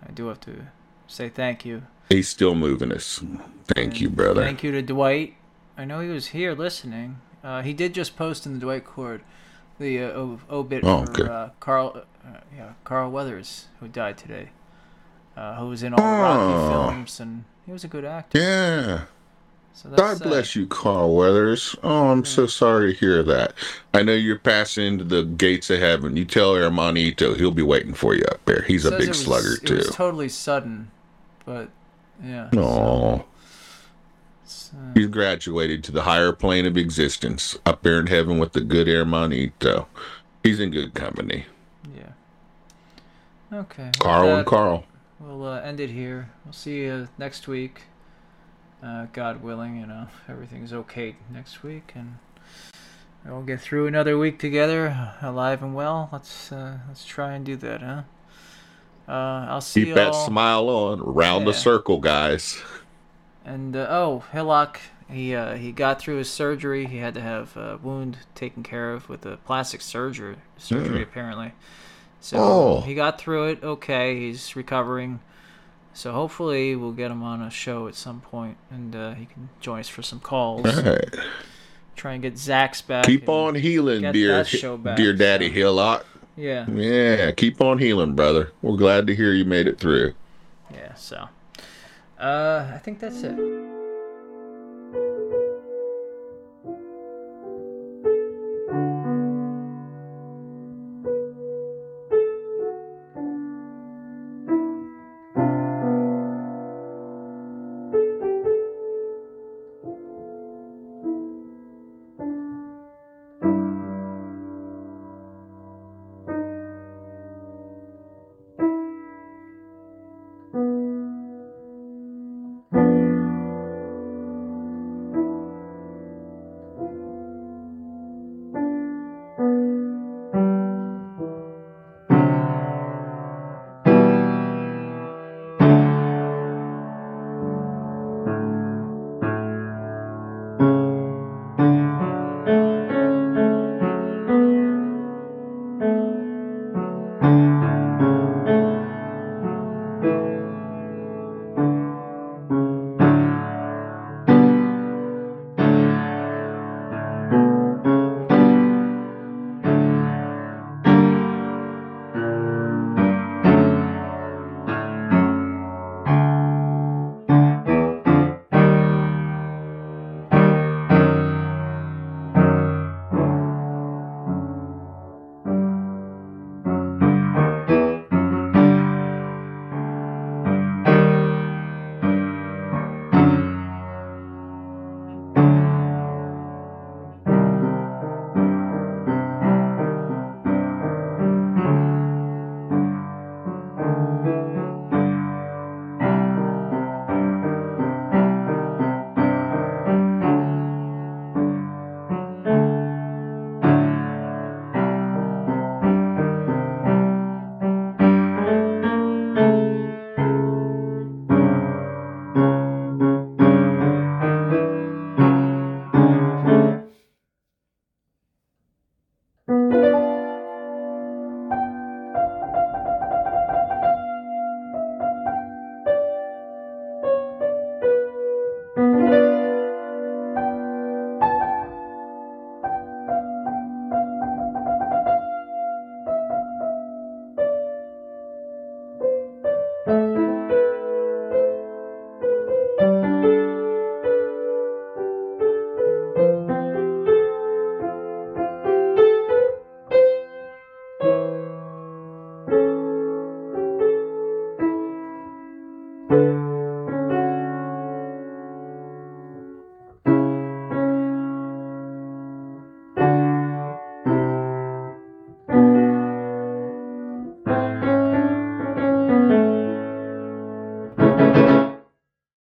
[SPEAKER 1] I do have to say thank you.
[SPEAKER 34] He's still moving us. Thank you, brother.
[SPEAKER 1] Thank you to Dwight. I know he was here listening. Uh, he did just post in the Dwight Cord the uh, o- obit
[SPEAKER 34] Oh,
[SPEAKER 1] for
[SPEAKER 34] good.
[SPEAKER 1] uh, Carl, uh, yeah, Carl Weathers, who died today, uh, who was in all the Rocky
[SPEAKER 34] Oh.
[SPEAKER 1] films, and he was a good actor.
[SPEAKER 34] Yeah.
[SPEAKER 1] So
[SPEAKER 34] God bless you, Carl Weathers. Oh, I'm so sorry to hear that. I know you're passing into the gates of heaven. You tell Hermanito, he'll be waiting for you up there. He's a
[SPEAKER 1] Says
[SPEAKER 34] big
[SPEAKER 1] it was-
[SPEAKER 34] sluggard,
[SPEAKER 1] It
[SPEAKER 34] too.
[SPEAKER 1] was totally sudden, but yeah.
[SPEAKER 34] No. He's graduated to the higher plane of existence up there in heaven with the good Hermanito. He's in good company.
[SPEAKER 1] Okay. with
[SPEAKER 34] Carl and
[SPEAKER 1] that,
[SPEAKER 34] Carl.
[SPEAKER 1] We'll uh, end it here. We'll see you next week. Uh, God willing, you know, everything's okay next week, and we'll get through another week together, alive and well. Let's uh, let's try and do that, huh? Uh, I'll see
[SPEAKER 34] Keep
[SPEAKER 1] you
[SPEAKER 34] that
[SPEAKER 1] all.
[SPEAKER 34] smile on. Round the
[SPEAKER 1] Yeah.
[SPEAKER 34] circle, guys.
[SPEAKER 1] And uh, oh, Hillock, he uh, he got through his surgery. He had to have a wound taken care of with a plastic surgery surgery
[SPEAKER 34] Mm.
[SPEAKER 1] apparently. So
[SPEAKER 34] Oh.
[SPEAKER 1] he got through it. Okay, he's recovering. So hopefully we'll get him on a show at some point, and uh, he can join us for some calls.
[SPEAKER 34] All right.
[SPEAKER 1] Try and get Zach's back.
[SPEAKER 34] Keep
[SPEAKER 1] and-
[SPEAKER 34] on healing,
[SPEAKER 1] get
[SPEAKER 34] dear,
[SPEAKER 1] that show back,
[SPEAKER 34] dear Daddy Hillock.
[SPEAKER 1] Yeah.
[SPEAKER 34] Yeah, keep on healing, brother. We're glad to hear you made it through.
[SPEAKER 1] Yeah. So, uh, I think that's it.